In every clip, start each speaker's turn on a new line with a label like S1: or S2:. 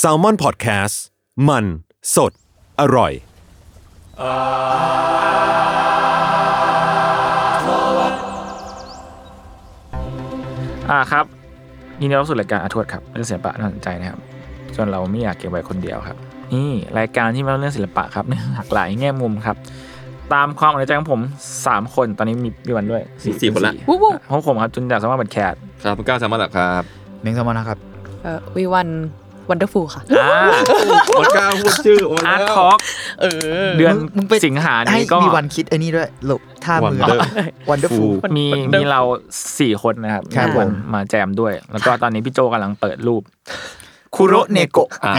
S1: s a l ม o n PODCAST มันสดอร่อย
S2: อ่าครับยินดีต้อนรับสู่รายการอาทวดครับเรื่องศิลปะน่าสนใจนะครับจนเราไม่อยากเก็บไว้คนเดียวครับ นี่รายการที่มาเล่าเรื่องศิลปะครับ เรื่องหลากหลายแง่มุมครับ ตามความในใจของผมสามคนตอนนี้มีมีวันด้วย
S3: มีสี่คนละ
S4: วู้วู้
S2: พบผมครับจุนจากสมาร์ทบัตแคท
S3: ครับก้าวสามารถหลับครับ
S5: เม้งสมอนนะครับ
S4: เอ่อวีวันวันเดอร์ฟูลค่ะ
S2: อ่า
S3: หมดก้าวพูดชื่อโอ้
S2: อา
S3: แล้
S2: ร์ตท
S3: ว
S2: อล์ก
S4: เออ
S2: เดือน
S5: มึงมึงไป
S2: สิงหา
S5: ให้
S2: นี้ก็
S5: มีวันคิดไอ้นี่ด้วยหลบท่ามือ
S3: Wonder
S5: วันเดอร์ฟู
S3: Fool
S2: มีมีเราสี่คนนะครับ
S5: ครับ
S2: มีวัน
S5: ผม
S2: มาแจมด้วย แล้วก็ตอนนี้พี่โจกำลังเปิดรูป
S5: คุโรเนโกะ
S3: อ่า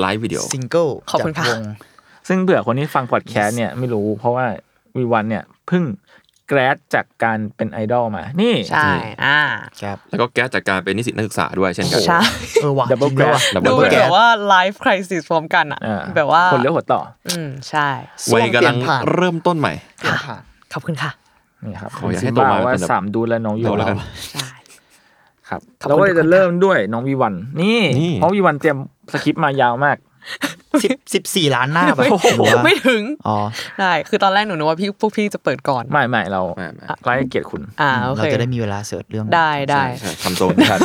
S3: ไลฟ์วิดีโอ
S5: ซิงเกิล
S4: ขอบคุณค่ะ
S5: จากวง
S2: ซึ่งเผื่อคนที่ฟังพอดแคสต์เนี่ยไม่รู้เพราะว่าวีวันเนี่ยเพิ่งแกรดจากการเป็นไอดอลมา นี่
S4: ใช่อ่า
S5: ครับ
S3: แล้วก็แก้จากการเป็นนิสิตนักศึกษาด้วยเช่นกัน
S4: ใช่
S5: เออว่ะ
S2: Double
S5: จริงด้วย
S2: Grab
S5: ว่ะ
S3: Double
S4: ดู
S3: Double
S4: แบ
S3: Grab
S4: บว่าไลฟ์คริส i s พร้อมกันอ่ะ
S2: อ่า
S4: แบบว่า
S2: คนเลี้ยวหัวต่อ
S4: อืมใช่
S3: วัยกำลัง
S5: เปลี่ยนผ่าน
S3: เริ่มต้นใหม่
S5: เปลี่ยนผ่าน
S4: ขอบคุณค่ะ
S2: นี่ครับ
S3: ขออยาก
S2: ซิ
S3: ให้
S2: ม
S3: โต
S2: บ้า
S3: มา
S2: ว่า
S3: เป็นแบบ
S2: สามดูแลน้องอยู่
S3: เราแล้วกัน
S4: ใช่
S2: ครับ
S4: ขอบคุณ
S2: เราก็เลย
S4: ทุกคน
S2: จะ
S4: ครับ
S2: เริ่มด้วยน้องวีวัน นี่
S3: นี่
S2: เพราะวีวันเตรียมสคริปต์มายาวมาก
S5: สิบสิบสี่ล้านหน้าไป
S4: ไม่ถึง
S5: อ๋อ
S4: ได้ คือตอนแรกหนูนึกว่าพี่พวกพี่จะเปิดก่อน
S2: ไม่ไม่เรา
S3: มามา
S2: ไล่เกียรติคุณ
S4: อ่าโอ
S5: เรา
S4: เค
S5: จะได้มีเวลาเสิร์ชเรื่อง
S4: ได้ได้
S3: ใช่ใช่ทำโซนทัน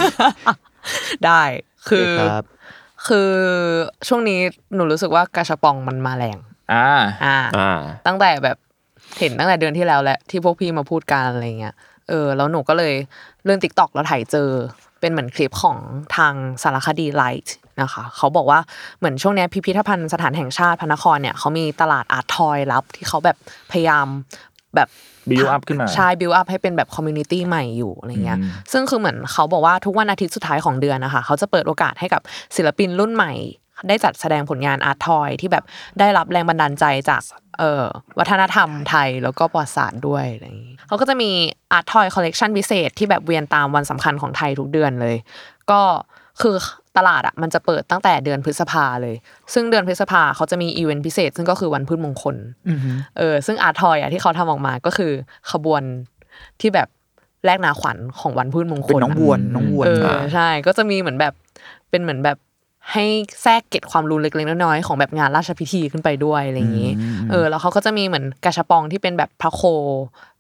S4: ได้
S5: โอ
S4: คื
S5: เค
S4: อ
S5: ครับ
S4: คือช่วงนี้หนูรู้สึกว่ากาชาปองมันมาแรง
S2: อ่า
S4: อ่า
S3: อ่า
S4: ตั้งแต่แบบเห็นตั้งแต่เดือนที่แล้วแหละที่พวกพี่มาพูดกันอะไรเงี้ย เออ แล้วหนูก็เลยเลื่อนติ๊กต็อกแล้วถ่ายเจอ เป็นเหมือนคลิปของทางสารคดีไลท์นะคะ เขาบอกว่าเหมือนช่วงเนี้ยพิพิธภัณฑ์สถานแห่งชาติพระนครเนี่ยเขามีตลาดอาร์ตทอยลับที่เขาแบบพยายามแบบ
S2: Build up ขึ้นมา
S4: ใช่ build up ให้เป็นแบบคอมมูนิตี้ใหม่อยู่อะไรเงี้ย
S2: อืม
S4: ซึ่งคือเหมือนเขาบอกว่าทุกวันอาทิตย์สุดท้ายของเดือนนะคะ เขาจะเปิดโอกาสให้กับศิลปินรุ่นใหม่ ได้จัดแสดงผลงานอาร์ตทอยที่แบบได้รับแรงบันดาลใจจากเอ่อวัฒนธรรมไทยแล้วก็ประวัติศาสตร์ด้วยอะไรอย่างนี้เขาก็จะมีอาร์ตทอยคอลเลกชันพิเศษที่แบบเวียนตามวันสำคัญของไทยทุกเดือนเลย ก็คือตลาดอ่ะมันจะเปิดตั้งแต่เดือนพฤษภาเลย ซึ่งเดือนพฤษภาเขาจะมีอีเวนต์พิเศษ ซึ่งก็คือวันพืชมงคล
S5: อือหือ
S4: เออซึ่งอาร์ทอยอ่ะที่เขาทำออกมาก็คือขบวนที่แบบแลกนาขวัญของวันพืชมงค
S5: เป็น
S4: ล
S5: น้องวนน้องวน
S4: เออ
S3: อ่า
S4: ใช่ก็จะมีเหมือนแบบเป็นเหมือนแบบให้แทรกเกร็ดความรู้เล็กๆน้อยๆของแบบงานราชพิธีขึ้นไปด้วยอะไรอย่างนี้เออแล้วเขาก็จะมีเหมือนกาชาปองที่เป็นแบบพระโค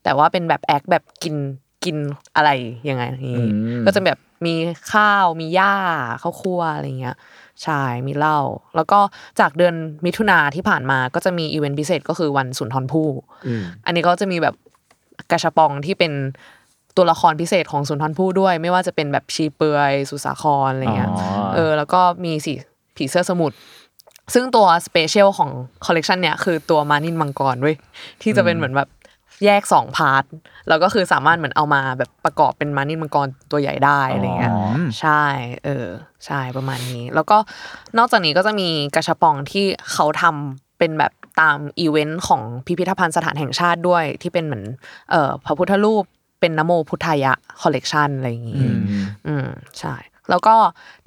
S4: แต่ว่าเป็นแบบแอคแบบกินกินอะไรยังไงอย่างนี้
S2: อืม
S4: ก็จะแบบมีข้าวมีหญ้าข้าวคั่วอะไรอย่างเงี้ย ใช่ มีเหล้า แล้วก็จากเดือนมิถุนาที่ผ่านมาก็จะมีอีเวนต์พิเศษก็คือวันสุนทรภู่
S3: อืม
S4: อันนี้ก็จะมีแบบกระชบปองที่เป็นตัวละครพิเศษของสุนทรภู่ด้วย ไม่ว่าจะเป็นแบบชีเปลือยสุสาครอะไรเงี้ย
S2: อ๋อ
S4: เออ แล้วก็มีสีผีเสื้อสมุทร ซึ่งตัวสเปเชียลของคอลเลกชันเนี่ยคือตัวมานินมังกรเว้ยที่จะเป็นเหมือนแบบแยกสองพาร์ท แล้วก็คือสามารถเหมือนเอามาแบบประกอบเป็นมานินมังกรตัวใหญ่ได้อะไรเงี้ย
S2: อ๋อ
S4: ใช่ เออ ใช่ ประมาณนี้ แล้วก็นอกจากนี้ก็จะมีกระชับปองที่เขาทำเป็นแบบตามอีเวนต์ของพิพิธภัณฑ์สถานแห่งชาติด้วย ที่เป็นเหมือน เอ่อ พระพุทธรูปเป็นนโมพุทธายะคอลเลกชันอะไรอย่างนี้ อืม ใช่ แล้วก็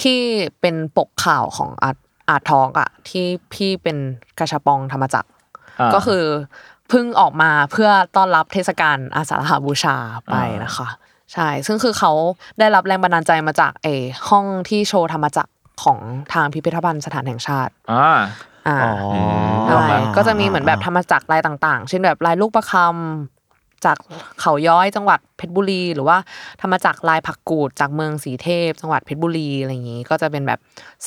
S4: ที่เป็นปกข่าวของอาร์ตอาร์ตทอกอะที่พี่เป็นกระชับปองธรรมจักร
S2: อ่า
S4: ก็คือเพิ่งออกมาเพื่อต้อนรับเทศกาลอาสาฬหบูชาไปนะคะ ใช่ ซึ่งคือเขาได้รับแรงบันดาลใจมาจากเออห้องที่โชว์ธรรมจักรของทางพิพิธภัณฑ์สถานแห่งชาติ
S2: อ่า
S4: อ่า
S5: อ๋อ
S4: ใช่ก็จะมีเหมือนแบบธรรมจักรลายต่าง ๆ เช่นแบบลายลูกประคำจากเขาย้อยจังหวัดเพชรบุรี หรือว่าธรรมจักรลายผักกูดจากเมืองสีเทพ จังหวัดเพชรบุรีอะไรอย่างนี้ ก็จะเป็นแบบ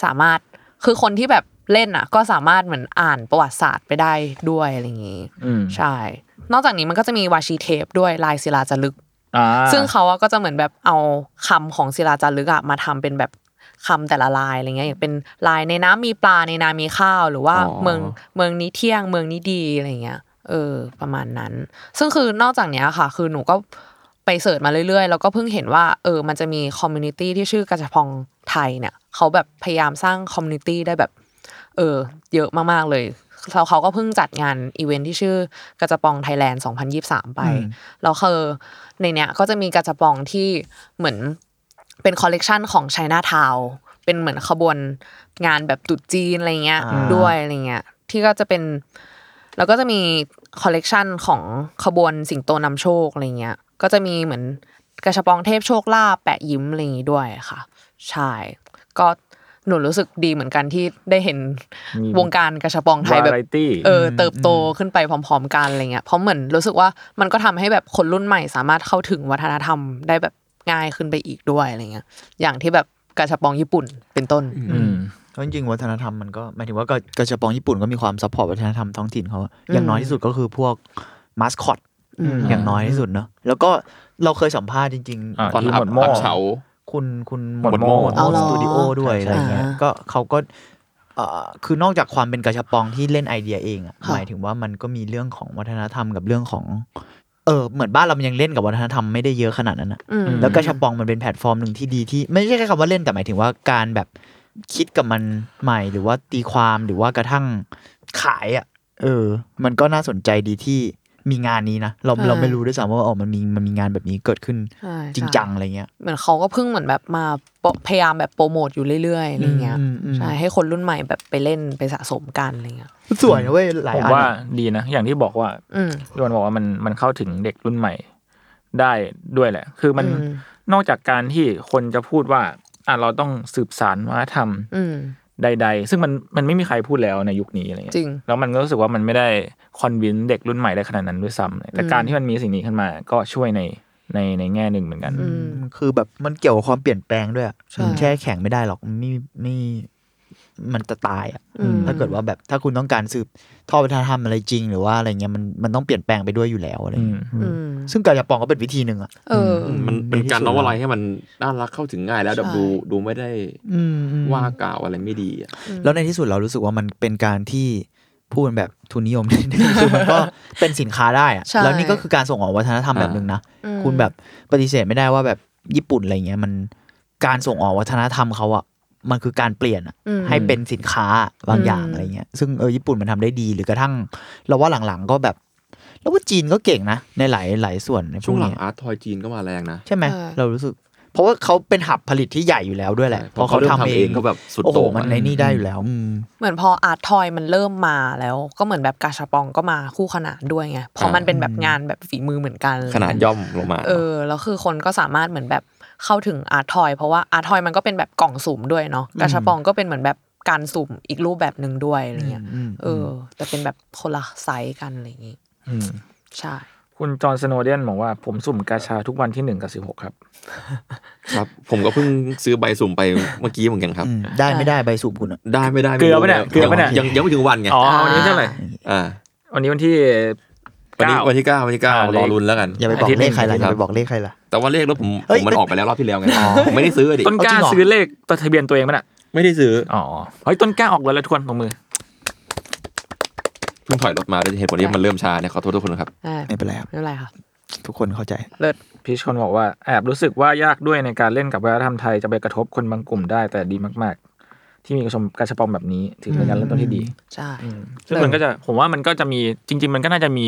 S4: สามารถคือคนที่แบบเล่นอ่ะ ก็สามารถเหมือนอ่านประวัติศาสตร์ไปได้ด้วยอะไรอย่างนี้
S2: อืม
S4: ใช่ นอกจากนี้มันก็จะมีวาชีเทปด้วยลายศิลาจารึก
S2: อ่า
S4: ซึ่งเขาอะก็จะเหมือนแบบเอาคำของศิลาจารึกอะมาทำเป็นแบบคำแต่ละลายอะไรเงี้ยอย่างเป็นลายในน้ำมีปลาในนามีข้าว หรือว่า
S3: อ๋อ
S4: เมืองเมืองนี้เที่ยงเมืองนี้ดีอะไรเงี้ย เออ ประมาณนั้น ซึ่งคือนอกจากเนี้ยค่ะ คือหนูก็ไปเสิร์ชมาเรื่อยๆ แล้วก็เพิ่งเห็นว่าเออมันจะมีคอมมูนิตี้ที่ชื่อกระชบพองไทยเนี่ยเขาแบบพยายามสร้างคอมมูนิตี้ได้แบบ เออเยอะมากๆเลยแล้วเขาก็เพิ่งจัดงานอีเวนท์ที่ชื่อกระจบปองไทยแลนด์ 2023 ไป แล้วคือในเนี้ยก็จะมีกระจบปองที่เหมือนเป็นคอลเลกชันของไชน่าทาวเป็นเหมือนขบวนงานแบบตรุดจีนอะไรเงี้ยด้วยอะไรเงี้ยที่ก็จะเป็น แล้วก็จะมีคอลเลกชันของขบวนสิงโตนำโชคอะไรเงี้ย ก็จะมีเหมือนกระชบปองเทพโชคลาภแปะยิ้มอะไรอย่างงี้ด้วยค่ะ ใช่ ก็หนูรู้สึกดีเหมือนกันที่ได้เห็น
S2: มี
S4: วงการกระชับปองไทยแบบ
S2: วาไรตี้
S4: เออเติบโตขึ้นไปพร้อม ๆ กันอะไรเงี้ยเพราะเหมือนรู้สึกว่ามันก็ทำให้แบบคนรุ่นใหม่สามารถเข้าถึงวัฒนธรรมได้แบบง่ายขึ้นไปอีกด้วยอะไรเงี้ยอย่างที่แบบกาชาปองญี่ปุ่นเป็นต้น
S2: อืม
S5: ก็จริงๆวัฒนธรรมมันก็หมายถึงว่าก็กระชับปองญี่ปุ่นก็มีความซัพพอร์ตวัฒนธรรมท้องถิ่นเขาอะอย่างน้อยที่สุดก็คือพวกมาสคอต
S4: อืม
S5: อย่างน้อยที่สุดเนาะแล้วก็เราเคยสัมภาษณ์จริง
S2: อ่า
S3: ตอน
S5: ที่
S3: อั
S2: ห
S3: พ
S2: มดหม้อ
S3: อัพเฉา
S5: คุณคุณ
S2: หมดโม่
S5: หมด
S4: เอาเหร
S5: ส
S4: อ
S5: ตูดิโอด้วยอะไรเงี้ย
S4: อ่า
S5: ก็เขาก็เอ่อคือนอกจากความเป็นกระชับปองที่เล่นไอเดียเองอะ
S4: ค่ะ
S5: หมายถึงว่ามันก็มีเรื่องของวัฒนธรรมกับเรื่องของ เออเหมือนบ้านเรามันยังเล่นกับวัฒนธรรมไม่ได้เยอะขนาดนั้นอะ
S4: อืม
S5: แล้วก็ชับปองมันเป็นแพลตฟอร์มหนึ่งที่ดีที่ ไม่ใช่แค่คำว่าเล่นแต่หมายถึงว่าการแบบคิดกับมันใหม่หรือว่าตีความหรือว่ากระทั่งขายอ่ะเออ มันก็น่าสนใจดีที่มีงานนี้นะเรา
S4: อ่า
S5: เราไม่รู้ด้วยซ้ำว่าอ๋อมันมีมันมีงานแบบนี้เกิดขึ้น
S4: ใช่
S5: จริง
S4: ใช่
S5: จังอะไรเงี้ย
S4: เหมือนเขาก็เพิ่งเหมือนแบบมาโปรพยายามแบบโปรโมทอยู่เรื่อยๆอะไรเงี้ย
S5: อืมอืมอืม
S4: ใช่ให้คนรุ่นใหม่แบบไปเล่นไปสะสมกันอะไรเงี้ย
S5: สวยนะเว้ยหลาย
S2: ผม
S5: อัน
S2: ว่า
S5: อะ
S2: ดีนะ อย่างที่บอกว่า
S4: อืม
S2: พี่วันบอกว่ามันมันเข้าถึงเด็กรุ่นใหม่ได้ด้วยแหละ คือมัน
S4: อืม
S2: นอกจากการที่คนจะพูดว่าอ่ะเราต้องสืบสารวัฒนธรรม
S4: อืม
S2: ใดๆ ซึ่งมันมันไม่มีใครพูดแล้วในยุคนี้อะไรเงี้ย
S4: จริง
S2: แล้วมันก็รู้สึกว่ามันไม่ได้คอนวินเด็กรุ่นใหม่ได้ขนาดนั้นด้วยซ้ำแต่การที่มันมีสิ่งนี้ขึ้นมาก็ช่วยในในในแง่หนึ่งเหมือนกัน
S4: อืม
S5: มันคือแบบมันเกี่ยวกับความเปลี่ยนแปลงด้วยอะ
S4: ใช่
S5: แช่แข็งไม่ได้หรอกไม่ไม่มันจะตายอ่ะ
S4: อืม
S5: ถ้าเกิดว่าแบบถ้าคุณต้องการสืบทอดวัฒนธรรมอะไรจริง หรือว่าอะไรเงี้ยมันมันต้องเปลี่ยนแปลงไปด้วยอยู่แล้วอะไรเงี้ย
S4: อื
S5: อืม
S4: ม
S5: ซึ่งกาจะปองก็เป็นวิธีหนึ่งอ่ะ
S4: เออ
S3: มันเป็นการ
S5: ดีที่สุด
S3: น้อมอะไรให้มันน่ารักเข้าถึงง่ายแล้วแบบ
S4: ใช่
S3: ดูดูไม่ได้
S5: อืมอืม
S3: ว่ากล่าวอะไรไม่ดีอะ
S5: แล้วในที่สุดเรารู้สึกว่ามันเป็นการที่พูดแบบทุนนิยม นิดนึงคือมันก็เป็นสินค้าได้อะ
S4: ใช่
S5: แล้วนี่ก็คือการส่งออกวัฒนธรรมแบบหนึ่งนะคุณแบบปฏิเสธไม่ได้ว่าแบบญี่ปุ่นอะไรเงี้ยมันการส่งออกวัฒนธรรมเขาอ่ะมันคือการเปลี่ยนอะ
S4: อืม
S5: ให้เป็นสินค้าบางอย่าง
S4: อืม
S5: อะไรเงี้ย ซึ่งเออญี่ปุ่นมันทำได้ดีหรือกระทั่ง เราว่าหลังๆก็แบบเราว่าจีนก็เก่งนะ ในหลายหลายส่วนในพ
S3: ช่
S5: ว
S3: ว
S5: ก
S3: งหลัง
S5: เนี้ย
S3: อาร์ตทอยจีนก็มาแรงนะ
S5: ใช่ไหม
S4: เออ
S5: เรารู้สึก เพราะว่าเขาเป็นหับผลิตที่ใหญ่อยู่แล้วด้วยแหละ
S3: พอเขาเริ่มทำเองก็แบบสุด
S5: โอ้โห
S3: โต่ง
S5: มันใน
S3: อะ
S5: นี่ได้อยู่แล้วอืม
S4: เหมือนพออาร์ตทอยมันเริ่มมาแล้ว ก็เหมือนแบบกาชาปองก็มาคู่ขนานด้วยไงเพราะมันเป็นแบบงานแบบฝีมือเหมือนกัน
S3: ขนาดย่อมลงมา
S4: เออแล้วคือคนก็สามารถเหมือนแบบเข้าถึงอาร์ตทอยเพราะว่าอาร์ตทอยมันก็เป็นแบบกล่องสุ่มด้วยเนาะกาชาปองก็เป็นเหมือนแบบการสุ่มอีกรูปแบบหนึ่งด้วยอะไรเงี้ย
S5: อืมอืม
S4: เออ แต่เป็นแบบคนละไซส์กันอะไรอย่างงี้
S2: อืม
S4: ใช่
S2: คุณจอห์นสโนเดนบอกว่าผมสุ่มกาชาทุกวันที่หนึ่งกับสิบหกครับ
S3: ครับ ผมก็เพิ่งซื้อใบสุ่มไปเมื่อกี้เหมือนกันครับ
S5: อืมได้ไม่ได้ใบสูบคุณอะ
S3: ได้ไม่ได้
S2: เกลือปะเนี่ย
S3: รู้
S2: เกลือปะเนี่ย
S3: ยังยังไม่ถึงวันไง
S2: อ๋อวันนี้เท่าไหร่
S3: อ่า
S2: วันนี้วันที่
S3: วันนี้วันที่เก้าวันที่เก้า
S2: อ่าเลข
S3: รอรุนแล้วกัน
S5: อย่าไปบอ
S2: อาก ทิตย์
S5: เลขใคร
S3: ห
S5: ล่ะ
S3: นึ่ง
S5: อย่า
S3: ครั
S5: ไป
S3: บ
S5: บอกเลขใครล่ะ
S3: แต่ว่าเลขรถผม
S5: เฮ้ย
S3: ผมมันออกไปแล้วรอบที่แล้วไงผมไม่ได้ซื้อดิ
S2: ต้นกล้า
S5: เอาจริงเหรอ
S2: ซื้อเลขตัวทะเบียนตัวเองไหมน่ะ
S3: ไม่ได้ซื้อ
S2: อ๋อเฮ้ยต้นกล้าออกเลยละทวนตรงมือ
S3: เพิ่งถอยรถมาด้วยเหตุผลที่มันเริ่มช้าเนี่ยขอโทษทุกคนนะครับ
S4: อ่า
S5: ไม่เป็นไรครับ
S4: ไม่เป็นไรค่ะ
S5: ทุกคนเข้าใจ
S4: เลิศ
S2: พีชคนบอกว่าแอบรู้สึกว่ายากด้วยในการเล่นกับวัฒนธรรมไทยจะไปกระทบคนบางกลุ่มได้แต่ดีมาก ๆ ที่มีกระชมการชปองแบบนี้ถือเป็นการเริ่มต้นที่ดี
S4: ใช่
S2: ซึ่งมันก็จะผมว่ามันก็จะมีจริง ๆ มันก็น่าจะมี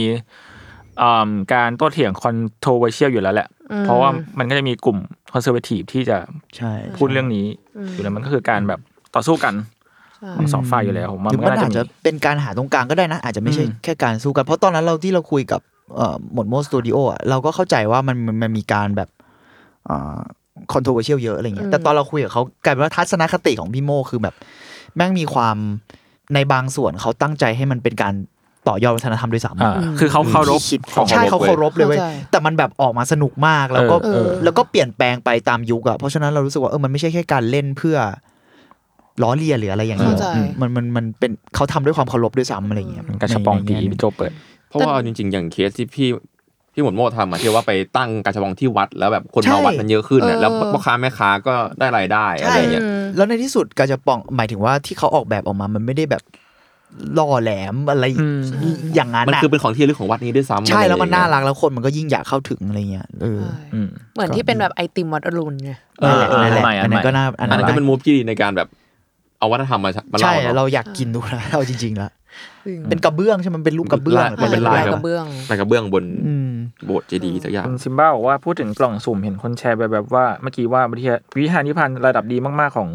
S2: อ่ำการโต้เถียง controversial อยู่แล้วแหละ
S4: อืม
S2: เพราะว่ามันก็จะมีกลุ่ม conservative ที่จะ
S5: ใช่
S2: พูดเรื่องนี้อยู่แล้วมันก็คือการแบบต่อสู้กันของสองฝ่ายอยู่แล้วผมว่า
S5: หรื
S2: มัก็
S5: อน มัน
S2: น่า
S5: อา
S2: จะ
S5: จ
S2: มี
S5: จะเป็นการหาตรงกลางก็ได้นะ อาจจะไม่ใช่
S2: อืม
S5: แค่การสู้กัน เพราะตอนนั้นเราที่เราคุยกับเอ่อหมดโมสตูดิโออะเราก็เข้าใจว่ามันมันมันมีการแบบคอนโทรเวอร์เชียลเยอะอะไรเงี้ยแต่ตอนเราคุยกับเขากลายเป็นว่าทัศนคติของพี่โมคือแบบแม่งมีความในบางส่วนเขาตั้งใจให้มันเป็นการต่อยอดวัฒนธรรมด้วยซ้ำ
S2: อ่าคือเขาเคารพ
S5: ใช่เขาเคารพเลยเว้ย
S4: เข้าใจ
S5: แต่มันแบบออกมาสนุกมากแล้วก็
S2: เออเออ
S5: แล้วก็เปลี่ยนแปลงไปตามยุคอะเพราะฉะนั้นเรารู้สึกว่าเออมันไม่ใช่แค่การเล่นเพื่อล้อเลียนหรืออะไรอย่างเงี้ย
S4: เข้าใจ
S5: มันมันมันเป็นเขาทำด้วยความเคารพด้วยซ้ำอะไรอย่างเงี้ย
S2: กระชปองผี
S5: ในใน
S2: พี่โจเปิด
S3: เพราะว่าเอาจริง ๆ อย่างเคสที่พี่พี่หมวดโม่ทำอะที่ว่าไปตั้งกาชาบองที่วัดแล้วแบบคนมาวัดกันเยอะขึ้นอะ
S4: เออ
S3: แล้วพ่อค้าแม่ค้าก็ได้รายได้อะไร
S5: ใช่
S3: เงี้ย
S5: แล้วในที่สุดกาจะปองหมายถึงว่าที่เขาออกแบบออกมามันไม่ได้แบบล่อแหลมอะไร
S2: อืม
S5: อย่างนั้น
S3: มัน
S5: อะ
S3: คือเป็นของที่ระลึกของวัดนี้ด้วยซ้ำ
S5: ใช่
S3: อะไร
S5: แล้วมัน
S3: อย่งเงี้ย
S5: น่ารักแล้วคนมันก็ยิ่งอยากเข้าถึงอะไรเงี้ยเออ
S4: ใช่
S2: อืม
S4: เหมือนที่เป็นแบบไอติมวัดอรุณไง
S3: เออเออ
S5: นั่นแหละ
S2: อันใหม่อั
S5: อัน
S2: นใหม่
S5: นั้นก็น่าอัน
S3: อัน
S5: นั้น
S3: นั้นก็เป็นมูฟที่ดีในการแบบเอาวัฒนธรรมมามา
S5: ใช่
S3: เล่า
S5: เรา
S3: เนาะ
S5: อยากกินดูนะ เอาจริงๆแล้ว
S4: จริง
S5: เป็นกระเบื้องใช่ไหมมันเป็นรูปกระเบื้อง
S3: มันเป็นลาย
S4: กระเบื้อง
S3: ไปกระเบื้องบน
S5: อืม
S3: โบสถ์เจดีย์สักอย่าง
S2: คุณซิมบ้าบอกว่าพูดถึงกล่องสุ่มเห็นคนแชร์ไปแบบว่าเมื่อกี้ว่าวิทยาวิทยานิพันธ์ระดับดีมากๆของ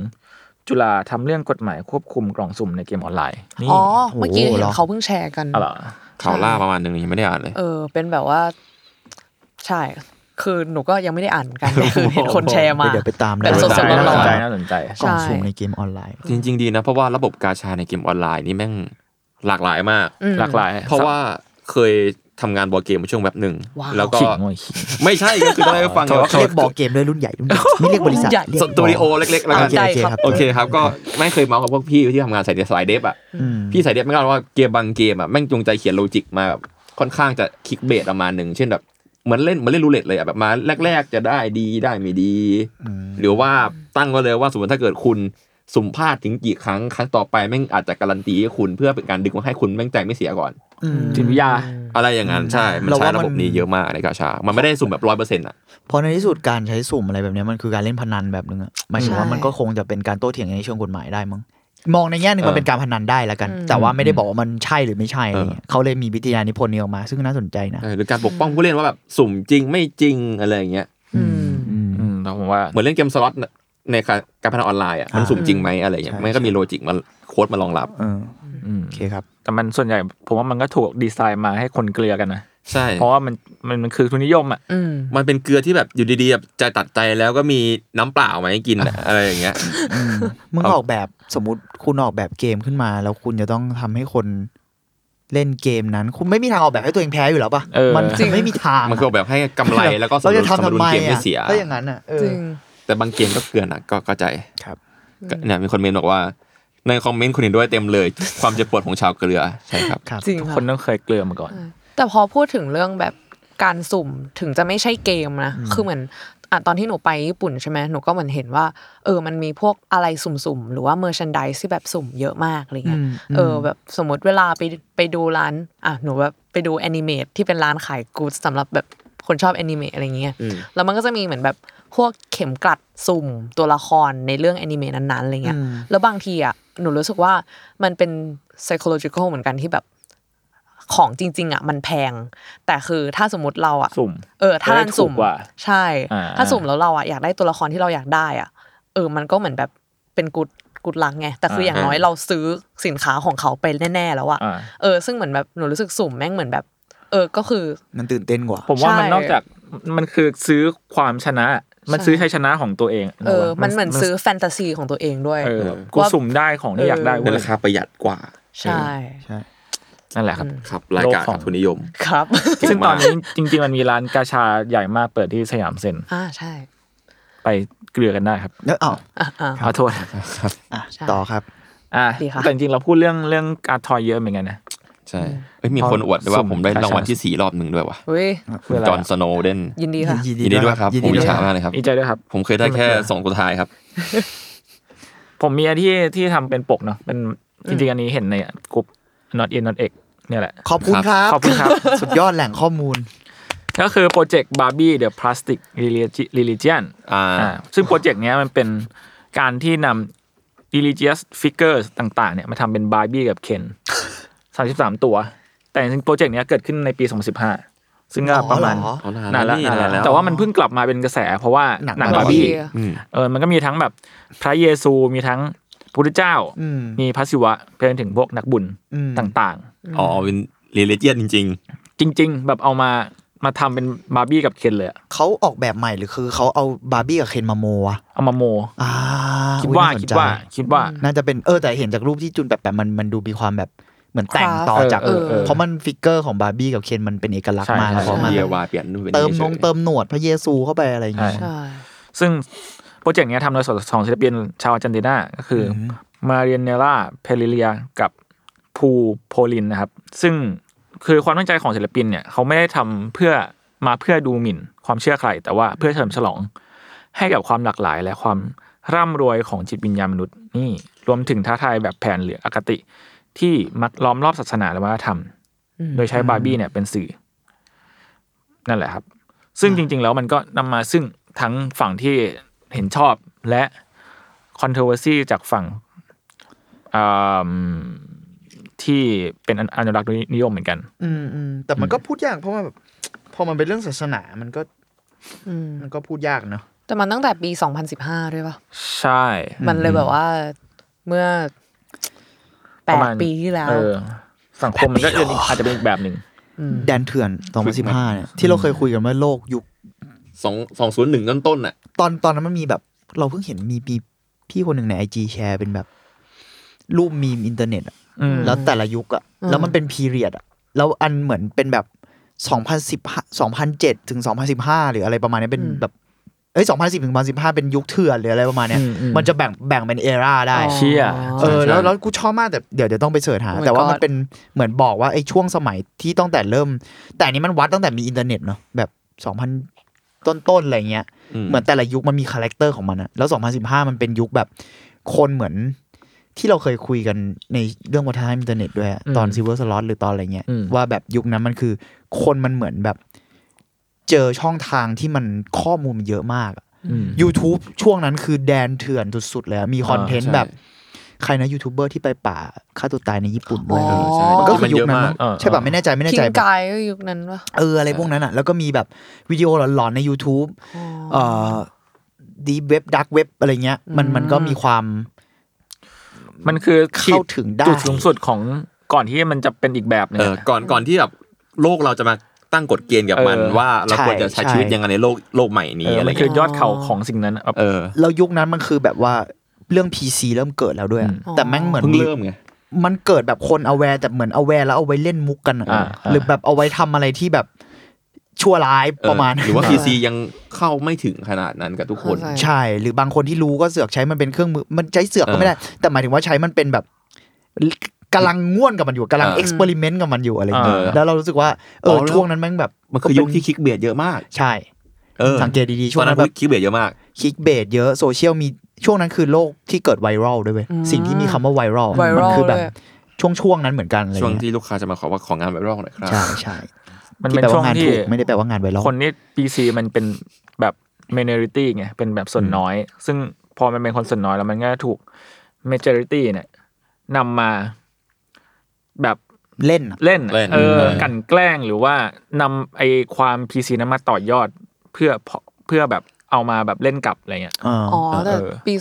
S2: จุฬาทำเรื่องกฎหมายควบคุมกล่องสุ่มในเกมออนไลน์นี่
S4: อ๋อ
S5: โอ้โห
S4: เมื่อกี้เห็
S5: เหร
S4: น
S5: อ
S4: เขาเพิ่งแชร์กัน
S2: อะไรอ
S3: ข่าวล่าประมาณหนึงยังไม่ได้อ่านเลย
S4: เออ เป็นแบบว่า ใช่ คือหนูก็ยังไม่ได้อ่านเหมือน กัน คือเห็นคนแชร์มา
S5: เดี๋ยวไปตาม
S4: แบบ
S5: นะ
S4: สดๆร้
S2: น่า
S4: อน
S2: สน
S4: ๆ
S2: ใจ
S5: ใช่
S2: น่าสนใจ
S5: กล่องสุ่มในเกมออนไลน์
S3: จริง ๆ ดีนะ เพราะว่าระบบกาชาในเกมออนไลน์นี่แม่งหลากหลายมาก
S4: อืม
S2: หลากหลาย
S3: เพราะว่าเคยทำงานบอร์ดเกมมาช่วงแบบหนึ่ง
S4: ว้าว
S3: แล้วก็
S2: ขิงโว้ยขิง
S3: ไม่ใช่ก็คือต้องให้ฟัง
S5: เ
S3: ก่อนว่า
S5: ขาเรียกบอกเกมด้วยรุ่นใหญ่รุ่นใหญ่ไม่เรียกบริษัท
S4: ใหญ่
S5: เรียก
S3: สตูดิโอเล็กๆแล้ว
S5: โอ
S3: กัน
S5: เค
S4: ได้
S5: โอเค
S4: ค
S3: โอเคค
S4: รั
S5: ครับ บ
S3: รับก็ไม่เคยเมาส์กับพวกพี่ที่ทำงานสายเดฟสายเดฟอ่ะ
S5: อืม
S3: พี่สายเดฟไม่กล้าว่าเกมบางเกมอ่ะแม่งจงใจเขียนโลจิกมาแบบค่อนข้างจะคลิกเบสประมาณหนึ่งเช่นแบบเหมือนเล่นเหมือนเล่นรูเล็ตเลยอ่ะแบบมาแรก ๆ จะได้ดีได้ไม่ดี
S5: อืม
S3: หรือว่าตั้งไว้เลยว่าสมมติถ้าเกิดคุณสุ่มพลาดถึงกี่ครั้งครั้งต่อไปแม่งอาจจะการันตีให้คุณเพื่อเป็นการดึงให้คุณแม่งใจไม่เสียก่อน
S5: อืม
S2: จิตวิทยา
S3: อะไรอย่างนั้นใช่ มัน
S5: เรา
S3: ใช้
S5: ว่ามัน
S3: ระบบนี้เยอะมากในกาชา มันไม่ได้สุ่มแบบร้อยเปอร์เซ็นต์อ่ะ
S5: เพราะในที่สุดการใช้สุ่มอะไรแบบเนี้ยมันคือการเล่นพนันแบบนึงอะหมายถึงว่ามันก็คงจะเป็นการโต้เถียงในเชิงกฎหมายได้มั้งมองในแง่หนึ่ง
S3: เออ
S5: มันเป็นการพนันได้แล้วกัน
S4: อืม
S5: แต่ว่าไม่ได้บอกว่ามันใช่หรือไม่ใช่อะไรเงี้ย
S3: เออ
S5: เขาเลยมีวิทยานิพนธ์นี้ออกมา ซึ่งน่าสนใจนะ
S3: เออหรือการปกป้องผู้เล่นว่าแบบสุ่มจริงไม่จริงอะไรอย่างเงี้ย
S4: อืม
S5: อืม
S2: อืมแล้วผมว่า
S3: เหมือนเล่นเกมสล็อตน่ะในการพนันออนไลน์อ่ะ มัน
S5: อ่า
S3: สุ่มจริงไหมอะไรอย่างเงี้ย
S5: ใช่
S3: มันก็มีโลจิกมันโค้ดมารองรับ
S5: เออ
S2: อืม
S5: โอเคครับ
S2: แต่มันส่วนใหญ่ผมว่ามันก็ถูกดีไซน์มาให้คนเกลือกันนะ
S3: ใช่
S2: เพราะว่ามันมันมันคือทุนนิยมอ่ะ
S4: อืม
S3: มันเป็นเกลือที่แบบอยู่ดีๆแบบใจตัดใจแล้วก็มีน้ำเปล่ามาให้กินอะอะไรอย่างเงี้ย
S5: มึง
S3: เอา
S5: ออกแบบสมมติคุณออกแบบเกมขึ้นมา แล้วคุณจะต้องทำให้คนเล่นเกมนั้น คุณไม่มีทางออกแบบให้ตัวเองแพ้อยู่แล้วปะ
S2: เออ
S5: มัน
S4: จริง
S5: ไม่มีทาง
S3: มันคือแบบให้กำไรแล้วก็สม
S5: เรา
S3: ดุ
S5: จะ
S3: ลส
S5: ทำ
S3: ม
S5: ทำ
S3: ดุล
S5: ไม
S3: เกมให้
S5: อะ
S3: เสีย
S5: ถ้าอย่างนั้นอ่ะเออ
S4: จริง
S3: แต่บางเกมก็เกลือนะก็เข้าใจ
S5: ครับ
S3: ก็เนี่ยมีคนเมนบอกว่า ในคอมเมนต์คุณเห็นด้วยเต็มเลย ความเจ็บปวดของชาวเกลือใช่ครับ
S5: ครับ
S4: จริง
S2: ทุก
S4: ค่ะ
S2: คนต้องเคยเกลือมาก่อน
S4: แต่พอพูดถึงเรื่องแบบการสุ่มถึงจะไม่ใช่เกมนะ คือเหมือนอ่ะตอนที่หนูไปญี่ปุ่นใช่ไหมหนูก็เหมือนเห็นว่า เออมันมีพวกอะไรสุ่มๆ หรือว่าเมอร์ชันดายที่แบบสุ่มเยอะมากอะไรเงี้ย
S5: อืมอืม
S4: เออแบบสมมติเวลาไปไปดูร้าน อ่ะหนูแบบไปดูแอนิเมตที่เป็นร้านขายกู๊ดสำหรับแบบคนชอบแอนิเมตอะไรเงี้ย
S3: อืม
S4: แล้วมันก็จะมีเหมือนแบบพวกเข็มกลัดสุ่มตัวละครในเรื่องแอนิเมะนั้นๆอะไรเงี้ย
S5: อืม
S4: แล้วบางทีอ่ะหนูรู้สึกว่ามันเป็น psychological เหมือนกันที่แบบของจริง ๆอ่ะมันแพง แต่คือถ้าสมมติเราอ่ะ
S2: สุ่ม
S4: เออถ้ามันสุ่ม
S2: จะได้ถูกกว่า
S4: ใช่
S2: อ่า
S4: ถ้าสุ่มแล้วเราอ่ะอยากได้ตัวละครที่เราอยากได้อ่ะเออมันก็เหมือนแบบเป็นกูดกูดลังไงแต่คืออย่างน้อยเราซื้อสินค้าของเขาไปแน่ๆแล้วอ่ะ
S2: อ่า
S4: เออซึ่งเหมือนแบบหนูรู้สึกสุ่มแม่งเหมือนแบบ เออก็คือ
S5: มันตื่นเต้นกว่า
S2: ผมว่ามัน
S4: ใช่
S2: นอกจากมันคือซื้อความชนะ มัน
S4: ใช่
S2: ซื้อชัยชนะของตัวเอง
S4: เออมันเหมือนซื้อแฟนตาซีของตัวเองด้วย
S2: เออแบบกูสุ่มได้ของที่อยากได้
S3: ใน
S2: เว้ย
S3: ราคาประหยัดกว่า
S4: ใช่
S5: ใช่
S2: นั่นแหละครับ
S3: ครับรายการ
S2: โลกของ
S3: ทุนนิยม
S4: ครับ
S2: ซึ่งตอนนี้จริง ๆ มันมีร้านกาชาใหญ่มากเปิดที่สยามเซ็น
S4: อ่าใช่
S2: ไปเกลือกันได้ครับ
S5: แล้วอ้าว
S4: อ่าอ่า
S2: ขอโทษ
S5: อ่ะ
S4: ใช่
S5: ต่อครับ
S2: อ่า
S4: ดีค่ะ
S2: แต่จริงๆเราพูดเรื่องเรื่องการทอยเยอะเหมือนกันนะ
S3: ใช่เอ้ยมีคนอวดด้วย
S2: สุ่
S3: ว่า
S2: ม
S3: ผมได้รางวัล
S2: ใช่
S3: ที่สี่รอบหนึ่งด้วยว่ะ
S4: เฮ้ย
S2: คืออะไร
S3: จอห์นสโนเดน
S4: ยินดีค่ะ
S3: ยินดีด้วยครับ ผมอิจฉามากเลยครับ
S2: อีใจด้วยครับ
S3: ผมเคยได้แค่สองตัวท้ายครับ
S2: ผมมีอันที่ที่ทำเป็นปกเนาะเป็นจริงๆอันนี้เห็นในกลุ่ม not in not x เนี่ยแหละ
S5: ขอบคุณครับ
S2: ขอบคุณครับ
S5: สุดยอดแหล่งข้อมูล
S2: ก็คือโปรเจกต์บาร์บี้เดอะพลาสติกลิลิเจียน
S3: อ่า
S2: ซึ่งโปรเจกต์เนี้ยมันเป็นการที่นำ religious figures ต่าง ๆ เนี่ยมาทำเป็นบาร์บี้กับเคน33 ตัว แต่จริงๆโปรเจกต์เนี้ยเกิดขึ้นในปี 2015 ซึ่งก็ประมาณ
S5: อ๋อเหรอ
S3: อ๋อนาน
S2: นานแล้ว
S3: นี่นานแล้
S2: นา
S3: ว
S2: นแล้วแต่ว่ามันเพิ่งกลับมาเป็นกระแส เพราะว่า
S5: หนัง
S2: หนังบาร์บี้
S4: Barbie
S3: อืม
S2: เออ มันก็มีทั้งแบบพระเยซู มีทั้งพระพุทธเจ้า
S5: อืม
S2: มีพระศิวะเพื่อนถึงพวกนักบุญ
S5: อืม
S2: ต่าง
S3: อ๋อเป็นเรเลเจียนจริง
S2: ๆ จริง ๆ แบบเอามามาทำเป็นบาร์บี้กับเคนเลยอะ
S5: เขาออกแบบใหม่หรือคือเขาเอาบาร์บี้กับเคนมาโมวะ
S2: เอามาโม
S5: อ่า
S2: คิดว่า
S5: อุ๊ยน่สน
S2: คิด
S5: ใจ
S2: ว่าคิดว่า
S5: น่าจะเป็นเออแต่เห็นจากรูปที่จุนแปะๆมันมันดูมีความแบบเหมือนแต่ง
S4: Craft
S5: ต่อจาก
S2: เออเออเออ
S5: เพราะมันฟิกเกอร์ของบาร์บี้กับเคนมันเป็นเอกลักษ
S2: ใช่
S5: ณ์มาก
S2: ใช่
S5: แล้วพอมัน
S3: DIY เปลี่ยนนู่นเป็นนี่
S5: เติม
S3: ฉย
S5: นงเติมหนวดพระเยซูเข้าไปอะไรอย่างเงี้ย
S2: ใช่
S4: ใช่
S2: ซึ่งโปรเจกต์เนี้ยทำโดยสองศิลปินชาวอาร์เจนตินาก็คืออมาเรียนเนล่าเพลิเลียกับพูโพลินนะครับ ซึ่งคือความตั้งใจของศิลปินเนี่ยเขาไม่ได้ทำเพื่อมาเพื่อดูหมิ่นความเชื่อใคร แต่ว่าเพื่อเฉลิมฉลอง ให้กับความหลากหลายและความร่ำรวยของจิตวิญญาณมนุษย์นี่รวมถึงท้าทายแบบแผนหรืออคติ ที่มักล้อมรอบศาสนาและวัฒนธรรม
S4: อืม
S2: โดยใช้บาร์บี้เนี่ยเป็นสื่อ นั่นแหละครับ ซึ่งจริง ๆ แล้วมันก็นำมาซึ่งทั้งฝั่งที่เห็นชอบและ controversy จากฝั่งอ่าที่เป็นอนุรักษ์นิยมเหมือนกัน
S5: อืมอืมแต่มันก็พูดยากเพราะว่าแบบพอมันเป็นเรื่องศาสนามันก็
S4: อืม
S5: มันก็พูดยากเนาะ
S4: แต่มันตั้งแต่ปี 2015 ด้วยป่ะ
S2: ใช่
S4: มันเลยแบบว่าเมื่อแป
S2: ระ
S4: ด
S2: มาณ
S4: ปีที่แล้ว
S2: เออสังคมมันก็อาจจะเป็นอีกแบบหนึ่ง
S5: แดนเถื่อน2015เนี่ยที่เราเคยคุยกันว่าโลกยุค
S3: สองสองศูนย์หนึ่งต้นต้นๆน่ะ
S5: ตอนตอนนั้นมันมีแบบ เราเพิ่งเห็นมีมีพี่คนหนึ่งในไอจีแชร์เป็นแบบ รูปมีมอินเทอร์เน็ตอะ
S2: อืม
S5: แล้วแต่ละยุคอะ
S4: อืม
S5: แล้วมันเป็นพีเรียดอะแล้วอันเหมือนเป็นแบบ2010 2007ถึง2015 หรืออะไรประมาณเนี้ยเป็นแบบเอ้ย2010ถึง2015 เป็นยุคเถื่อนหรืออะไรประมาณเนี้ย
S2: อืมอืม
S5: มันจะแบ่งแบ่งเป็นเอราได้
S2: เชี่ย
S5: เออ
S3: ใช่
S5: แล้วแล้วกูชอบมากแต่เดี๋ยวเดี๋ยวต้องไปเสิร์ชหา
S4: Oh my
S5: แต่ว่ามัน
S4: God
S5: เป็นเหมือนบอกว่าไอ้ช่วงสมัยที่ตั้งแต่เริ่ม แต่อันนี้มันวัดตั้งแต่มีอินเทอร์เน็ตเนาะแบบสองพันต้นๆอะไรเงี้ยเหมือนแต่ละยุคมันมีคาแรคเตอร์ของมันอะแล้วสองพันสิบห้ามันเป็นยุคแบบคนเหมือนที่เราเคยคุยกันในเรื่องวัฒนธรรมอินเทอร์เน็ตด้วยอะ
S2: อืม
S5: ตอนซิ l เวอร์สล็อตหรือตอนอะไรเงี้ย
S2: อืม
S5: ว่าแบบยุคนั้นมันคือคนมันเหมือนแบบ เจอช่องทางที่มันข้อมูลมันเยอะมากอะ
S2: อืม
S5: YouTube ช่วงนั้นคือแดนเถื่อนสุดๆเลยอะมีคอนเทนต์
S3: ใช่
S5: แบบ ใครนะยูทูบเบอร์ที่ไปป่าฆ่าตัวตายในญี่ปุ่นด้วย
S4: อ๋อ
S5: เออ
S3: ใช่
S5: มันก็คื
S3: มั
S5: อน ยุ
S3: เย
S5: ค
S3: อะ
S5: นั้น
S3: มาก
S5: มั้งใช่ป่ะไม่แน่ใจไม่แน่
S4: ทิ้
S5: ใจ
S4: งกายก็ยุคนั้นวะ
S5: เอออะไรพวกนั้นอ่ะ แล้วก็มีแบบวิดีโอหลอนๆใน YouTube เอ่อดีเว็บดักเว็บอะไรเงี้ย มันมันก็มีความ
S2: มันคือขีด
S5: เข้าถึงได้
S2: จุดสูงสุดของก่อนที่มันจะเป็นอีกแบบหนึง
S3: เออ
S2: อะ
S3: ก่อนก่อนที่แบบโลกเราจะมาตั้งกฎเกณฑ์กับมัน
S2: เออ
S3: ว่าเรา
S5: ใช่
S3: ควรจะใช้
S5: ใช่
S3: ชีวิตยังไงในโลกโลกใหม่นี้
S2: เออ
S3: อะไร
S2: มันคื
S3: เงี้ย
S2: อยอดเขาของสิ่งนั้นอะแบบ
S3: เออ
S5: แล้วยุคนั้นมันคือแบบว่าเรื่อง PC เริ่มเกิดแล้วด้วยอะแต่แม่งเหมือน
S3: เพิ่ง
S5: มี
S3: เริ่มไง
S5: มันเกิดแบบคนเอาแวร์แต่เหมือนเอาแวร์แล้วเอาไว้เล่นมุกกันอะ
S2: อ่าอ่า
S5: หรือแบบเอาไว้ทำอะไรที่แบบชั่วร้าย
S3: เออ
S5: ประมาณนั้น
S3: หรือว่า PC ยังเข้าไม่ถึงขนาดนั้นกับทุกคน
S4: เข้าใจ
S5: ใช่ หรือบางคนที่รู้ก็เสือกใช้มันเป็นเครื่องมือ มันใช้เสือกก็ไม่ได้ แต่หมายถึงว่าใช้มันเป็นแบบกำลังง่วนกับมันอยู่กำลัง
S3: อ่า
S5: เอ็กซ์เพร์เมนต์กับมันอยู่อะไรอย่างเงี้ย
S3: เออ
S5: แล้วเรารู้สึกว่าเออ
S3: อแล้ว
S5: ช่วงนั้นแม่งแบบ
S3: มันคือยุคที่คลิกเบียดเยอะมาก
S5: ใช่
S3: เออ
S5: สังเกตดีๆช่
S3: ต
S5: ว
S3: อง นนั้
S5: นั้น นแบบ
S3: คลิกเบียดเยอะมาก
S5: คลิกเบสเยอะโซเชียลมีช่วงนั้นคือโลกที่เกิดไวรัลด้วยเว้ย
S4: อืม
S5: สิ่งที่มีคำว่าไวรัล
S4: ไว
S5: มั
S4: รัล
S5: คือแบ
S4: ด้
S5: บ
S4: วย
S5: ช่วงๆนั้นเหมือนกันอะไรอ
S3: ช่วง
S5: ย่างเงี้ย
S3: ที่ลูกค้าจะมาขอว่าของานแบบรอบหน่อยครับ
S5: ใช่ใช่
S2: มันเป็น
S5: ที่แปล
S2: ช่ว
S5: ว่าง งาน
S2: ที่
S5: ถูกไม่ได้แปลว่างานไวรัล
S2: คนนี้ PC มันเป็นแบบ minority ไงเป็นแบบส่วนน้อย ซึ่งพอมันเป็นคนส่วนน้อยแล้วมันก็ถูก majority เนี่ยนำมาแบบ
S5: เล่นอะ
S2: เล่น
S3: เล่น
S2: เออ
S3: เออ
S2: กลันแกล้งหรือว่านำไอความ PC นั้นมาต่อยอดเพื่อเพื่อแบบเอามาแบบเล่นกลับอะไรเงี้ย
S5: อ่า
S4: อ๋อแต่
S2: เออ
S4: ปี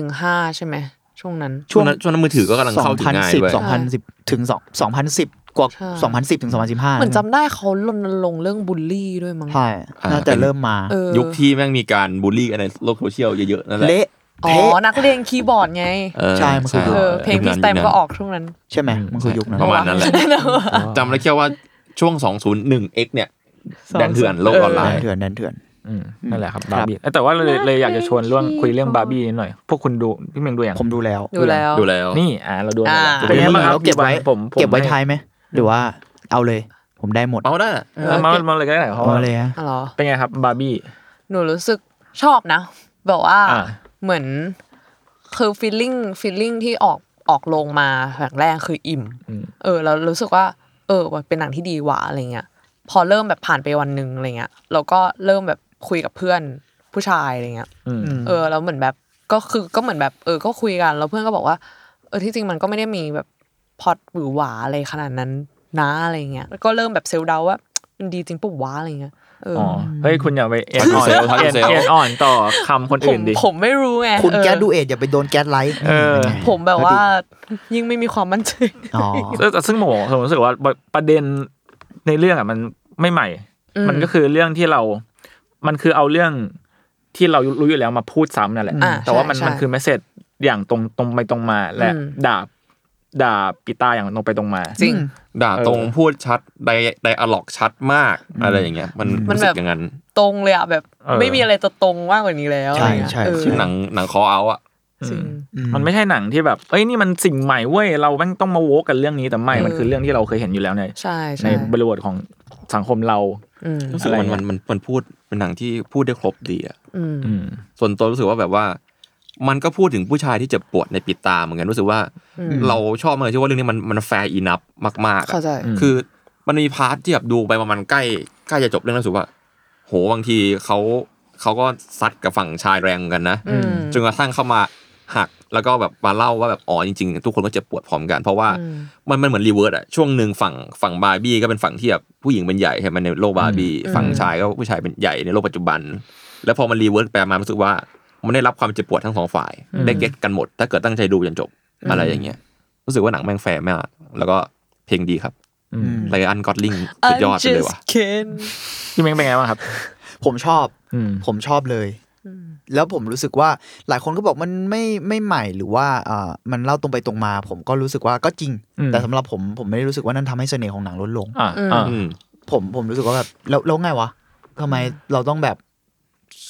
S4: 2015 ใช่ไหมช่วงนั้น
S3: ช่วงนั้นช่วงนั้นมือถือก็กำลังเข้าถึงง่ายด้วย
S5: สองพันสิบถึงสองสองพันสิบกว่า
S4: ใช่
S5: สองพันสิบถึงสองพันสิบห้า
S4: เหมือนจำได้เขารณรงค์เรื่องบูลลี่ด้วยมั้ง
S5: ใช่
S3: อ่า
S5: น่าจะเริ่มมา
S4: เออ
S3: ยุคที่แม่งมีการบูลลี่กันในโลกโซเชียลเยอะๆนั่นแหละ
S5: เละ
S4: อ๋อ
S5: เทะ
S4: นักเรียนคีย์บอร์ดไง
S3: เออ
S5: ใช่มันคือ
S4: เออเพลง
S3: ยุค
S4: พี่
S3: นั้น
S4: สเต็ม
S3: ยุคนั้น
S4: ก็ออกช่วงนั้น
S5: ใช่ไหมมันคือยุคนั้น
S3: ประมาณนั้นแหละ จำได้แค่ว่าช่วง 201x เนี่ยแดนเถื่อนโลกออนไล
S5: แดน
S3: น์
S5: เถื่อนแดนเถื่อน
S2: อืมนั่นแหละครั
S5: ครับ
S2: บา
S5: บ
S2: ร์บี้เอ้ยแต่ว่าเลยเลยอยากจะชวนเรื่องคุยเรื่องบาร์บี้นิดหน่อย พวกคุณดูพี่เมงดูอย่าง
S5: ผมดูแล้ว
S4: ดูแล้ว
S3: ดูแล้ว
S2: นี่อ่าเราดูแล้ว
S4: อ่า
S2: ป็นไงบ้างครับ
S5: เก็บไว้
S2: ผมผม
S5: เก็บไว้
S2: ให้
S5: ท้ายไหม หรือว่าเอาเลย ผมได้หมด
S3: เอาได้
S2: เออมามาเลยก็ได้เพ
S5: เอา
S2: ราะว่า
S5: เลยฮะ
S4: อ๋อเหรอ
S2: เป็นไงครับบาร์บี้
S4: หนูรู้สึกชอบนะ แบบว่า
S2: อ่า
S4: เหมือนคือฟีลลิ่งฟีลลิ่งที่ออกออกลงมาแบบแรกคืออิ่ม เออเรารู้สึกว่า เออว่ะเป็นหนังที่ดีหว่าอะไรเงี้ยพอเริ่มแบบผ่านไปวันหนึ่งอะไรเงี้ยเราก็เริ่มแบบคุยกับเพื่อนผู้ชายอะไรเงี้ย
S2: อืม
S4: เออแล้วเหมือนแบบก็คือก็เหมือนแบบเออก็คุยกันแล้วเพื่อนก็บอกว่าเออที่จริงมันก็ไม่ได้มีแบบพล็อตหวือหวาอะไรขนาดนั้นนะอะไรเงี้ยแล้วก็เริ่มแบบเซลล์เดาว่ามันดีจริงปุ๊บวะอะไรเงี้ยเออ
S2: อ๋
S4: อ
S2: อ เฮ้ย คุณอย่าไปเอ็นอ่อน
S3: เซลล์
S2: เอ็น
S3: เซลล์
S2: เอ็นอ่อนต่อคำคน
S4: ผ
S2: อื่
S4: ม
S2: นดิ
S4: ผมไม่รู้ไง
S5: คุณ
S4: เออ
S5: แก๊สดูเอทอย่าไปโดนแก๊สไลท์
S2: เออ
S5: เป็นไง
S4: ผมแบบว่ายิ่งไม่มีความมั่นใจ
S5: อ๋อ
S2: แต่แต่ซึ่งผมผมรู้สึกว่าประเด็นในเรื่องอ่ะมันไม่ใหม่
S4: อืม
S2: มันก็คือเรื่องที่เรา มันคือเอาเรื่องที่เรารู้อยู่แล้วมาพูดซ้ำนั่นแหละ
S4: อ่า
S2: แต่ว่ามัน
S4: ใช่
S2: มันคือเมสเซจอย่างตรงตรงไปตรงมา และ
S4: อืม
S2: ด่าด่าปิตาอย่างตรงไปตรงมา
S4: จริง
S3: ด่าตรง
S2: เออ
S3: พูดชัดไดไดอะล็อกชัดมากอะไรอย่างเงี้ย มัน
S4: มัน
S3: รู้สึ
S4: แบบ
S3: กอย่างนั้น
S4: ตรงเลยอ่ะแบบ
S2: เออ
S4: ไม่มีอะไรจะตรงมากกว่านี้แล้ว
S5: ใช่
S4: อะไรเงี้ย
S5: ใช่
S4: เออ
S3: คือหนังหนังคอเอาอะ
S4: จริง
S2: มันไม่ใช่หนังที่แบบ เอ้ยนี่มันสิ่งใหม่เว้ย เราแม่งต้องมาโวกกันเรื่องนี้แต่ไม่
S4: เออ
S2: มันคือเรื่องที่เราเคยเห็นอยู่แล้วใน
S4: ใช่
S2: ใน
S4: ใช่
S2: บริบทของสังคมเรา
S4: อืม
S3: รู้สึกว่ามันมันมันมันพูดเป็นหนังที่พูดได้ครบดีอะ
S4: อืม
S2: อืม
S3: ส่วนตัวรู้สึกว่าแบบว่า มันก็พูดถึงผู้ชายที่เจ็บปวดในปิดตาเหมือนกันรู้สึกว่า
S4: อืม
S3: เราชอบมากเลยที่ว่าเรื่องนี้มันมันแฟร์อีนับมากๆอะ
S4: เข้าใจ
S2: อืม
S3: คือมันมีพาร์ทที่แบบดูไปประมาณใกล้ใกล้จะจบเรื่องแล้วรู้สึกว่า โหบางทีเขาเขาก็ซัดกับฝั่งชายแรงเหมือนกันนะ
S4: อืม
S3: จนกระทั่งเข้ามาหักแล้วก็แบบมาเล่าว่าแบบอ๋อจริงๆ ทุกคนก็เจ็บปวดพร้อมกัน เพราะว่า
S4: อืม
S3: มันมันเหมือนรีเวิร์สอะช่วงหนึ่งฝั่งฝั่งบาร์บี้ก็เป็นฝั่งที่แบบผู้หญิงเป็นใหญ่ใช่ไหมในโลกบาร์บี้ฝั่งชายก็ผู้ชายเป็นใหญ่ในโลกปัจจุบัน แล้วพอมันรีเวิร์สไปมารู้สึกว่ามันได้รับความเจ็บปวดทั้งสองฝ่ายได้เก็ตกันหมด ถ้าเกิดตั้งใจดูจนจบอะไรอย่างเงี้ยรู้สึกว่าหนังแม่งแฟร์มากแล้วก็เพลงดีครับ
S2: อืม
S3: ไรอันกอตลิงสุดยอดไปเลยว่ะ
S4: I'm just kidding
S2: พี่เม้งเป็นไงบ้างครับ
S5: ผมชอบ
S2: อืม
S5: ผมชอบเลย แล้วผมรู้สึกว่าหลายคนก็บอกมันไม่ไม่ใหม่หรือว่าเอ่อมันเล่าตรงไปตรงมา ผมก็รู้สึกว่าก็จริง
S2: อืม
S5: แต่สำหรับผมผมไม่ได้รู้สึกว่านั่นทำให้เสน่ห์ของหนังลดลง
S2: อ่าอ่า
S3: อืม
S5: ผมผมรู้สึกว่าแบบแล้วแล้วไงวะทำไมเราต้องแบบ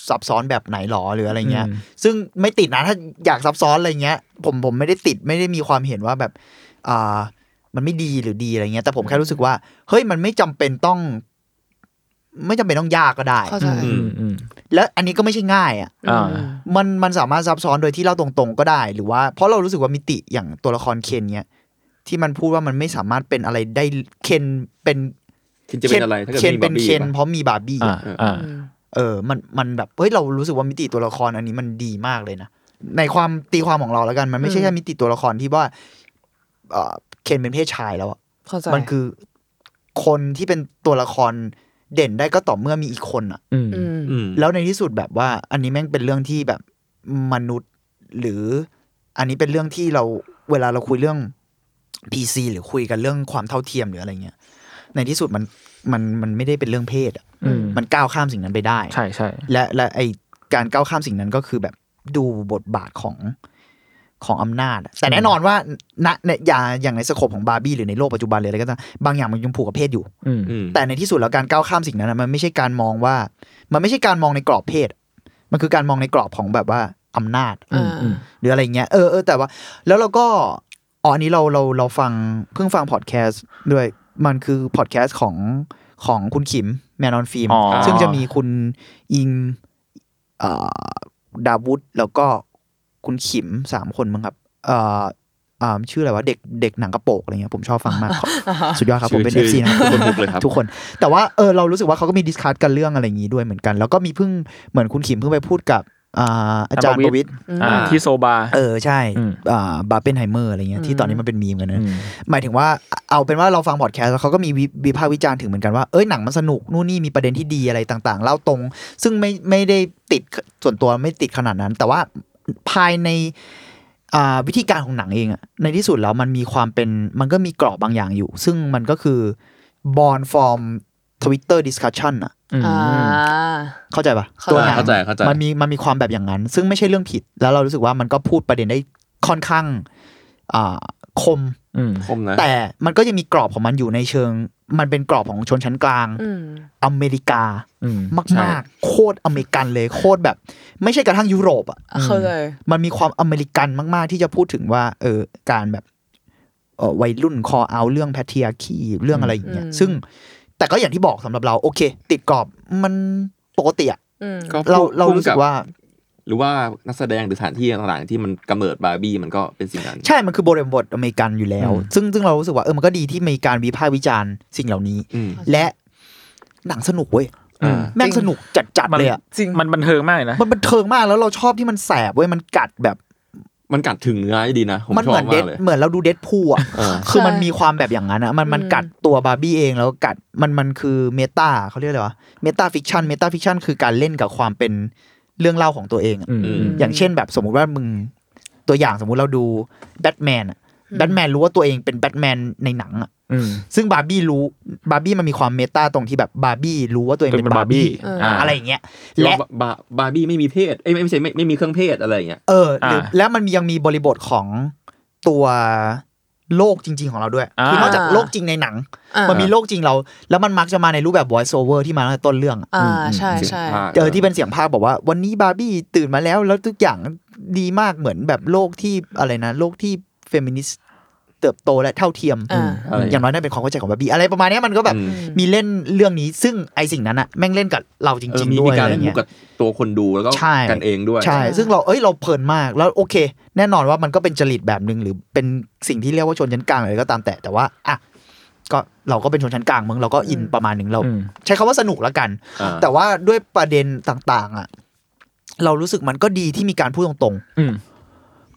S5: ซับซ้อนแบบไหนหรอหรืออะไรเงี้ย
S2: อืม
S5: ซึ่งไม่ติดนะถ้าอยากซับซ้อนอะไรเงี้ย ผมผมไม่ได้ติดไม่ได้มีความเห็นว่าแบบอ่ามันไม่ดีหรือดีอะไรเงี้ย แต่ผมแค่รู้สึกว่า เฮ้ยมันไม่จำเป็นต้อง ไม่จำเป็นต้องยากก็ได้
S4: เข้าใจ
S3: อื
S2: อืมอืม
S5: แล้วอันนี้ก็ไม่ใช่ง่ายอ่ะ
S2: อ่า
S4: อืม
S5: มันมันสามารถซับซ้อนโดยที่เล่าตรงๆก็ได้ หรือว่าเพราะเรารู้สึกว่ามิติอย่างตัวละครเคนเนี้ยที่มันพูดว่ามันไม่สามารถเป็นอะไรได้เคนเป็น
S3: คิดจะเป็นอะไรถ้าเกิด
S5: เคน
S3: มี
S5: เป็
S3: บาน ร์บี้
S5: เคน
S3: ปะ
S5: เพราะมีบาร์บี้
S2: อ่า
S5: อะ
S2: อ่า
S5: เออมันมันแบบเฮ้ยเรารู้สึกว่ามิติตัวละครอันนี้มันดีมากเลยนะในความตีความของเราแล้วกันมันไม่ใช่
S4: อืม
S5: แค่มิติตัวละครที่ว่าเออเคนเป็นเพศชายแล้วอะ
S4: เข้าใจ
S5: มันคือคนที่เป็นตัวละครเด่นได้ก็ต่อเมื่อมีอีกคนอะ
S2: อืม
S4: ม
S3: อืม
S5: แล้วในที่สุดแบบว่า อันนี้แม่งเป็นเรื่องที่แบบมนุษย์ หรืออันนี้เป็นเรื่องที่เราเวลาเราคุยเรื่อง PC หรือคุยกันเรื่องความเท่าเทียมหรืออะไรเงี้ยในที่สุดมันมันมันไม่ได้เป็นเรื่องเพศอะ
S2: อืม
S5: มันก้าวข้ามสิ่งนั้นไปได้
S2: ใช่ใช่
S5: และและไอการก้าวข้ามสิ่งนั้นก็คือแบบดูบทบาทของของอำนาจอะแต่แน่นอนว่าณณอย่าอย่างในสโคปของบาร์บี้หรือในโลกปัจจุบันหรืออะไรก็ตามบางอย่างมันยังผูกกับเพศอยู่
S2: อืม
S3: อืม
S5: แต่ในที่สุดแล้วการก้าวข้ามสิ่งนั้นนะมันไม่ใช่การมองว่า มันไม่ใช่การมองในกรอบเพศ มันคือการมองในกรอบของแบบว่าอำนาจ
S4: อ่า
S2: อืม
S5: หรืออะไรเงี้ยเออเออแต่ว่า แล้วเราก็อ๋ออันนี้เราเราเราฟังเพิ่งฟังพอดแคสต์ด้วยมันคือพอดแคสต์ของของคุณขิมแมนอนฟิล์ม
S2: อ๋อ
S5: ซึ่งจะมีคุณอิงเอ่อดาวุธแล้วก็คุณขิมสามคนมั้งครับเอ่อเอ่อชื่ออะไรวะเด็กเด็กหนังกระโปกอะไรเงี้ยผมชอบฟัง มากขอสุดยอดครับผมเป็น
S3: ชื่
S5: เอ
S3: อ
S5: ฟซีนะครับ
S3: ชื่อทุกคนเลยครับ
S5: ทุกคน แต่ว่าเออเรารู้สึกว่าเขาก็มีดิสคัทกันเรื่องอะไรอย่างนี้ด้วยเหมือนกัน แล้วก็มีเพิ่งเหมือนคุณขิมเพิ่งไปพูดกับอ่าอาจารย์ประวิทย์
S2: อ่า ที่โซบา
S5: เออ ใช่
S2: อืม
S5: อ่าบาร์เปนไฮเมอร์อะไรเงี้ยที่ตอนนี้มันเป็นมีมกันนะ
S2: ม
S5: หมายถึงว่าเอาเป็นว่าเราฟังพอดแคสต์แล้วเขาก็มีวิวิพากษ์วิจารณ์ถึงเหมือนกันว่า เอ้ยหนังมันสนุก นู่นนี่มีประเด็นที่ดีอะไรต่างๆ เล่าตรง ซึ่งไม่ไม่ได้ติดส่วนตัวไม่ติดขนาดนั้น แต่ว่าภายในอ่าวิธีการของหนังเองอะในที่สุดแล้วมันมีความเป็นมันก็มีกรอบบางอย่างอยู่ ซึ่งมันก็คือบอลฟอร์มทวิตเตอร์ดิสคัชชันอะ
S2: อืม
S4: อ่า
S5: เข้าใจปะ
S4: เข้าใจ
S5: ตัวหนัง
S3: เข้าใจเข้าใจ
S5: มันมีมันมีความแบบอย่างนั้น ซึ่งไม่ใช่เรื่องผิด แล้วเรารู้สึกว่ามันก็พูดประเด็นได้ค่อนข้างอ่าคม
S2: อืม
S3: คมนะ
S5: แต่มันก็ยังมีกรอบของมันอยู่ในเชิง มันเป็นกรอบของชนชั้นกลาง
S4: อืม
S5: อเมริกา
S2: อืม
S5: มาก
S3: ใช่
S5: มากโคตรอเมริกันเลยโคตรแบบ ไม่ใช่กระทั่งยุโรปอ่ะ
S4: เข้าใจ
S5: มันมีความอเมริกันมาก ๆ ที่จะพูดถึงว่า เออการแบบเออวัยรุ่นคอเอาเรื่องแพทริอาคีเรื่องอะไรอย่างเงี้ย
S4: อืม
S5: ซึ่งแต่ก็อย่างที่บอกสำหรับเรา โอเค ติดกรอบมันปกติอะ
S4: อืม
S3: ก็
S5: เรา
S3: พูด
S5: เรารู้สึ
S3: บ
S5: กว่า
S3: หรือว่านักแสดงหรือสถานที่ต่างๆที่มันกำเนิดบาร์บี้มันก็เป็นสิ่งนั้น
S5: ใช่ มันคือบริบทอเมริกันอยู่แล้ว
S2: อืม
S5: ซึ่งซึ่งเรารู้สึกว่าเออมันก็ดีที่มีการวิพากษ์วิจารณ์สิ่งเหล่านี้
S3: อืม
S5: และหนังสนุกเว้ย
S3: อ่า
S5: แม่ง
S4: จริง
S5: สนุกจัด
S2: มั
S5: ๆเลยอ่ะ
S4: จริง
S2: มันบันเทิงมากเลยนะ
S5: มันบันเทิงมากแล้วเราชอบที่มันแสบเว้ย มันกัดแบบ
S3: มันกัดถึงเนื้อได้ดีนะ ผม
S5: มัน
S3: ช
S5: เห
S3: อ
S5: มื
S3: บ
S5: น
S3: มา
S5: เด็
S3: ก
S5: ด
S3: เลย
S5: เหมือนเราดูเดดพูอ่ะ
S3: เออ
S5: คือ
S4: ใช่
S5: มันมีความแบบอย่างนั้นอะมันมัน
S4: อืม
S5: กัดตัวบาร์บี้เองแล้วกัดมันมันคือเมตาเขาเรียกอะไรวะ เมตาฟิกชัน เมตาฟิกชันคือการเล่นกับความเป็นเรื่องเล่าของตัวเองอะ
S2: อืม
S3: อืม
S5: อย่างเช่นแบบสมมุติว่ามึงตัวอย่างสมมุติเราดูแบทแมนอะแบทแมนรู้ว่าตัวเองเป็นแบทแมนในหนังอะ
S2: อืม
S5: ซึ่งบาร์บี้รู้บาร์บี้มันมีความเมตาตรงที่แบบบาร์บี้รู้ว่าตัวเอง
S2: เป็น
S5: เป็น
S2: บา
S5: บา
S2: ร์
S5: ร์
S2: บี้
S5: บี้
S2: อ่า
S5: อะไรอย่างเงี้ย
S3: แล้ว
S5: และ
S3: บาบาร์บี้ไม่มีเพศเอ้ยไม่ไม่ใช่ไม่ไม่มีเครื่องเพศอะไรอย่างเงี้ย
S5: เออหรืออา แล้วมันมียังมีบริบทของตัวโลกจริง ๆ ของเราด้วย
S2: อ่า
S5: คือนอกจากโลกจริงในหนัง
S4: อ่า
S5: มันมีโลกจริงเรา แล้วมันมักจะมาในรูปแบบ voice over ที่มาตั้งแต่ต้นเรื่องอะ
S4: อ่า ใช่ใช่
S5: เจอที่เป็นเสียงภาคบอกว่า วันนี้บาร์บี้ตื่นมาแล้ว แล้วทุกอย่างดีมากเหมือนแบบโลกที่อะไรนะ โลกที่เฟมินิสต์เติบโตและเท่าเทียม
S4: อ่า
S5: อืมอย่างน้อยนั่นเป็นความเข้าใจของบาร์บี้อะไรประมาณเนี้ยมันก็แบบ
S3: อืม
S5: มีเล่นเรื่องนี้ซึ่งไอสิ่งนั้นอะแม่งเล่นกับเราจ
S3: เออ
S5: ริง
S3: มี
S5: ๆด้
S3: มี
S5: วย
S3: การ
S5: อะไร
S3: เล่นมุ
S5: เงี้
S3: ก
S5: ย
S3: กับตัวคนดูแล้วก็
S5: ใช่
S3: กันเองด้วย
S5: ใช่ ซึ่งเรา เอ้ย เราเพลินมาก แล้วโอเค แน่นอนว่ามันก็เป็นจริตแบบหนึ่งหรือเป็นสิ่งที่เรียกว่าชนชั้นกลางอะไรก็ตามแต่ แต่ว่า อ่ะ ก็เราก็เป็นชนชั้นกลางมึงเราก็อินประมาณหนึ่งเรา
S2: อืม
S5: ใช้คำว่าสนุกละกัน
S3: อ่า
S5: แต่ว่าด้วยประเด็นต่างๆ อ่ะ เรารู้สึกมันก็ดีที่มีการพูดตรงๆ
S2: อืม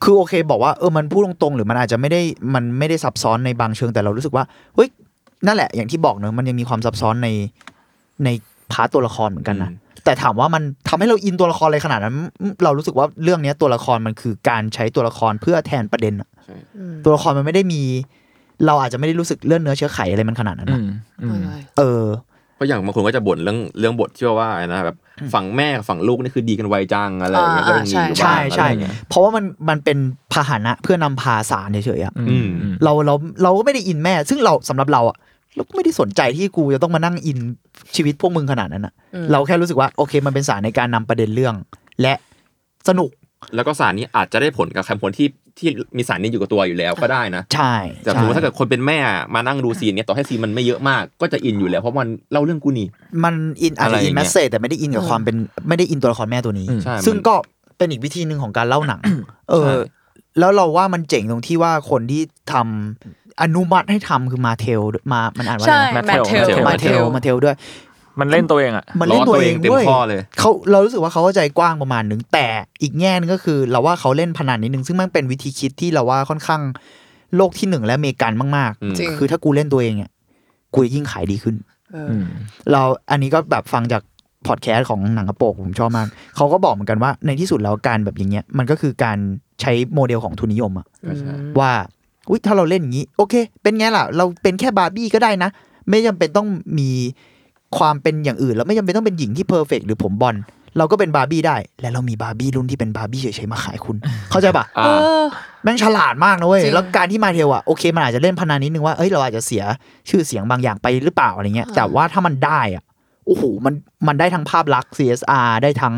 S5: คือโอเคบอกว่าเออมันพูดตรงๆ หรือมันอาจจะไม่ได้มันไม่ได้ซับซ้อนในบางเชิงแต่เรารู้สึกว่าเฮ้ยนั่นแหละอย่างที่บอกเนอะมันยังมีความซับซ้อนในในพาร์ตตัวละครเหมือนกันนะ
S3: อืม
S5: แต่ถามว่ามันทำให้เราอินตัวละครอะไรขนาดนั้นอืมเรารู้สึกว่าเรื่องเนี้ยตัวละครมันคือการใช้ตัวละครเพื่อแทนประเด็นอะ
S3: ใช่
S5: ตัวละครมันไม่ได้มี เราอาจจะไม่ได้รู้สึกเลื่อนเนื้อเชื้อไขอะไรมันขนาดนั้น
S2: อื
S5: อะ
S2: มอืม
S5: เออ
S3: ราะอย่างบางคนก็จะบ่นเรื่องเรื่องบทที่ว่าอะไรนะแบบฝั่งแม่กับฝั่งลูกนี่คือดีกันไวจังอะไรอย่างเงี้ยก็
S4: อ่า
S3: ยังมีอยู่
S4: ใช่
S3: บ้าง
S5: ใช่
S3: อะไร
S5: ใช่
S3: อย่างเงี้ย
S5: เพราะว่ามันมันเป็นพาหนะเพื่อนำพาสารเฉยๆอะ
S2: อืมอืม
S5: เราเราเราก็ไม่ได้อินแม่ ซึ่งเราสำหรับเราอะเราก็ไม่ได้สนใจที่กูจะต้องมานั่งอินชีวิตพวกมึงขนาดนั้นอะ
S4: อืม
S5: เราแค่รู้สึกว่าโอเคมันเป็นสารในการนำประเด็นเรื่อง และสนุก
S3: แล้วก็สารนี้อาจจะได้ผลกับใครคนที่ที่มีสารนี้อยู่กับตัวอยู่แล้วก็ได้นะ
S5: ใช่
S3: แต่
S5: ใช่
S3: สมมติถ้าเกิดคนเป็นแม่มานั่งดูซีนเนี้ยต่อให้ซีนมันไม่เยอะมาก ก็จะอินอยู่แล้วเพราะมันเล่าเรื่องกูนี่
S5: มันอินอาจ
S3: อะไร
S5: จะ
S3: อ
S5: อิ
S3: ย่าง
S5: น
S3: เงี้
S5: แม
S3: ย
S5: สเซจแต่ไม่ได้อินกับความเป็นไม่ได้อินตัวละครแม่ตัวนี้
S3: ใช่
S5: ซึ่ง
S3: มัน
S5: ก็เป็นอีกวิธีหนึ่งของการเล่า หนัง เอ
S3: ใช่
S5: อ แล้วเราว่ามันเจ๋งตรงที่ว่าคนที่ทำอนุมัติให้ทำคือมาเทลมามันอ่านว่าอะ
S4: ใช่
S5: ไรนะ
S4: แมทเทล
S2: Mattel
S5: มาเทลมาเทลด้วย
S2: มันเล่นตัวเองอ่ะ
S5: มันเล่นตัวเอง
S3: ล้อตัวเองเต็ม
S5: ด้วย
S3: ข้อเลย
S5: เขาเรารู้สึกว่าเขาเข้าใจกว้างประมาณหนึ่งแต่อีกแง่หนึงก็คือ เราว่าเขาเล่นพนันนิดนึงซึ่งมันเป็นวิธีคิดที่เราว่าค่อนข้างโลกที่หนึ่งและอเมริกันมาก
S3: อืม
S4: จริง
S5: คือถ้ากูเล่นตัวเองเนี่ยกูจะยิ่งขายดีขึ้น
S4: เออ
S2: อืม
S5: เราอันนี้ก็แบบฟังจากพอดแคสต์ของหนังกระโปกผมชอบมากเขาก็บอกเหมือนกันว่าในที่สุดแล้วการแบบอย่างเงี้ยมันก็คือการใช้โมเดลของทุนนิยมอะ
S4: อืม
S5: ว่าอุยถ้าเราเล่นอย่างนี้ โอเค เป็นไงล่ะ เราเป็นแค่บาร์บี้ก็ได้นะ ไม่จำเป็นต้องมีความเป็นอย่างอื่น แล้วไม่จำเป็นต้องเป็นหญิงที่เพอร์เฟกต์หรือผมบอลเราก็เป็นบาร์บี้ได้ และเรามีบาร์บี้รุ่นที่เป็นบาร์บี้เฉยๆมาขาย คุณ เข้าใจปะ
S3: อ่า
S4: เออ
S5: แม่งฉลาดมากนะเว้ย
S4: จริง
S5: แล้วการที่มาเทลอะโอเคมันอาจจะเล่นพนันนิดนึงว่าเอ้ยเราอาจจะเสียชื่อเสียงบางอย่างไปหรือเปล่าอะไรเงี้ย แต่ว่าถ้ามันได้อะโอ้โหมันมันได้ทั้งภาพลักษณ์ CSR ได้ทั้ง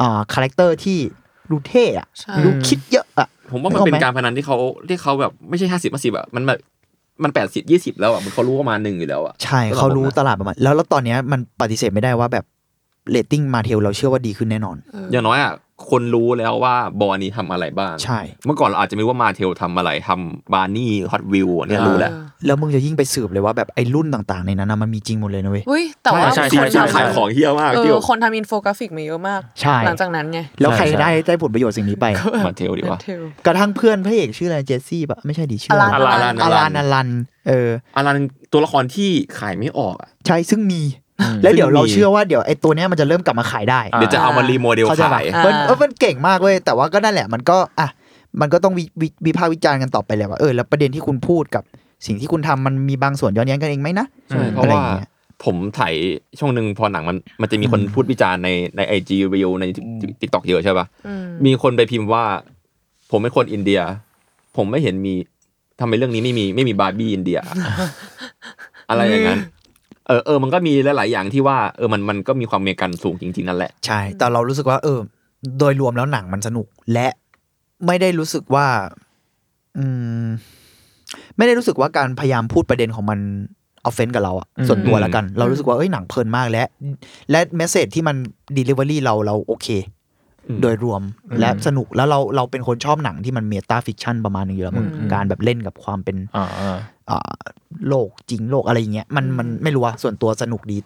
S5: อ่าคาแรคเตอร์ที่ดูเท่อะ
S4: ใช่
S5: ดูคิดเยอะอะ
S3: ผมว่ามัน
S5: นึกออก
S3: เป็น
S5: ไหม
S3: การพนันที่เขาที่เขาแบบไม่ใช่ห้าสิบมาสิบอะมันแบบมันแปดสิบยี่สิบแล้วอะมันเขารู้ประมาณหนึ่งอยู่แล้วอะ
S5: ใช่เขารู้ตลาดประมาณแล้วแล้วตอนเนี้ยมันปฏิเสธไม่ได้ว่าแบบเรตติ้งมาเทลเราเชื่อว่าดีขึ้นแน่นอน
S3: อย่างน้อยอะคนรู้แล้วว่าบอร์นี้ทำอะไรบ้าง
S5: ใช่
S3: เมื่อก่อนเราอาจจะไม่รู้ว่ามาเทลทำอะไรทำบาร์นี่ฮอตวิวเนี่ยรู้แหละ
S4: เออ
S5: แล้วมึงจะยิ่งไปสืบเลยว่าแบบไอ้รุ่นต่างๆในนั้นนะมันมีจริงหมดเลยนะเว้ย
S4: อุ้ยแต่ว่า
S2: ใช่
S4: ค
S2: ใช่
S4: น
S2: ใช่
S3: ขาย
S4: ทำ
S3: ของเฮี้ยมาก
S4: เอ
S3: ที่
S4: อคนทำอินโฟกราฟิกมาเยอะมาก
S5: ใช่
S4: หลังจากนั้นไง
S5: แล้วใคร
S2: ใช่
S5: ได้ได้ผลประโยชน์สิ่งนี้ไป
S3: มาเทลดีกว่า
S4: เทล
S5: กระทั่งเพื่อนพระเอกชื่ออะไรเจสซี่ปะไม่ใช่ดิชื่อ
S4: อลัน
S5: อะไร
S3: อ
S5: อ
S3: ลั
S5: ลั
S3: น
S5: นอลันเออ
S3: อารันตัวละครที่ขายไม่ออกอะ
S5: ใช่ซึ่งมี
S2: อืม
S5: แล้วเดี๋ยวเรา
S3: ซึ่งมี
S5: เชื่อว่าเดี๋ยวไอ้ตัวเนี้ยมันจะเริ่มกลับมาขายได้
S2: อ่า
S3: เดี๋ยวจะเอามารีโมเดล
S5: เข้าใจ
S3: ขา
S5: ป่ะ
S3: ย
S4: อ่า
S5: เพิ่นเออเพิ่นเก่งมากเว้ย แต่ว่าก็นั่นแหละ มันก็อ่ะ มันก็ต้องวิวิวิพากษ์วิจารณ์กันต่อไปแหละว่า เออ แล้วประเด็นที่คุณพูดกับสิ่งที่คุณทำมันมีบางส่วนย้อนแย้งกันเองไหมนะ
S2: อื
S3: ใช่
S2: ม
S3: เพราะ
S5: อะไรอ
S3: ว่า
S5: ย่างเงี้ย
S3: ผมถ่ายช่วงหนึ่งพอหนังมันมันจะมีคนพูดวิจารณ์ในในไอจีวิวในติ๊กต็อกเยอะใช่ปะ
S4: อืม
S3: มีคนไปพิมพ์ว่า ผมเป็นคนอินเดีย ผมไม่เห็นมีทำไมเรื่องนี้ไม่มีไม่มีบาร์บี้อินเดีย อะไรอย่างนั้น เออเออมันก็มีหลาย ๆ อย่างที่ว่าเออมันมันก็มีความอเมริกันสูงจริง ๆ นั่นแหละ
S5: ใช่ แต่เรารู้สึกว่า เออ โดยรวมแล้วหนังมันสนุก และไม่ได้รู้สึกว่า อืม ไม่ได้รู้สึกว่าการพยายามพูดประเด็นของมันออฟเฟนกับเราอะ
S2: อืม
S5: ส่วนตัว
S3: อืม
S5: แล้วกัน เรารู้สึกว่าเอ้ยหนังเพลินมากและ และเมสเซจที่มันด e ลิเวอรี่เราเราโอเค โดยรวม
S2: อืม
S5: และสนุกแล้วเราเราเป็นคนชอบหนังที่มันเมตาฟิกชันประมาณนึงอยู่แล้วมึง
S2: อืม
S5: การแบบเล่นกับความเป็น
S2: อ่าอ่า
S5: อ่าโลกจริงโลกอะไรอย่างเงี้ยมันมันไม่รู้ว่าส่วนตัวสนุกดี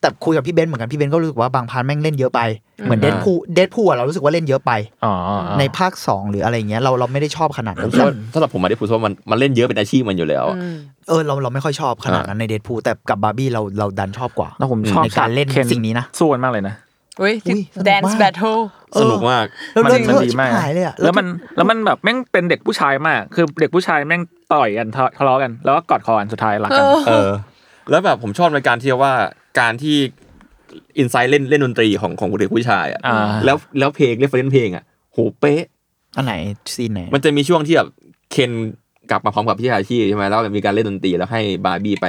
S5: แต่คุยกับพี่เบนซ์เหมือนกันพี่เบนซ์ก็รู้สึกว่าบางพาร์ทแม่งเล่นเยอะไป เหมือน
S2: อ่า
S5: เดดพูเดดพูเรารู้สึกว่าเล่นเยอะไป
S2: อ๋ออ๋ออ๋อ
S5: ในภาค 2 หรืออะไรอย่างเงี้ยเราเราไม่ได้ชอบขนาดนั้น
S3: เพราะว่าสำหรับผมมาได้พูดว่ามันมันเล่นเยอะเป็นอาชีพมันอยู่แล้วอะ
S4: อืม
S5: เออเราเราไม่ค่อยชอบขนาดนั้นในเดดพูแต่กับบาร์บี้เราเราดันชอบกว่า
S2: แล้วผมชอบ
S5: ในการเล่น
S2: ค
S5: สิ่งนี้นะ
S2: สู้กัมากเลยนะ
S4: อุ้ยที่
S5: อุ๊ยสนุกมา
S4: dance
S5: ก
S4: battle
S5: เออ
S3: สนุกมาก
S5: แล้ว
S2: มัน
S5: เล่น
S2: มัน
S5: เยอะ
S2: ดี
S5: ชิบ
S2: มาก
S5: หายเลยอะ
S2: แล้วมันแล้วมันแบบแม่งเป็นเด็กผู้ชายมาก คือเด็กผู้ชายแม่งต่อยกันทะทะเลาะกัน แล้วก็กอดคอกันสุดท้ายรัก
S4: เอ
S2: กัน
S4: อ
S3: เออ แล้วแบบผมชอบในการที่ว่าการที่อินไซด์เล่นเล่นดนตรีของของเด็กผู้ชายอ่ะ
S2: อ่า
S3: แล้วแล้วเพลงเรฟเฟรนเพลงอ่ะโหเป๊ะ
S5: อันไหนซีนไหน
S3: มันจะมีช่วงที่แบบเคนกลับมาพร้อมกับพี่อาชีใช่ไหมแล้วมีการเล่นดนตรีแล้วให้บาร์บี้ไป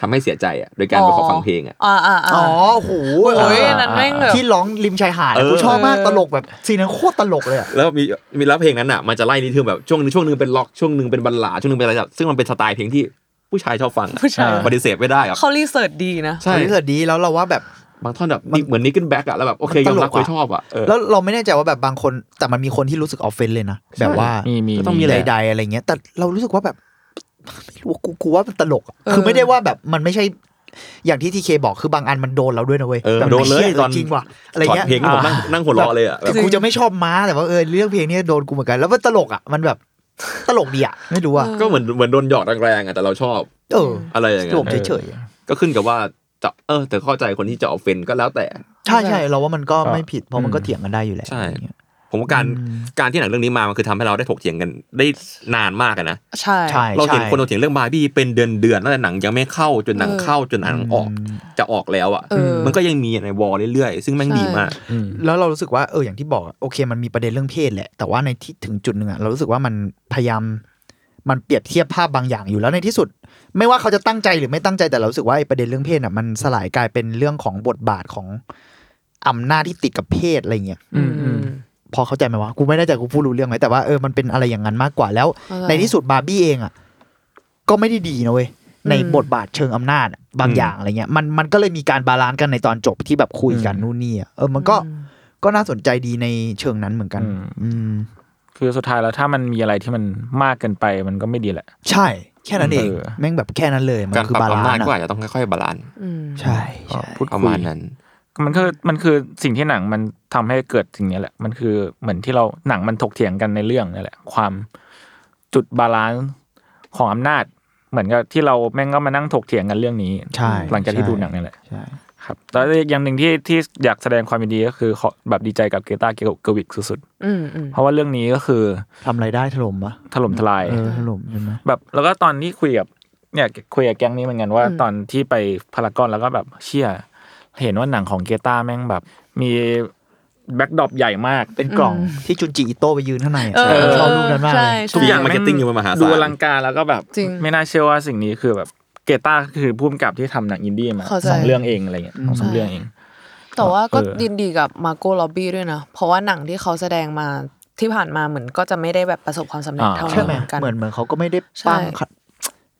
S3: ทำให้เสียใจอ่ะโดยการไปขอฟังเพลงอ่ะ
S4: อ่าอ่า
S5: อ๋
S4: อ่า
S5: อโอ้โห
S4: โอ้ยอันนั้นแม่งแบบ
S5: ที่ร้องริมชายหาด
S3: เออ
S5: กูชอบมาก
S4: เออ
S5: ตลกแบบซีนนั้นโคตรตลกเลยอะ
S3: แล้วมีมีแล้วเพลงนั้นอ่ะมันจะไล่นิทึมแบบช่วงหนึงช่วงหนึงเป็นล็อกช่วงหนึงเป็นบัลลาดช่วงหนึงเป็นอะไรแบบซึ่งมันเป็นสไตล์เพลงที่ผู้ชายชอบฟังอะ
S4: ผู้ชาย
S3: ปฏิเสธไม่ได้อ่ะ
S4: เขารีเสิร์ชดีนะ
S3: ใช่
S5: อันนี้เกิดดีแล้วเราว่าแบบ
S3: บางท่อนแบบเหมือนนิกเกิลแบ็กอ่ะแล้วแบบโอเคย
S5: มันต
S3: อม
S5: ลก
S3: รับเคย
S5: อะ
S3: ชอบอ่ะเออ
S5: แล้วเราไม่แน่ใจว่าแบบบางคนแต่มันมีคนที่รู้สึกออฟเฟนเลยนะ แบบว่า
S2: มีมี
S3: ก็ต้องมี
S2: มี
S3: แหละ
S5: ใดๆอะไรเงี้ย แต่เรารู้สึกว่าแบบไม่รู้ว่ากูกูว่ามันตลกอะ
S4: เออ
S5: คือไม่ได้ว่าแบบมันไม่ใช่อย่างที่ทีเคบอกคือบางอันมันโดนเราด้วยนะเว้ย
S3: เออ
S5: แบบ
S3: โดนเลย
S5: ชี่
S3: ตอน
S5: จริงว่ะอะไร
S3: ถอด
S5: เงี้ย
S3: เพลงที่ผมนั่งนั่งหัวเราะเลยอ่ะแบบ
S5: แต่กูจะไม่ชอบม้าแต่ว่าเออเรื่องเพลงเนี้ยโดนกูเหมือนกัน แล้วมันตลกอ่ะมันแบบตลกดีอ่ะไม่รู้อ่ะ
S3: ก็เหมือนเหมือนโดนหยอกแรงๆอ่ะแต่เราชอบ
S5: เออ
S3: อะไรอย่างเงี้
S5: ผม
S3: ย
S5: เฉยๆ
S3: ก็ขึ้นกับว่าจะเออ แต่เข้าใจคนที่จะออฟเฟนก็แล้วแต่
S5: ใช่ใช่เราว่ามันก็
S2: ก็
S5: ไม่ผิดเพราะมันก็
S2: อืม
S5: เถียงกันได้อยู่แหละ
S3: ใช่
S5: อะไรเงี้ย
S3: ผมว่าการการที่หนังเรื่องนี้มามันคือทำให้เราได้ถกเถียงกันได้นานมากอะนะ
S4: ใช่
S5: ใช่
S3: เราเห็น
S5: ใช่
S3: คนถกเถียงเรื่องบาร์บี้เป็นเดือนเดือนๆตั้งแต่หนังยังไม่เข้าจนหนังเข้าจนหนังออก จะออกแล้วอ่ะ
S4: เออ
S3: มันก็ยังมีในวอลเรื่อยๆ ซึ่งแม่งดีมาก
S5: แล้วเรารู้สึกว่าเอออย่างที่บอกอะโอเค มันมีประเด็นเรื่องเพศแหละ แต่ว่าในที่ถึงจุดหนึ่งอะเรารู้สึกว่ามันพยายามมันเปรียบเทียบภาพบางอย่างอยู่แล้วในที่สุด ไม่ว่าเขาจะตั้งใจหรือไม่ตั้งใจแต่เรารู้สึกว่าไอ้ประเด็นเรื่องเพศอะมันสลายกลายเป็นเรื่องของบทบาทของอำนาจที่ติดกับเพศอะไรเงี้ย
S2: อืมอืม
S5: พอเข้าใจไหมวะกูไม่แน่ใจกูพูดรู้เรื่องไหมแต่ว่าเออมันเป็นอะไรอย่างนั้นมากกว่าแล้ว
S4: เข้าใจ
S5: ในที่สุดบาร์บี้เองอะก็ไม่ได้ดีนะเว้ยในบทบาทเชิงอำนาจอะบางอย่างอะไรเงี้ยมันมันก็เลยมีการบาลานซ์กันในตอนจบที่แบบคุยกัน
S2: อืม
S5: นู่นนี่อะเออมันก็ ก็น่าสนใจดีในเชิงนั้นเหมือนกัน
S2: อืม
S5: อืม
S2: คือสุดท้ายแล้วถ้ามันมีอะไรที่มันมากเกินไปมันก็ไม่ดีแหละ
S5: ใช่ แค่นั้นเอง
S2: เออ
S5: แม่งแบบแค่นั้นเลย มัน
S3: การ
S5: คือ
S3: ปรับบ
S5: าลา
S3: อำนาจ
S5: นซ์
S3: ก็
S5: อะ
S3: อาจจะต้องค่อยๆบาลานซ์
S4: อืม
S5: ใช่ใช่
S2: พูด
S3: ประ
S2: คุ
S3: มาย ณนั้น
S2: มันคือมันคือสิ่งที่หนังมันทำให้เกิดสิ่งเนี้ยแหละ มันคือเหมือนที่เราหนังมันถกเถียงกันในเรื่องนี่แหละ ความจุดบาลานซ์ของอำนาจ เหมือนกับที่เราแม่งก็มานั่งถกเถียงกันเรื่องนี้
S5: ใช่
S2: หลังจากที่
S5: ใช่
S2: ดูหนังนี่แหละ
S5: ใช่
S2: ครับแต่อีกอย่างหนึ่งที่ที่อยากแสดงความยินดีก็คือขอแบบดีใจกับเกตาเกวิกสุด
S4: อืมอืม
S2: ๆ เพราะว่าเรื่องนี้ก็คือ
S5: ทำไรายได้ถล่มปะ
S2: ถล่มทลาย
S5: เออถล่มใช่ไหม
S2: แบบแล้วก็ตอนที่คุยกับเนี่ยคุยกับแก๊งนี้เหมือนกันว่า
S4: อืม
S2: ตอนที่ไปพารากอนแล้วก็แบบเชี่ยเห็นว่าหนังของเกตาแม่งแบบ มีแบ็กดรอปใหญ่มาก
S5: เป็นกล่องที่จุนจิอิโต้ไปยืนข้างในอะ
S4: เออ
S5: ชอบรูปนั้นมาก
S4: ใช่
S5: เลย
S4: ใช่
S3: ทุกอย่าง marketing อยู่มหาศาล
S2: ดูอลังการแล้วก็แบบ
S4: จริง
S2: ไม่น่าเชื่อว่าสิ่งนี้คือแบบเกตาคือผู้กำกับที่ทำหนังอินดี้มา
S4: เข้าใจ
S2: สองเรื่องเองอะไรเงี้ยสองสามเรื่องเอง
S4: แต่ว่าก็
S2: เออ
S4: ยินดีกับมาโก้ล็อบบี้ด้วยนะ เพราะว่าหนังที่เขาแสดงมาที่ผ่านมาเหมือนก็จะไม่ได้แบบประสบความสำเร็จเท่าไห
S5: ใช่
S4: ร่
S5: ไหม
S4: เหมือนกัน
S5: เหมือนเหมือนเขาก็ไม่ได้
S4: ใช่
S5: ปั้ง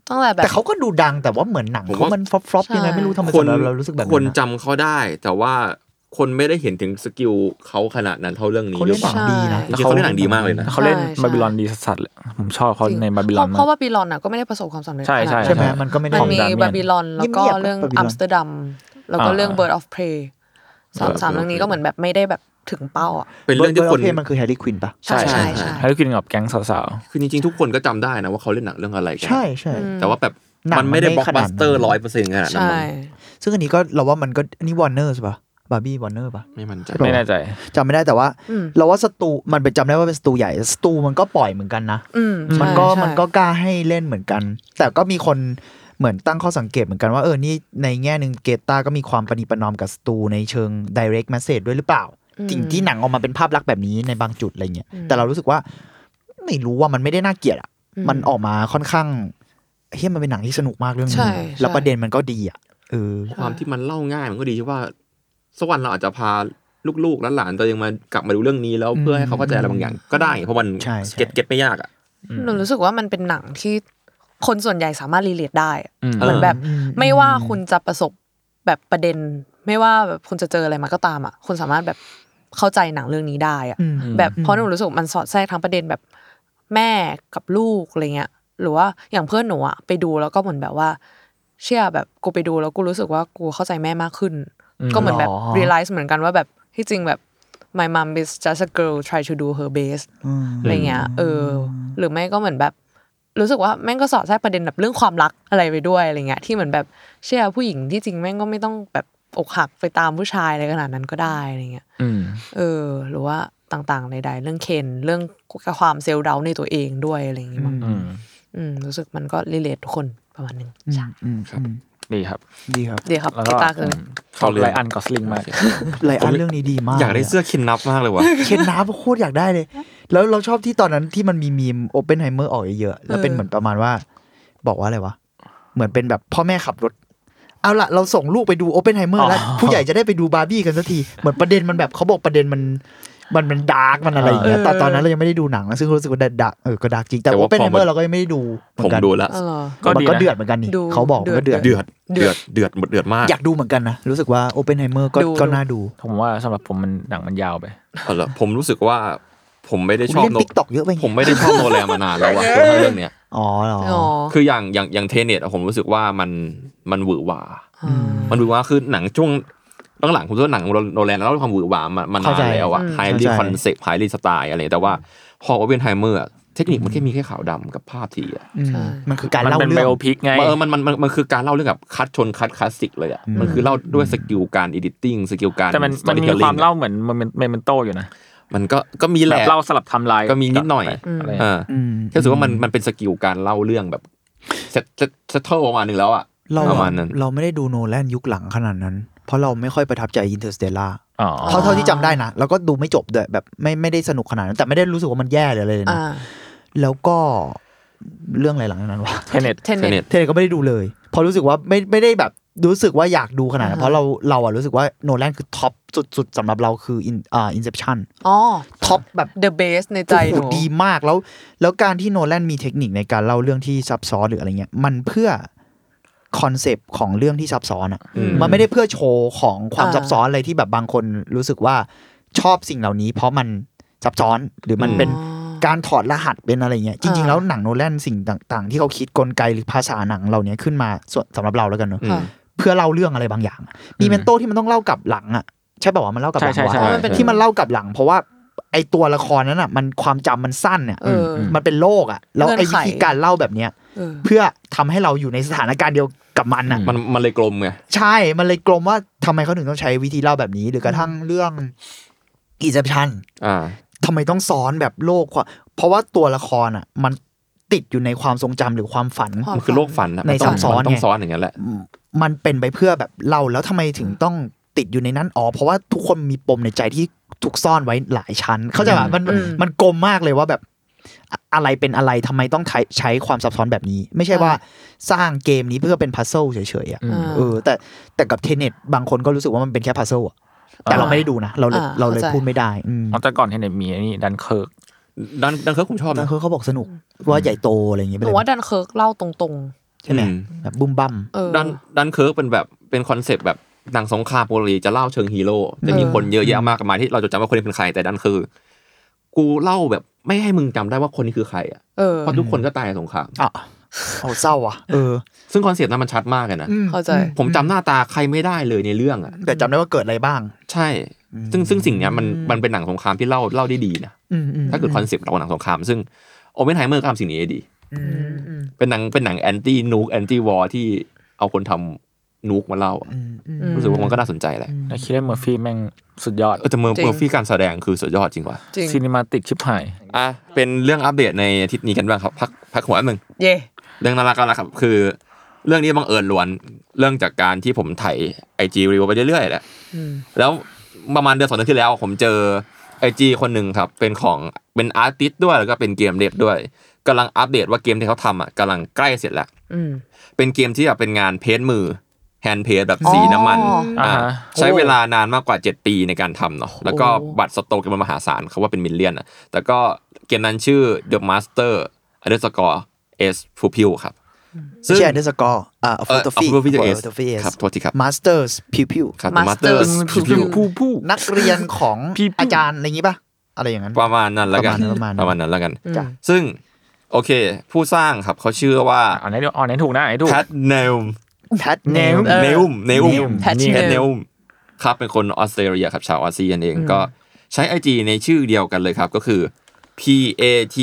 S4: ตั้งแต่แบบ
S5: แต่เขาก็ดูดังแต่ว่าเหมือนหนัง
S3: ผม
S5: เขา
S3: ว่า
S5: มันฟลอป
S4: ใช่
S5: ๆยังไงไม่รู้ทำไม
S3: ค
S5: สำ
S3: น
S5: หรับเรารู้สึกแบ
S3: ค
S5: บนั้น นอะ
S3: จำเขาได้ แต่ว่าคนไม่ได้เห็นถึงสกิลเขาขนาดนั้นเท่าเรื่องนี้
S5: เขา
S3: หรื
S5: เล่
S3: อน เปล่า
S5: หนังดีนะ
S3: จริงๆเขาเล่นหนังดีมากเลยนะ
S2: แล้วเขาเล่น
S4: ใช่ใช่
S2: บาบิลอนดีสัสๆเลยผมชอบเขาในบาบิล
S4: เพ
S2: อน
S4: ราะ
S2: มา
S4: เพราะ
S2: ก
S4: ว่าบิลอนอ่ะก็ไม่ได้ประสบความสำเร็จ
S2: ใช่ใช่
S4: ขนาดนั้น
S5: ใช่ไหมมันก็ไม่ได้
S4: มันมี
S2: ของ Damien
S4: บาบิลอนแล้วก็
S5: เงียบๆอะ
S4: เรื่อง
S5: Babylon
S4: อัมสเตอร์ดัมแล้วก็
S2: อ่า
S4: เรื่องเบิร์ดออฟเพลย์สามสาม
S3: Bird of
S4: เรื่องนี้ก็เหมือนแบบไม่ได้แบบถึงเป้าอ่ะ
S3: เป็นเรื่องที่คน
S5: เพศมันคือแฮร์รี่ควินปะ
S4: ใช่
S3: ใช่
S4: ใช่
S3: ใช่
S4: ใช่
S2: ให้กินกับแก๊งสาว
S3: คือจริงๆทุกคนก็จำได้นะว่าเขาเล่นหนังเรื่องอะไรกั
S5: ใช่ใช่
S3: แต่ว่าแบบ
S5: หนังมั
S3: มัน นไม่ได้
S5: ไม่
S3: บล็อก
S5: ขนาดนั้
S3: บั
S5: น
S3: สเตอร์ร้อยเปอร์เซ็นต์ขนาดนั้น
S4: ใช่
S5: ซึ่งอันนี้ก็เราว่ามันก็อันนี้วอร์เนอร์ปะบาร์บี้วอร์เนอร์ปะ
S3: ไม่มั่นใจ
S2: ๆไม่แน่ใจ
S5: จำไม่ได้แต่ว่า
S4: อืม
S5: เราว่าสตูมันเป็นจำได้ว่าเป็นสตูใหญ่สตูมันก็ปล่อยเหมือนกันนะ
S4: อืม
S5: มันก็
S4: ใช่
S5: มันก็กล้าให้เล่นเหมือนกัน แต่ก็มีคนเหมือนตั้งข้อสังเกตเหมือนกันว่าเออนี่ในแง่หนึ่งเกตาก็มีความประนีประนอมกับสตูในเชิง direct message ด้วยหรือเปล่าสิ่งที่หนังออกมาเป็นภาพลักษณ์แบบนี้ในบางจุดอะไรเงี้ยแต่เรารู้สึกว่า ไม่รู้ว่ามันไม่ได้น่าเกลียดอ่ะมันออกมาค่อนข้างเฮ้ยมันเป็นหนังที่สนุกมากเรื่องหนึง
S4: ใช่
S5: แล้ว
S4: ใช่
S5: ประเด็นมันก็ดีอ่ะเออ
S3: ความที่มันเล่าง่ายมันก็ดีที่ว่าสักวันเราอาจจะพาลูกๆและหลานตัวเองมากลับมาดูเรื่องนี้แล้วเพื่อให้เขาเข้าใจอะไรบางอย่างก็ได้เพราะมัน
S5: ใช่ใช่
S3: เก็ตเก็ตไม่ยากอ่ะ
S4: หนูรู้สึกว่ามันเป็นหนังที่คนส่วนใหญ่สามารถรีเลทได้อะ
S2: อืม
S4: เหมือนแบบ
S5: อืม
S4: ไม่ว่าคุณจะประสบแบบประเด็น ไม่ว่าแบบคุณจะเจออะไรมาก็ตามอ่ะคุณสามารถแบบเข้าใจหนังเรื่องนี้ได้อ่ะ
S5: อืม
S4: แบบเพราะหนูรู้สึกมันสอดแทรกทั้งประเด็นแบบแม่กับลูกอะไรเงี้ย หรือว่าอย่างเพื่อนหนูอ่ะไปดูแล้วก็เหมือนแบบว่า เชื่อแบบกูไปดูแล้วกูรู้สึกว่ากูเข้าใจแม่มากขึ้น ก็เหมือนแบบ
S5: หรอ
S4: realize เหมือนกันว่าแบบที่จริงแบบ my mom is just a girl try to do her best
S5: อืม
S4: อะไรเงี้ยเออ หรือไม่ก็เหมือนแบบ รู้สึกว่าแม่งก็สอดแทรกประเด็นแบบเรื่องความรักอะไรไปด้วยอะไรเงี้ยที่เหมือนแบบเชื่อผู้หญิงที่จริงแม่งก็ไม่ต้องแบบอกหักไปตามผู้ชายอะไรขนาดนั้นก็ได้อะไรเงี้ย
S2: อืม
S4: เออ หรือว่าต่างๆใดๆเรื่องเคนเรื่องความเซลล์เดาในตัวเองด้วยอะไรอย่างงี้มั้ง
S2: อืม
S4: อืมรู้สึกมันก็รีเลททุกคนประมาณนึงใช่
S5: อืม
S3: ครับ
S5: อืม
S2: ดีครับ
S5: ดีครับ
S4: เดี๋ยวครับ
S2: แล้ว
S4: เก
S2: ก็
S4: ตาคือ
S2: อืมชอบไลอันกอสลิงมาก
S5: ไลออนเรื่องนี้ดีมาก
S3: อยากได้เสื้อเคนนับมากเลยว่ะ
S5: เคนน้าโคตรอยากได้เลย แล้วเราชอบที่ตอนนั้นที่มันมีมีมโอเปนไฮเมอร์ออกเยอะๆแล้วเป็น
S4: เออ
S5: เหมือนประมาณว่า บอกว่าอะไรวะ เหมือนเป็นแบบพ่อแม่ขับรถ เอาละเราส่งลูกไปดูโอเปนไฮเมอร์แล้ว
S2: อ๋อ
S5: ผู้ใหญ่จะได้ไปดูบาร์บี้กันสักที เหมือนประเด็นมันแบบเขาบอกประเด็นมัน มันมันดาร์กมันอะไรอย่างเงี้ยแต่ตอนนั้นเรายังไม่ได้ดูหนังนะซึ่งรู้สึกว่าดาร์กเออก็ดาร์กจริงแต่
S3: แต่
S5: โอ
S3: ว่า
S5: เปนไฮเมอ
S3: พอมั
S5: ร์
S3: น
S5: เราก็ยังไม่ได้ดูเหมื
S3: ผ
S5: อ
S3: ม
S5: นกัน
S3: ดูแล้ว
S4: อ๋อเหรอ
S2: ก็
S5: มัน
S2: ดีนะ
S5: ก็เดือดเหมือนกันนี่
S4: ดู
S5: เขาบอกมันก็เดือด
S3: เดือด
S4: เดื
S3: เดื
S4: อ
S3: อ
S4: ด
S3: ดเดือดหมดเดือดมาก
S5: อยากดูเหมือนกันนะรู้สึกว่าโอเปนไฮเมอร์ก็
S4: ดู
S5: ก็
S4: ดู
S5: น่าดู
S2: ผมว่าสำหรับผมมันหนังมันยาวไป
S3: เอาละผมรู้สึกว่า ผมไม่ได้ชอบ
S5: เล่น
S3: โน
S5: ติ๊กตอกเยอะไปไง
S3: ผมไม่ได้ชอบโนแลนมานานแล้วว่ะคือเรื่องเนี้ย
S5: อ๋อเหรอ
S4: อ๋อ
S3: คืออย่างอย่างอย่างเทเนตผมรู้สึกว่ามันมันหวือหวา
S4: อืม
S3: มันหวือหวาคือหนังช่วงหลังๆผมรู้ว่าหนังโนแลนแล้วความหวือหวามามานานแล้วอะไฮรีคอนเซ็ปต์ไฮรีสไตล์อะไรแต่ว่าพอโอเวนไฮเมอร์เทคนิคมันแค่มีแค่ขาวดำกับภาพทีอะ
S5: อืม
S4: ใช่
S5: มันคือการ
S2: มัน
S5: เล่า
S2: เป็น
S5: เรื่
S2: ไบ
S5: อง
S2: โอพิกไง
S3: เออมันมันมันมันคือการเล่าเรื่องแบบคัดชนคัดคลาสสิกเลยอ่ะ มันคือเล่าด้วยสกิลการ editing สกิลการ
S2: แต่มันมันมี
S3: storytelling
S2: ความเล่าเหมือนมันเมนโตอยู่นะ
S3: มันก็ก็มีแห
S2: แบ
S3: ละ
S2: บเล่าสลับไทำลาย
S3: ก็มีนิดหน่อย
S2: อะไร
S3: อ่า
S5: อืม
S3: แค่รู้สึกว่ามันมันเป็นสกิลการเล่าเรื่องแบบเซตเซตเทิลประมาณหนึ่งแล้วอ่ะ
S5: เรา
S3: ประมาณนั้น
S5: เราไม่ได้ดูโนแลนยุคหลังขนาดนั้น เพราะเราไม่ค่อยประทับใจอินเตอร์สเตลา
S2: อ๋อ
S5: เท่าเท่าที่จำได้นะ แล้วก็ดูไม่จบด้วยแบบไม่ไม่ได้สนุกขนาดนั้น แต่ไม่ได้รู้สึกว่ามันแย่หรืออะไรเลยนะ
S4: อ่า
S5: แล้วก็เรื่องอะไรหลังจากนั้นวะ
S2: เทเน็ต
S4: เทนเน็ต
S5: เทเลก็ไม่ได้ดูเลย เพอรู้สึกว่าไม่ไม่ได้แบบรู้สึกว่าอยากดูขนาดนั้น
S4: อ่า
S5: เพราะเราเราอะรู้สึกว่าโนแลนคือท็อปสุดๆสำหรับเราคืออินอ่าอินเซปชั่น
S4: อ๋อ
S5: ท็อปแบบ
S4: the base ในใจห
S5: โอ้
S4: นู
S5: โหดีมากแล้ว แล้วการที่โนแลนมีเทคนิคในการเล่าเรื่องที่ซับซ้อนหรืออะไรเงี้ยมันเพื่อคอนเซปต์ของเรื่องที่ซับซ้อนอะ
S3: อืม
S5: มันไม่ได้เพื่อโชว์ของความ
S4: า
S5: ซับซ้อนอะไรที่แบบบางคนรู้สึกว่าชอบสิ่งเหล่านี้ เพราะมันซับซ้อนหรือมันเป็น
S4: อ๋อ
S5: การถอดรหัสเป็นอะไรเงี้ยจริง ๆ
S4: อ่า
S5: แล้วหนังโนแลนสิ่งต่างๆ ที่เขาคิดกลไกหรือภาษาหนังเหล่านี้ขึ้นมาส่วนสำหรับเราแล้วกันเนอะ
S3: อืม
S4: ค่ะ
S5: เพื่อเล่าเรื่องอะไรบางอย่างมีเมนโตที่มันต้องเล่ากลับหลังอะใช่ป่าวว่ามันเล่ากลับห
S2: ใช่
S5: ลัง
S2: ใช่
S5: วะ
S2: ใช่
S4: เพราะมันเป็น
S5: ที่มันเล่ากลับหลัง เพราะว่าไอตัวละครนั้นอ่ะ มันความจำมันสั้นเนี่ย
S4: เออ
S5: มันเป็นโลกอ่ะแล้วไอ
S4: เงื่อนไข
S5: วิธีการเล่าแบบเนี้ย
S4: เออ
S5: เพื่อทำให้เราอยู่ในสถานการณ์เดียวกับมันอ่ะ
S3: มันมันเลยกลมไง
S5: ใช่มันเลยกลมว่าทำไมเขาถึงต้องใช้วิธีเล่าแบบนี้ หรือกระทั่งเรื่องอีเซปชัน
S3: อ่า
S5: ทำไมต้องซ้อนแบบโลกความเพราะว่าตัวละครอ่ะ มันติดอยู่ในความทรงจำหรือความฝัน
S4: ความ
S3: มันคือโลกฝันอะ
S5: ใน
S3: มัต้อง
S5: ซับซ้อน
S3: มัต้อง
S5: ไง
S3: ซ้อนอย่างนั้นแหละ
S5: มันเป็นไปเพื่อแบบเล่าแล้วทำไมถึงต้องติดอยู่ในนั้นอ๋อเพราะว่าทุกคนมีปมในใจที่ถูกซ่อนไว้หลายชั้น เข้าใจป่ะมัน
S4: อืม
S5: มันกลมมากเลยว่าแบบอะอะไรเป็นอะไรทำไมต้องใช้ใช้ความซับซ้อนแบบนี้ ไม่ใช่ว่าสร้างเกมนี้เพื่อเป็นพัซเซิลเฉยๆอ่ะ
S2: อืม
S5: เออ แต่แต่กับเทเน็ตบางคนก็รู้สึกว่ามันเป็นแค่พัซเซิลอะแต่เราไม่ได้ดูนะ เราเลย
S4: อ่า
S5: เราเลย
S4: เข้าใจ
S5: พูดไม่ได้อืม
S2: อ๋อแต่ก่อนเทเน็ตมีไอ้นี่ดันเคิร์ก
S3: ดันดันเคิร์กผมชอบ
S5: นั่
S3: นะ
S5: นคือเขาบอกสนุกว่าใหญ่โตอะไรอย่างเงี้ย
S4: ห
S5: ไป
S4: นู
S5: เลย
S4: ว่าดันเคิร์กเล่าตรง
S5: ใช่ไหม
S3: อืม
S5: แบบบุ้มบั้ม
S4: ๆ เออ
S3: ดันดันเคิร์กเป็นแบบเป็นคอนเซปต์แบบหนังสงครามโปรลีจะเล่าเชิงฮีโร่จะมี
S4: เออ
S3: คนเยอะแยะมากมายที่เราจะจำว่าคนนี้เป็นใครแต่ดันคือ กูเล่าแบบไม่ให้มึงจำได้ว่าคนนี้คือใครอ่ะ
S4: เออ
S3: เพราะทุกคนก็ตายในสงคราม
S5: อ่ะเอาเศร้าอ่ะเออ
S3: ซึ่งคอนเซปต์นั้นมันชัดมากเลยนะ
S5: อืม
S4: เข้าใจ
S3: ผมจำหน้าตาใครไม่ได้เลยในเรื่องอ่ะ
S5: แต่จำได้ว่าเกิดอะไรบ้าง
S3: ใช่ ซึ่งซึ่งสิ่งเนี้ยมันมันเป็นหนังสงครามที่เล่าเล่าได้ดีนะ
S5: อืมอืม
S3: ถ้าเกิดคอนเซปต์เราหนังสงคราม ซึ่งโอเมนไฮเมอร์ก็ทำสิ่งนี้ได้ดี
S5: อืมอืม
S3: เป็นหนังเป็นหนังแอนตี้นูกแอนตี้วอที่เอาคนทำนูกมาเล่าอะ
S5: อืมอืม
S4: อืม
S3: รู้สึกว่ามันก็น่าสนใจแหละ
S2: แล้วคิดว่าเมอร์ฟี่แม่งสุดยอด
S3: เออแต่เมอร์
S4: จริง
S3: เมอร์ฟี่การแสดงคือสุดยอดจริงว่ะ
S4: จริง
S2: ซีนิมาติกชิบหาย
S3: อ่ะเป็นเรื่องอัปเดตในอาทิตย์นี้กันบ้างครับพักพักหัวหนึ่ง
S4: เย่
S3: เรื่องน่ารักๆครับ คือ เรื่องนี้บังเอิญล้วนเรื่องจากการที่ผมไถ่ไอจีรีวิวไปเรื่อยๆแหละแล้วประมาณเดือนสองเดือนที่แล้ว ผมเจอไอจีคนหนึ่งครับ เป็นของเป็นอาร์ติสต์ด้วยแล้วก็เป็นเกมเด็บด้วยกำลังอัปเดตว่าเกมที่เขาทำอ่ะกำลังใกล้เสร็จแล้ว
S4: อืม
S3: เป็นเกมที่แบบเป็นงานเพ้นท์มือแฮนด์เพนแบบสี
S4: อ๋อ
S3: น้ำมัน
S2: อ่าฮะ
S3: อ่าใช้เวลานานมากกว่า 7 ปีในการทำเนาะแล้วก็
S4: โอ้
S3: บัตรสโตกกันมหาศาลเขาว่าเป็นมิลเลียนอ่ะแต่ก็เกมนั้นชื่อ The Master Underscore S Pupil ครับ
S5: ไม่ใช่ underscore อ่า
S3: เออ
S5: photography
S3: Pupil S
S5: photography
S3: ครับโทษทีครับ
S5: masters pupil
S3: ครับ The
S4: Master
S3: Master Pupil
S4: Pupil
S2: ผู้ผู้
S5: นักเรียนของ
S2: Pupil
S5: อาจารย์อะไรอย่างงี้ป่ะ อะไรอย่างนั้น
S3: ประมาณนั้นแล้วกัน
S5: ประมาณนั้น
S3: ปมา
S5: ประระมา
S3: ณ
S5: ณนั้
S3: นั้น
S5: น
S3: แล้วกัน
S4: จ้ะ
S3: ซึ่งโอเค ผู้สร้างครับเขาชื่อว่า
S2: อันไหนถูกอ๋อไหนถูกนะอันไหนถูก
S3: Pat n e l m
S5: แพทเนล
S2: เออ
S3: เนลมเนลม
S4: Pat
S3: แคท
S4: Neum
S3: เนลมครับเป็นคนออสเตรเลียครับชาวออสเตรเลียนเองก็ใช้ IG ในชื่อเดียวกันเลยครับ ก็คือ P A T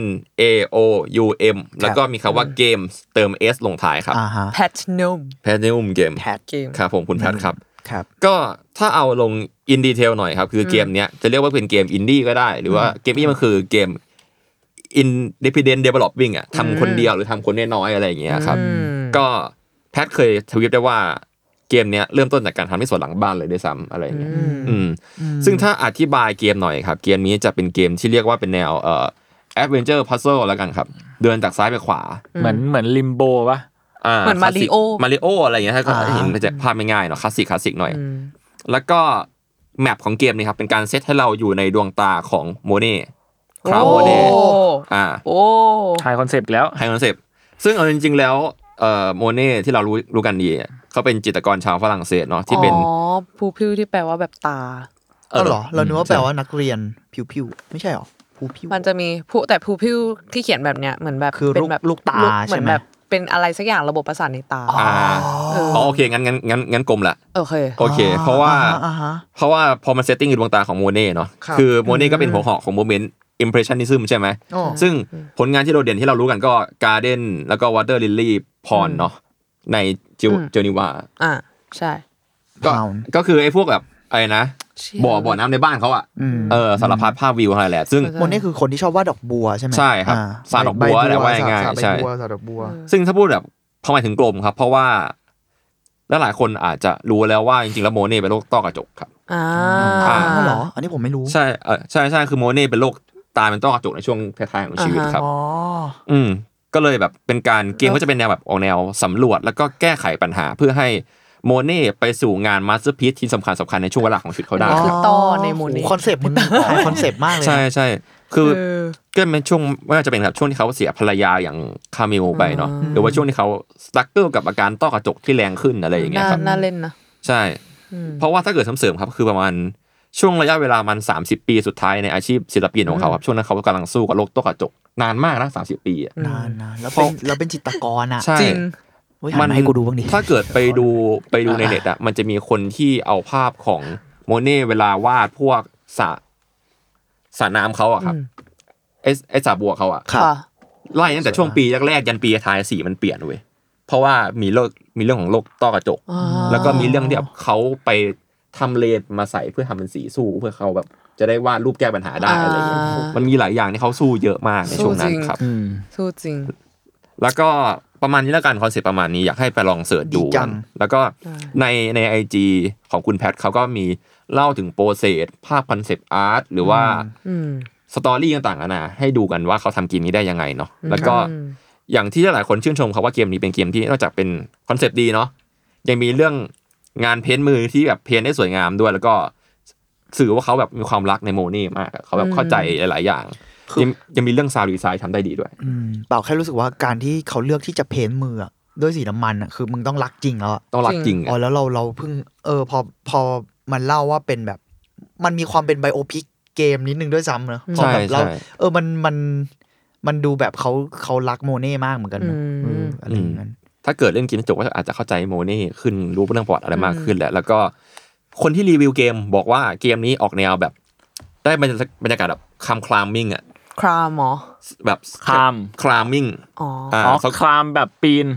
S3: N A O U M แล้วก็มีคำว่าเกมเติม S ลงท้ายครับ
S5: อ่าฮะ
S4: แพทนม
S3: แพทเนลมเกม
S5: แพท
S4: เกม
S3: ครับผมคุณแพทครับ
S5: ครับ
S3: ก็ถ้าเอาลงอินดีเทลหน่อยครับ คือเกมเนี้ยจะเรียกว่าเป็นเกมอินดี้ก็ได้ หรือว่าเกมนี้มันคือเกม independent developing อ่ะทำคนเดียวหรือทำคนน้อยๆอะไรอย่างเงี้ยครับ ก็แพทเคยทวิตได้ว่าเกมเนี้ยเริ่มต้นจากการทำที่สวนหลังบ้านเลยด้วยซ้ำอะไรอย่างเงี้ยอืมซึ่งถ้าอธิบายเกมหน่อยครับ เกมนี้จะเป็นเกมที่เรียกว่าเป็นแนวเอ่อ adventure puzzle แล้วกันครับ เดินจากซ้ายไปขวา
S2: เหมือนเหมือนลิมโบวะ
S3: อ่า
S4: เหมือนมาริโอ
S3: มาริโออะไรอย่างเงี้ยถ้าก็
S5: อ่า
S3: เห็นมันจะภาพไม่ง่ายเนาะคลาสสิกคลาสสิกหน่อย แล้วก็แมปของเกมนี้ครับ เป็นการเซตให้เราอยู่ในดวงตาของโมเน่คราว
S4: โอ้
S3: โมเน่อ่า
S4: โอ้
S2: ทายคอนเซปต์แล้ว
S3: ไฮคอนเซปต์ซึ่งเอาจริงๆแล้วเอ่อโมเน่ที่เรารู้รู้กันดีอะเขาเป็นจิตรกรชาวฝรั่งเศสเนาะที่เป็น
S4: อ๋อผู้พิวที่แปลว่าแบบตา
S5: อ๋อเหรอ เรานึกว่าแปลว่านักเรียน พิวพิวไม่ใช่หรอพูพิว
S4: มันจะมีผู้แต่ผู้พิวที่เขียนแบบเนี้ยเหมือนแบบ
S5: คือลูก
S4: เป็นแบบ
S5: ลูกตา
S4: เหมือน
S5: ใช่ไหม
S4: แบบเป็นอะไรสักอย่างระบบประสาทในตา
S3: อ่าอ๋อโอเคงั้นงั้นงั้นงั้นกลมละ
S4: โอเค
S3: โอเค เพราะว่า
S5: อ่าฮะ
S3: เพราะว่าพอมันเซตติ้งอยู่ดวงตาของโมเน่เนาะ
S5: ครับ
S3: คือโมเน่ก็เป็นหัวหอกของโมเมนต์อิมเพรสชันนิซึมใช่ไหม
S5: อ๋อ
S3: ซึ่งผลงานที่โดดเด่นที่เรารู้กันก็การ์เดนแล้วก็วอเตอร์ลิลลี่พรเนาะในจิว
S4: อืม
S3: เจอร์นิวา
S4: อ่ะใช่
S3: ก็
S5: พาวน์
S3: ก็คือไอ้พวกแบบอะไรนะ
S4: เชี่ย
S3: บ่อบ่อน้ำในบ้านเขาอ่ะ
S5: อืม
S3: เออสารพัดภาพวิวอะไรแหละ ซึ่ง
S5: มนนี่คือคนที่ชอบวาดดอกบัวใช่ไหม
S3: ใช่ครับ
S5: อ่
S3: สาดดอกบัวแหละว่าง่ายๆ
S5: สด
S3: ใช่
S5: ใบบัวสาดดอกบัว
S3: ซึ่งถ้าพูดแบบทำไมถึงกลมครับ เพราะว่าและหลายคนอาจจะรู้แล้วว่าจริงๆแล้วโมเน่เป็นโรคต้อกระจกครับ
S4: อ่า
S3: อ่า
S5: อ๋อเหรอ อันนี้ผมไม่รู้
S3: ใช่เออใช่ใช่คือโมเน่เป็นโรคตาเป็นต้อกระจกในช่วงท้ายๆของชีวิตครับ
S5: อ๋อ
S3: อืมก็เลยแบบเป็นการเกมก็จะเป็นแนวแบบออกแนวสำรวจ แล้วก็แก้ไขปัญหาเพื่อให้โมเน่ไปสู่งานมาสเตอร์พี e ที่สำคัญสำคัญในช่วงเวลาของชีวิตเขาได้
S4: คื
S3: ค
S4: อ
S3: รับ
S4: ต่อในโมเน่
S5: คอนเซปต์มันขายคอนเซปต์มากเลยนะ
S3: ใช่ใช่คือ
S4: เออ
S3: ก็เป็นช่วงไม่ว่าจะเป็นแบบช่วงที่เขาเสียภรรยาอย่างคาเมลไปเนาะหรือว่าช่วงที่เขาสตั๊กเกิลกับอาการต้อกระจกที่แรงขึ้นอะไรอย่างเงี้ย
S4: น่า
S3: ครับ
S4: น่าเล่นนะ
S3: ใช่ เพราะว่าถ้าเกิดเสริมๆครับคือประมาณช่วงระยะเวลามัน 30 ปีสุดท้ายในอาชีพศิลปินของเขาครับช่วงนั้นเขากำลังสู้กับโรคต้อกระจกนานมากนะ30 ปีอะ
S5: นานนะแล้วเป็นแล้วเป็นจิตรกรอ่ะ
S3: ใช่
S4: จริง
S5: เฮ้ยหันมาให้กูดูบ้างดิ
S3: ถ้าเกิดไปดูไปดูในเน็ตอ่ะ มันจะมีคนที่เอาภาพของโมเน่เวลาวาดพวกสระสระน้ำเขาอะครับไอไอสระบัวเขาอะ
S5: ครับ
S3: ไล่ตั้งแต่ช่วงปีแรกๆยันปีท้ายสีมันเปลี่ยนเว้ยเพราะว่ามีโรคมีเรื่องของโรคต้อกระจก
S4: อ๋อ
S3: แล้วก็มีเรื่องที่แบบเขาไปทำเลนมาใส่เพื่อทำเป็นสีสู้เพื่อเขาแบบ จะได้วาดรูปแก้ปัญหาได้อะไรอย่างเงี้ย
S4: อ่ามั
S3: มันมีหลายอย่างที่เขาสู้เยอะมากในช่วงนั้
S4: สู้
S3: น
S4: จริง
S3: ครับ
S2: อืม
S4: สู้จริง
S3: แล้วก็ประมาณนี้แล้วกันคอนเซปต์ประมาณนี้อยากให้ไปลองเสิร์ชดู
S5: ดีจัง
S3: แล้วก็ในในไอจของคุณแพทเขาก็มีเล่าถึงโปรเซสภาพคอนเซปต์อาร์ตหรือว่า
S4: อืม
S3: สตอรี่ต่างๆนานาให้ดูกันว่าเขาทำเกมนี้ได้ยังไงเนาะแล้วก็อย่างที่หลายคนชื่นชมเขาว่าเกมนี้เป็นเกมที่นอกจากเป็นคอนเซปต์ดีเนาะยังมีเรื่องงานเพ้นท์มือที่แบบเพ้นท์ได้สวยงามด้วย แล้วก็สื่อว่าเขาแบบมีความรักในโมนี่มากอะเขาแบบเข้าใจหลายๆอย่างยังยังมีเรื่องซาวด์ดีไซน์ทำได้ดีด้วย
S5: อืมเปล่าแค่รู้สึกว่าการที่เขาเลือกที่จะเพ้นท์มืออะด้วยสีน้ำมันอ่ะคือมึงต้องรักจริงแล้วอะ
S3: ต้องรักจริงอะ
S5: อ๋อแล้วเราเราเพิ่งเออพอพอมันเล่าว่าเป็นแบบ มันมีความเป็นไบโอพิกเกมนิดนึงด้วยซ้ำเนอะพอ
S3: ใช่
S5: แบบเรา
S3: ใช่
S5: เออมันมันมันดูแบบเขาเขารักโมเน่มากเหมือนกันนะ
S4: อืม
S5: เอออะไรอย่างนั้น
S3: ถ้าเกิดเล่นเกมจบก็อาจจะเข้าใจโมเน่ขึ้นรู้เรื่องประวัติอะไรมากขึ้นแหละแล้วก็คนที่รีวิวเกมบอกว่าเกมนี้ออกแนวแบบ ได้บรรยากาศบรรยากาศแบบคามคลามมิ่งอะ
S4: ครามเหรอ
S3: แบบ
S2: คลาม
S3: คลามมิ่ง
S4: อ๋อ
S3: อ่า
S2: อ๋อ
S3: เขา
S2: คลามแบบปีน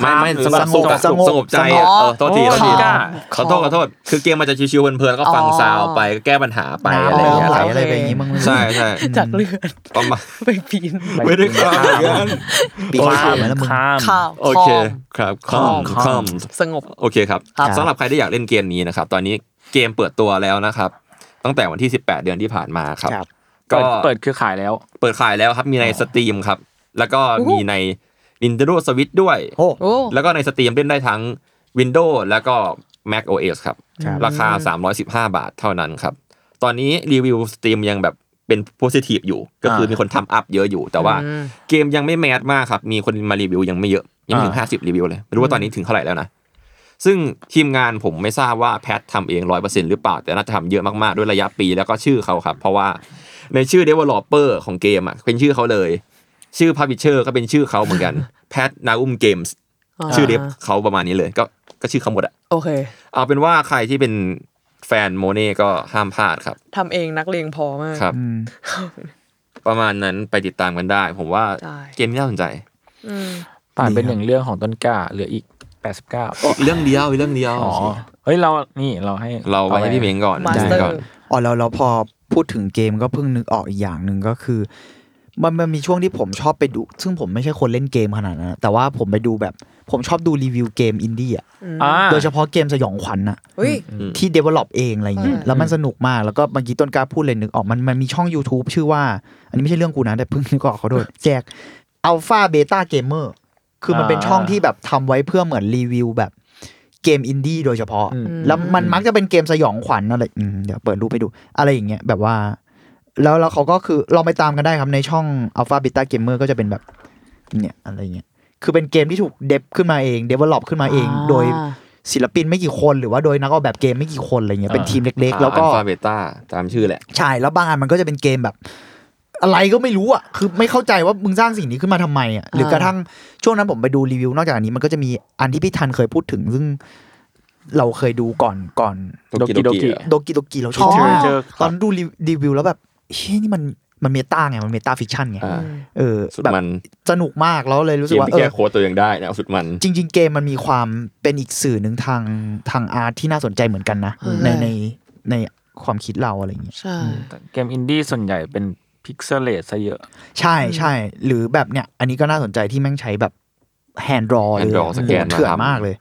S3: ไม่ไม่
S2: คลามหรือ
S3: สงบสุขอะ
S2: ส
S3: ส
S2: ง
S3: ง
S2: บบ
S3: สงบใจอะ
S4: อ๋อ
S3: เออโทษที
S2: โอ้
S3: โทษที
S2: คลาม
S3: ขอโทษขอโทษคือเกมมันจะชิวๆเพลินๆแล้วก็ฟังซาวไปแก้ปัญหาไปอะไรอย่างเงี้ย
S5: ไหล
S3: ครับ
S5: อะไรไปอย่างงี้มั้ง
S3: ใช่ใช่
S4: จากเลือน
S3: ประมาณ
S4: ไปปีน
S3: ไม่ได้คลา
S2: ค
S3: ม
S2: ลาม
S3: อย่างนั้น
S5: ปี
S2: ค
S5: ข้า
S2: ลาม
S5: มแล้วมึง
S2: คลาม
S4: ข้าว
S3: โอเค
S4: คอม
S3: ครับคลาม
S2: ค
S3: ค
S2: ลา
S3: ลาม ม
S4: สงบ
S3: โอเคครับ
S5: ครับ
S3: สำหรับใครที่อยากเล่นเกมนี้นะครับ ตอนนี้เกมเปิดตัวแล้วนะครับ ตั้งแต่วันที่ 18 เดือนที่ผ่านมาครับ
S5: ครับ
S3: ก็
S2: เปิดเปิดเครือข่ายแล้ว
S3: เปิดขายแล้วครับมีในสตรีมครับ แล้วก็
S4: โอ้โห
S3: มีใน Nintendo Switch ด้วย
S5: โอ้
S4: โอ้
S3: แล้วก็ในสตรีมเล่นได้ทั้ง Windows แล้วก็ Mac OS ครับ
S5: ครับ
S3: ราคา 315 บาทเท่านั้นครับ ตอนนี้รีวิวสตรีมยังแบบเป็นโพซิทีฟอยู่ ก็คือมีคนทำอัพเยอะอยู่ แต่ว่า
S4: อืม
S3: เกมยังไม่แมสมากครับ มีคนมารีวิวยังไม่เยอะ ยังไม่ถึง 50 รีวิวเลย ไม่รู้ว่าตอนนี้ถึงเท่าไหร่แล้วนะ ซึ่งทีมงานผมไม่ทราบว่าแพททำเองร้อยเปอร์เซ็นต์หรือเปล่า แต่น่าจะทำเยอะมากๆ ด้วยระยะปีแล้วก็ชื่อเขาครับ เพราะว่าในชื่อ developer ของเกมอ่ะเป็นชื่อเขาเลย ชื่อ publisher ก็เป็นชื่อเขาเหมือน กัน แพทนาอุมเกมส์ ชื่อเดฟเขาประมาณนี้เลยก็ก็ชื่อเขาหมดอะ
S4: โอเค
S3: เอาเป็นว่าใครที่เป็นแฟนโมเน่ก็ห้ามพลาดครับ
S4: ทำเองนักเลงพอมาก
S3: ครับ
S5: อืม
S3: ประมาณนั้นไปติดตามกันได้ ผมว่า
S4: ได้
S3: เกมนี้น่าสนใจ
S4: อืม
S2: ผ่านเป็นหนึ่งเรื่องของต้นกล้าเหลืออีก 89
S3: เรื่องเดียวเรื่องเดียว
S2: อ๋อเฮ้ยเรานี่เราให้
S3: เราไว้ให้พี่เมงก่อน
S4: มาส
S3: พี่
S4: เตอร์
S3: ม้งก่อน
S5: อ๋อแล้วแล้วพอพูดถึงเกมก็เพิ่งนึกออกอีกอย่างหนึ่งก็คือ มันมันมีช่วงที่ผมชอบไปดู ซึ่งผมไม่ใช่คนเล่นเกมขนาดนั้นนะแต่ว่าผมไปดูแบบผมชอบดูรีวิวเกมอินดี้อะ
S2: อ่า
S5: โดยเฉพาะเกมสยองขวัญอะ
S4: เฮ้ย
S3: อืม
S5: ที่ develop เองอะไรเงี้ย
S4: อืม
S5: แล้วมันสนุกมากแล้วก็เมื่อกี้ต้นกล้าพูดเลยนึกออกมันมันมีช่อง YouTube ชื่อว่า อันนี้ไม่ใช่เรื่องกูนะแต่เพิ่งนึกออกเขาด้วย แจก Alpha Beta Gamer คือมันเป็น
S2: อ่า
S5: ช่องที่แบบทำไว้เพื่อเหมือนรีวิวแบบเกมอินดี้โดยเฉพาะ
S2: อืม
S5: แล้วมันมักจะเป็นเกมสยองขวัญอะไรอืมเดี๋ยวเปิดรูปให้ดู อะไรอย่างเงี้ยแบบว่า แล้วแล้วเขาก็คือลองไปตามกันได้ครับในช่อง Alpha Beta Gamer ก็จะเป็นแบบเนี่ยอะไรเงี้ยคือเป็นเกมที่ถูกเดฟขึ้นมาเอง develop ขึ้นมาเองโดย ศิลปินไม่กี่คนหรือว่าโดยนักออกแบบเกมไม่กี่คนอะไรเงี้ยเป็นทีมเล็ก ๆ แล้วก็
S3: อัลฟาเบต้าตามชื่อแหละ
S5: ใช่แล้วบางอันมันก็จะเป็นเกมแบบ อะไรก็ไม่รู้อ่ะคือไม่เข้าใจว่ามึงสร้างสิ่งนี้ขึ้นมาทำไมอ่ะหรือกระทั่งช่วงนั้นผมไปดูรีวิวนอกจากอันนี้มันก็จะมีอันที่พี่ทันเคยพูดถึง ซึ่งเราเคยดูก่อนก่อน
S2: โดกิโดกิ
S5: โดกิโดกิเราชอบ
S2: ที่
S5: มาก
S2: เจอครับ
S5: ตอนดูรีวิวแล้วแบบเฮ้ยนี่มันมันเมตาไงมันเมตาฟิกชันไง
S3: อ่า
S5: เออ
S3: สุด
S5: แบบ
S3: มัน
S5: สนุกมากแล้วเลยรู้
S3: เก
S5: สึก
S3: ม
S5: ว่า
S3: ที่
S5: เอ
S3: แก้
S5: อ
S3: โค้ดตัวเองได้เนะสุดมัน
S5: จริง ๆ เกมมันมีความเป็นอีกสื่อหนึ่งทางทางอาร์ตที่น่าสนใจเหมือนกันนะ
S4: เออ
S5: ในใน ในความคิดเราอะไรอย่างเงี้ย
S4: ใช่
S2: แต่เกมอินดี้ส่วนใหญ่เป็นพิกเซลเลตซะเยอะ
S5: ใช่ใช่หรือแบบเนี่ย อันนี้ก็น่าสนใจที่แม่งใช้แบบแฮนด์รอเลย
S3: hand draw สแกนมา
S5: เถื่อน
S3: ทำ
S5: มากเลย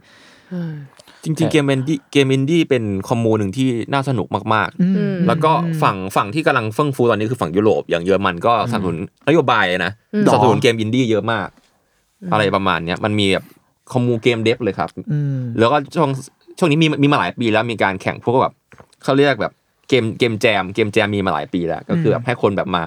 S3: จริงๆเกมอินดี้เกมอินดี้เป็นคอมมูหนึ่งที่น่าสนุกมาก
S5: อืม
S4: อืม
S3: ๆ แล้วก็ฝั่งฝั่งที่กำลังเฟื่องฟูตอนนี้คือฝั่งยุโรปอย่างเยอรมันก็สนับสนุนนโยบายนะ
S4: อืม
S3: สนับสนุนเกมอินดี้เยอะมาก อะไรประมาณเนี้ยมันมีแบบคอมมูเกมเดฟเลยครับ
S5: อืม
S3: แล้วก็ช่วงช่วงนี้มีมีมาหลายปีแล้วมีการแข่งพวกแบบเขาเรียกแบบเกมเกมแจมเกมแจมมีมาหลายปีแล้ว ก็คือแบบให้คนแบบมา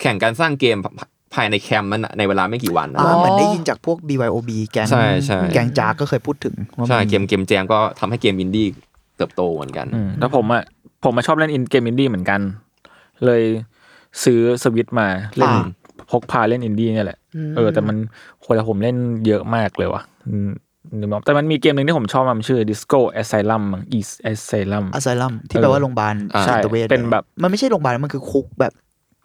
S3: แข่งการสร้างเกมภาภายในแคมป์นั้นน่ะในเวลาไม่กี่วันนะ
S5: อ่าเหมือนได้ยินจากพวก BYOB แกง
S3: ใช่ใช่
S5: แกงจากก็เคยพูดถึงว่า
S3: ใช่
S5: น
S3: เกมเกมแจมก็ทำให้เกมอินดี้เติบโตเหมือนกัน
S2: อืมแล้วผมอ่ะผมมาชอบเล่นอินเกมอินดี้เหมือนกัน เลยซื้อสวิตช์มาเล่น
S3: อ่า
S2: พกพาเล่นอินดี้เนี่ยแหละเออแต่มันคนละผมเล่นเยอะมากเลยว่ะอืมนึกไม่ออกแต่มันมีเกมหนึ่งที่ผมชอบมันชื่อ Disco Asylum มั้ง East Asylum
S5: อาไซลัมที่แปลว่าโรงพยาบาล
S3: อ่า
S5: จิตเวช
S2: เป็นแบบ
S5: มันไม่ใช่โรงพยาบาลมันคือคุกแบบ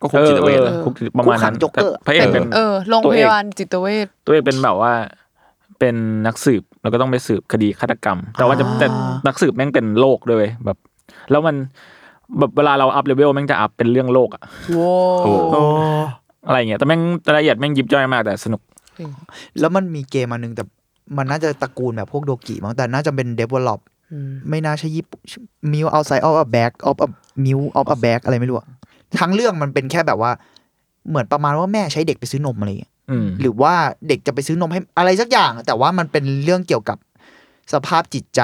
S3: ก็คุกจิตเวช
S2: ออ
S3: นะ
S2: ออคุกจิตประมาณนั้น
S5: คุกขังโจ๊กเกอร์
S2: แต่พระเอกเป็น
S4: เออโรงพยาบาลจิตเวช
S2: ตัวเองเป็นแบบว่าเป็นนักสืบแล้วก็ต้องไปสืบคดีฆาตกรรม แต่ว่าจะ
S5: อ่า
S2: แต่นักสืบแม่งเป็นโลกด้วยเวยแบบ แล้วมันแบบเวลาเราอัพเลเวลแม่งจะอัพเป็นเรื่องโลกอะ
S4: โว้
S3: โอ้
S2: อะไรเงี้ยแต่แม่งรายละเอียดแม่งยิบย่อยมากแต่สนุก
S5: แล้วมันมีเกมอันหนึงแต่มันน่าจะตระกูลแบบพวกโดกิมั้งแต่น่าจะเป็น develop
S4: อืม
S5: ไม่น่าใช่ญี่ปุ่นมิวเอาไซออฟอะแบ็กออฟอะมิวออฟอะแบ็กอะไรไม่รู้อะทั้งเรื่องมันเป็นแค่แบบว่า เหมือนประมาณว่าแม่ใช้เด็กไปซื้อนมอะไรอย่างเงี้ย
S2: อืม
S5: หรือว่าเด็กจะไปซื้อนมให้อะไรสักอย่าง แต่ว่ามันเป็นเรื่องเกี่ยวกับสภาพจิตใจ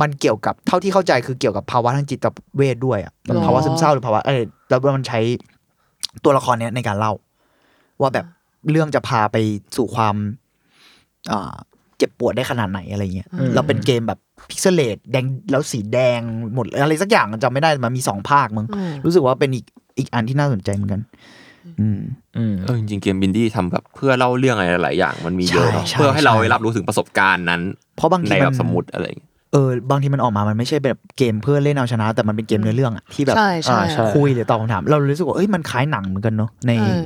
S5: มันเกี่ยวกับเท่าที่เข้าใจคือเกี่ยวกับภาวะทางจิตเวทด้วยอะแบบภาวะซึมเศร้าหรือภาวะอะไรแล้วมันใช้ตัวละครเนี้ยในการเล่า ว่าแบบเรื่องจะพาไปสู่ความอ่าเจ็บปวดได้ขนาดไหนอะไรเงี้ยเราเป็นเกมแบบพิกเซเลตแดงแล้วสีแดงหมดอะไรสักอย่างจำไม่ได้มันมีสองภาคมึง
S4: อืม
S5: รู้สึกว่าเป็นอีกอีกอันที่น่าสนใจเหมือนกัน อืม
S2: อืม
S3: เออจริงๆเกมอินดี้ทำแบบเพื่อเล่าเรื่องอะไรหลายๆอย่างมันมีเยอะเนอะ
S5: ใช่ใช่
S3: เพื่อให้เรา
S5: ใช่
S3: ได้รับรู้ถึงประสบการณ์นั้น
S5: เพราะบาง
S3: ใน
S5: ที
S3: แบ
S5: มั
S3: บ
S5: น
S3: สมมติอะไรอย่างเงี้ย
S5: เออบางทีมันออกมามันไม่ใช่แบบเกมเพื่อเล่นเอาชนะ แต่มันเป็นเกมเนื้อเรื่องอะที่แบบ
S4: ใช่ใช่
S2: อ่าใช่
S5: คุยหรือตอบคำถาม เรารู้สึกว่าเอ้ยมันคล้ายหนังเหมือนกันเนาะใน
S4: เออ